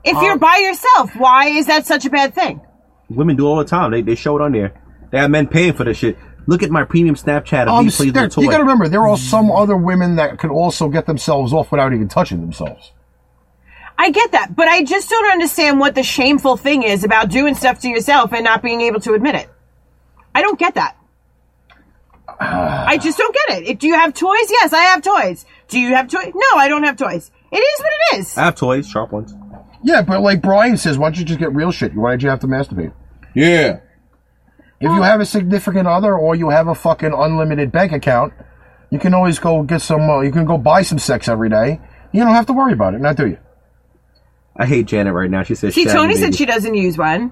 If you're by yourself, why is that such a bad thing? Women do all the time. They, they show it on there. They have men paying for this shit. Look at my premium Snapchat of Oh, Um, me playing there- the toy. You got to remember, there are some other women that could also get themselves off without even touching themselves. I get that, but I just don't understand what the shameful thing is about doing stuff to yourself and not being able to admit it. I don't get that. I just don't get it. If- Do you have toys? Yes, I have toys. Do you have toys? No, I don't have toys. It is what it is. I have toys, sharp ones. Yeah, but like Brian says, why don't you just get real shit? Why did you have to masturbate? Yeah. If you have a significant other or you have a fucking unlimited bank account, you can always go get some. Uh, you can go buy some sex every day. You don't have to worry about it, now do you? I hate Janet right now. She says, See, "Shaggy, Tony said baby." she doesn't use one.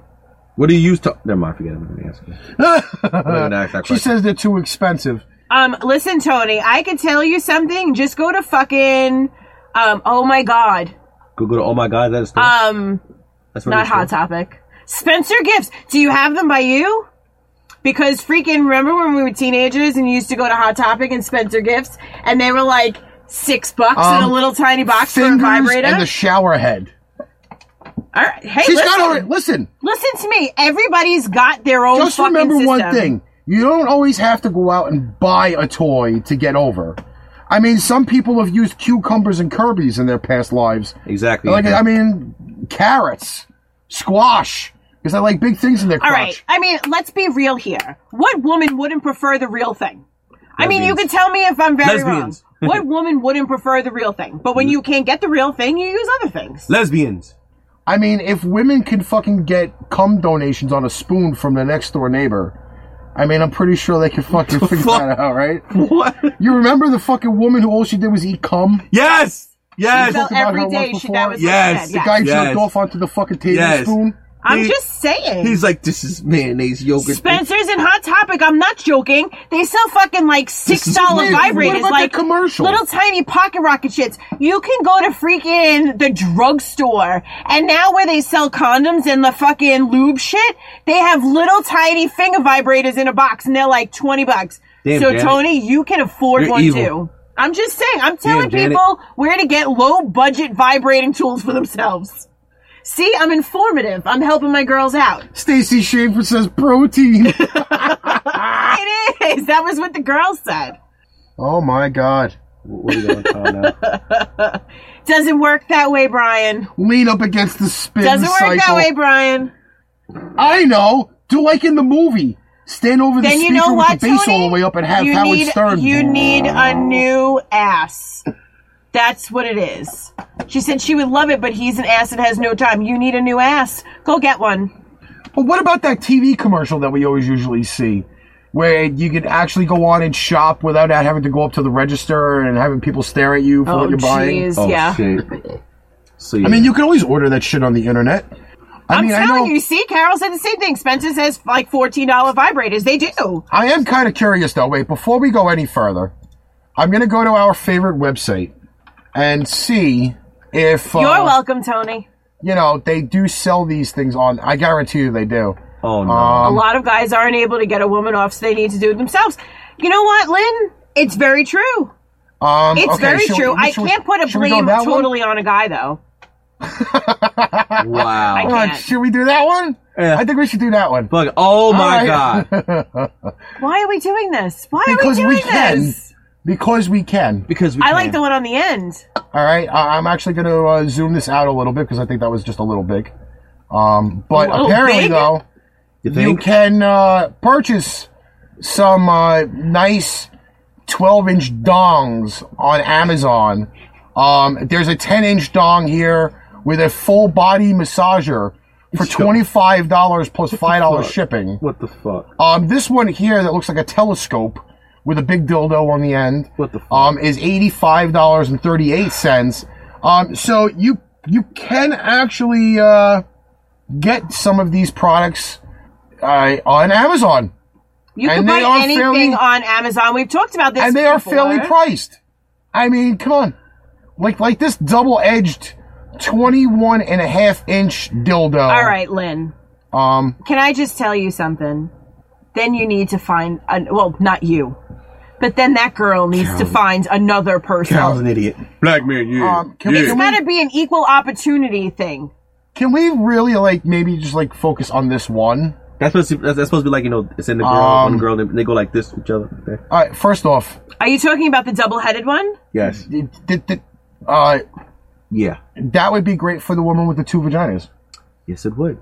What do you use to? Never mind. Forget. it. I'm not gonna answer. that. I'm not gonna ask that She question. says they're too expensive. Um, listen, Tony, I could tell you something. Just go to fucking, um, oh my god, Google. to- Oh my god, that's um, that's not hot topic. Spencer Gifts. Do you have them by you? Because freaking remember when we were teenagers and you used to go to Hot Topic and Spencer Gifts and they were like six bucks in a Um, little tiny box for a Fingers vibrator. and the shower head. All right, hey, She's listen, got all right. Listen, listen to me. Everybody's got their own. just fucking remember one system. thing you don't always have to go out and buy a toy to get over i mean some people have used cucumbers and kirby's in their past lives Oh, Exactly. like i mean carrots squash because i like big things in their All crotch right. I mean, let's be real here. What woman wouldn't prefer the real thing? I mean, you can Lesbians. tell me if I'm very Lesbians. wrong. What woman wouldn't prefer the real thing? But when you can't get the real thing, you use other things. lesbians. i mean if women can fucking get cum donations on a spoon from the next door neighbor I mean, I'm pretty sure they can fucking figure fuck? that out, right? What? You remember the fucking woman who all she did was eat cum? Yes. Yes. Well, talked about every her day once she that before. was what she Yes, said, the yes. Guy Yes. jumped off onto the fucking table Yes. spoon. I'm He- just saying. He's like, this is mayonnaise yogurt. Spencer's and Hot Topic. I'm not joking. They sell fucking like six dollar Wait, what vibrators, about like the commercial? little tiny pocket rocket shits. You can go to freaking the drugstore, and now where they sell condoms and the fucking lube shit, they have little tiny finger vibrators in a box, and they're like twenty bucks. Damn, so Janet. Tony, you can afford You're one evil. too. I'm just saying. I'm telling Janet. people where to get low budget vibrating tools for themselves. See, I'm informative. I'm helping my girls out. Stacy Schaefer says protein. It is. That was what the girl said. oh my god. What are you gonna call now? Doesn't work that way, Brian. Lean up against the spin Doesn't work cycle. that way, Brian. I know. Do like in the movie. Stand over the Then you speaker know what, with the bass Tony? all the way up and have you Howard need, Stern. You need a new ass. That's what it is. She said she would love it, but he's an ass that has no time. You need a new ass. Go get one. but what about that TV commercial that we always usually see? Where you could actually go on and shop without having to go up to the register and having people stare at you for what Oh, you're buying. jeez. yeah. Oh, Shit. So yeah. I mean, you can always order that shit on the internet. I I'm mean, I telling know. you. See, Carol said the same thing. Spencer says like $14 vibrators. They do. I am kind of curious though. Wait, before we go any further, I'm going to go to our favorite website and see if uh, You're welcome, Tony. you know, they do sell these things on. I guarantee you they do. oh no. a lot of guys aren't able to get a woman off, so they need to do it themselves. You know what, Lynn? It's very true. Um, It's okay, very should we- true. I should we- can't put a should we go blame that one? totally on a guy, though. wow. All right, can't. should we do that one? Yeah. I think we should do that one. Fuck. Oh my right. god. Why are we doing this? Why Because are we we doing can. this? Because we can. Because we I can. like the one on the end. All right, I- I'm actually going to uh, zoom this out a little bit because I think that was just a little big. Um, but A little apparently big? though, You you think? can uh, purchase some uh, nice 12 inch dongs on Amazon. Um, there's a 10 inch dong here with a full body massager for $25 plus $5 shipping. what the fuck? Um, this one here that looks like a telescope with a big dildo on the end What the fuck? um, is eighty-five dollars and thirty-eight cents. Um, so you you can actually uh, get some of these products uh, on Amazon, You And can they are buy anything fairly- on Amazon. We've talked about this, and they are before. fairly priced. I mean, come on, like like this double-edged. 21 and a half inch dildo. All right, Lynn. Um, Can I just tell you something? Then you need to find an, well, not you, but then that girl needs to find another person. Kyle's an idiot. Black man, yeah. Um, can we- yeah. It's got to be an equal opportunity thing. Can we really like maybe just like focus on this one? That's supposed to, that's, that's supposed to be like you know, it's in the girl, Um, one girl, and they go like this to each other. like that. All right. First off, Are you talking about the double-headed one? Yes. it, it, it, uh, Yeah. that would be great for the woman with the two vaginas. Yes, it would.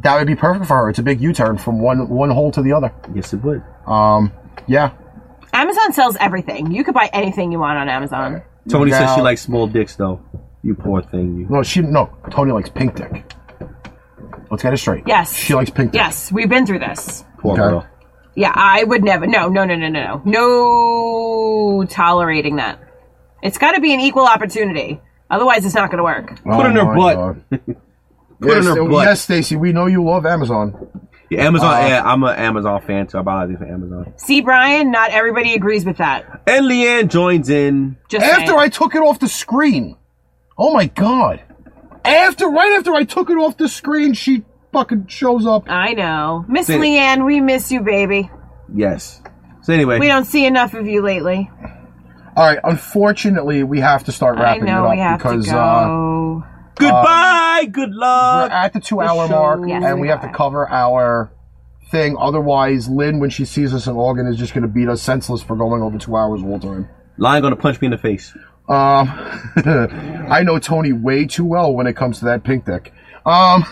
That would be perfect for her. It's a big U-turn from one one hole to the other. Yes, it would. Um, yeah. Amazon sells everything. You could buy anything you want on Amazon. Tony says she Now- likes small dicks, though. You poor thing. You. No, she no. Tony likes pink dick. Let's get it straight. Yes. She likes pink dick. Yes, we've been through this. Poor Okay. girl. Yeah, I would never. No, no, no, no, no, no. No tolerating that. It's got to be an equal opportunity. Otherwise, it's not going to work. Put in her Oh my butt. God. Put in yes, her uh, butt. Uh, Yes, Stacy, we know you love Amazon. Yeah, Amazon. yeah, I'm an Amazon fan, so I buy a lot of things from Amazon. See, Brian, not everybody agrees with that. And Leanne joins in. Just After saying. I took it off the screen. Oh my god. After right after I took it off the screen, she fucking shows up. I know. Miss Say it. Leanne, we miss you, baby. Yes. So anyway, We don't see enough of you lately. All right, unfortunately, we have to start I wrapping it know up we have because to uh go. goodbye. good we're luck. at the two hour show. mark Yes, and we we have to are. cover our thing otherwise lynn when she sees us in oregon is just going to beat us senseless for going over two hours all time Lion gonna punch me in the face. um, i know tony way too well when it comes to that pink dick um,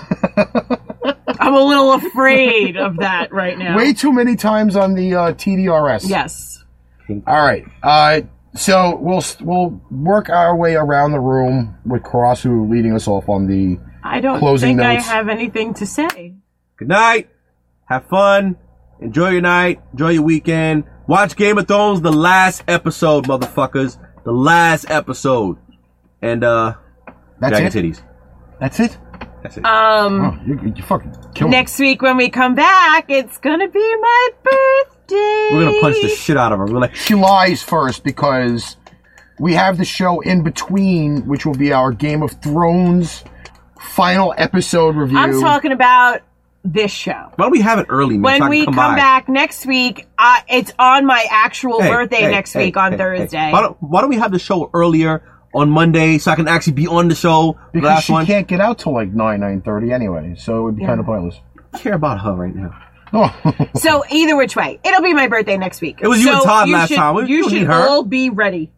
I'm a little afraid of that right now. way too many times on the uh, tdrs Yes. all right uh, so we'll we'll work our way around the room with karasu leading us off on the I don't Closing think notes. I have anything to say. Good night. Have fun. Enjoy your night. Enjoy your weekend. Watch Game of Thrones, the last episode, motherfuckers. The last episode. And uh, that's dragon it titties. that's it That's it. Um. oh, you, you fucking killed me. Next week when we come back, it's gonna be my birthday. We're gonna punch the shit out of her. We're like, she lies first because we have the show in between, which will be our Game of Thrones final episode review. I'm talking about this show. why don't we have it early? man, so I When can we come, by? back next week, uh, it's on my actual Hey, birthday hey, next hey, week on hey, hey. Thursday. Why, don't, why don't we have the show earlier on Monday so I can actually be on the show? the because last she one. can't get out till like nine nine thirty anyway, so it would be kind of pointless. I care about her right now. Oh, So either which way, it'll be my birthday next week. It was you so and Todd you last should- time. We- we You don't need should her. all be ready.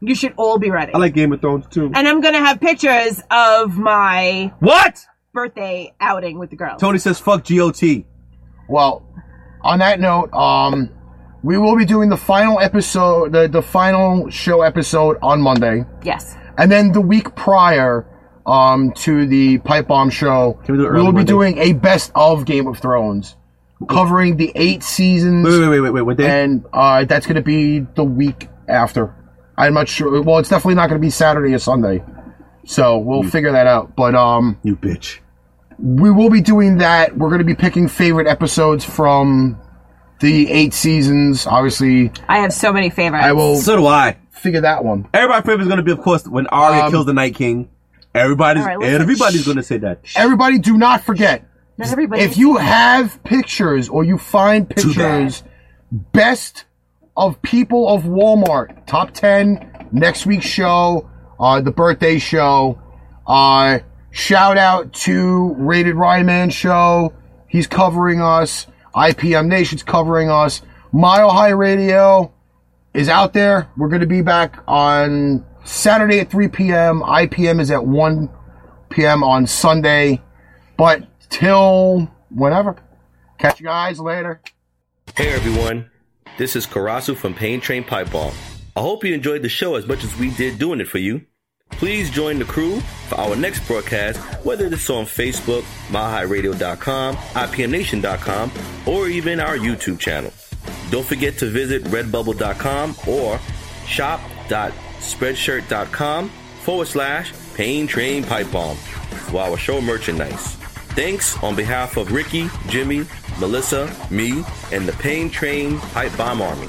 You should all be ready. I like Game of Thrones too. and I'm gonna have pictures of my what? birthday outing with the girls. Tony says, fuck GOT. well. On that note, um, we will be doing the final episode, the, the final show episode on Monday, Yes. and then the week prior. Um, to the pipe bomb show, Can we do it early will be Monday? doing a best of Game of Thrones, covering the eight seasons. Wait, wait, wait, wait, wait. What day? and uh, that's going to be the week after. I'm not sure. Well, it's definitely not going to be Saturday or Sunday, so we'll figure that out. But um, you bitch. we will be doing that. We're going to be picking favorite episodes from the eight seasons. Obviously, I have so many favorites. I will So do I. figure that one. Everybody's favorite is gonna be, of course, when Arya Um, kills the Night King. Everybody's All right, listen. everybody's gonna say that. Everybody, do not forget Not everybody. if you have pictures or you find pictures, best of people of Walmart, top 10, next week's show, uh, the birthday show. Uh, shout out to Rated Ryan Man Show. He's covering us. IPM Nation's covering us. Mile High Radio is out there. We're going to be back on Saturday at 3 p.m. IPM is at 1 p.m. on Sunday. But till whenever, Catch you guys later. Hey everyone, this is Karasu from Pain Train Pipe Bomb. I hope you enjoyed the show as much as we did doing it for you. Please join the crew for our next broadcast, whether it's on Facebook, MyHighRadio.com, IPMNation.com, or even our YouTube channel. Don't forget to visit Redbubble.com or shop.spreadshirt.com forward slash Pain Train Pipe Bomb for our show merchandise. Thanks on behalf of Ricky, Jimmy, Melissa, me, and the Pain Train Pipe Bomb Army.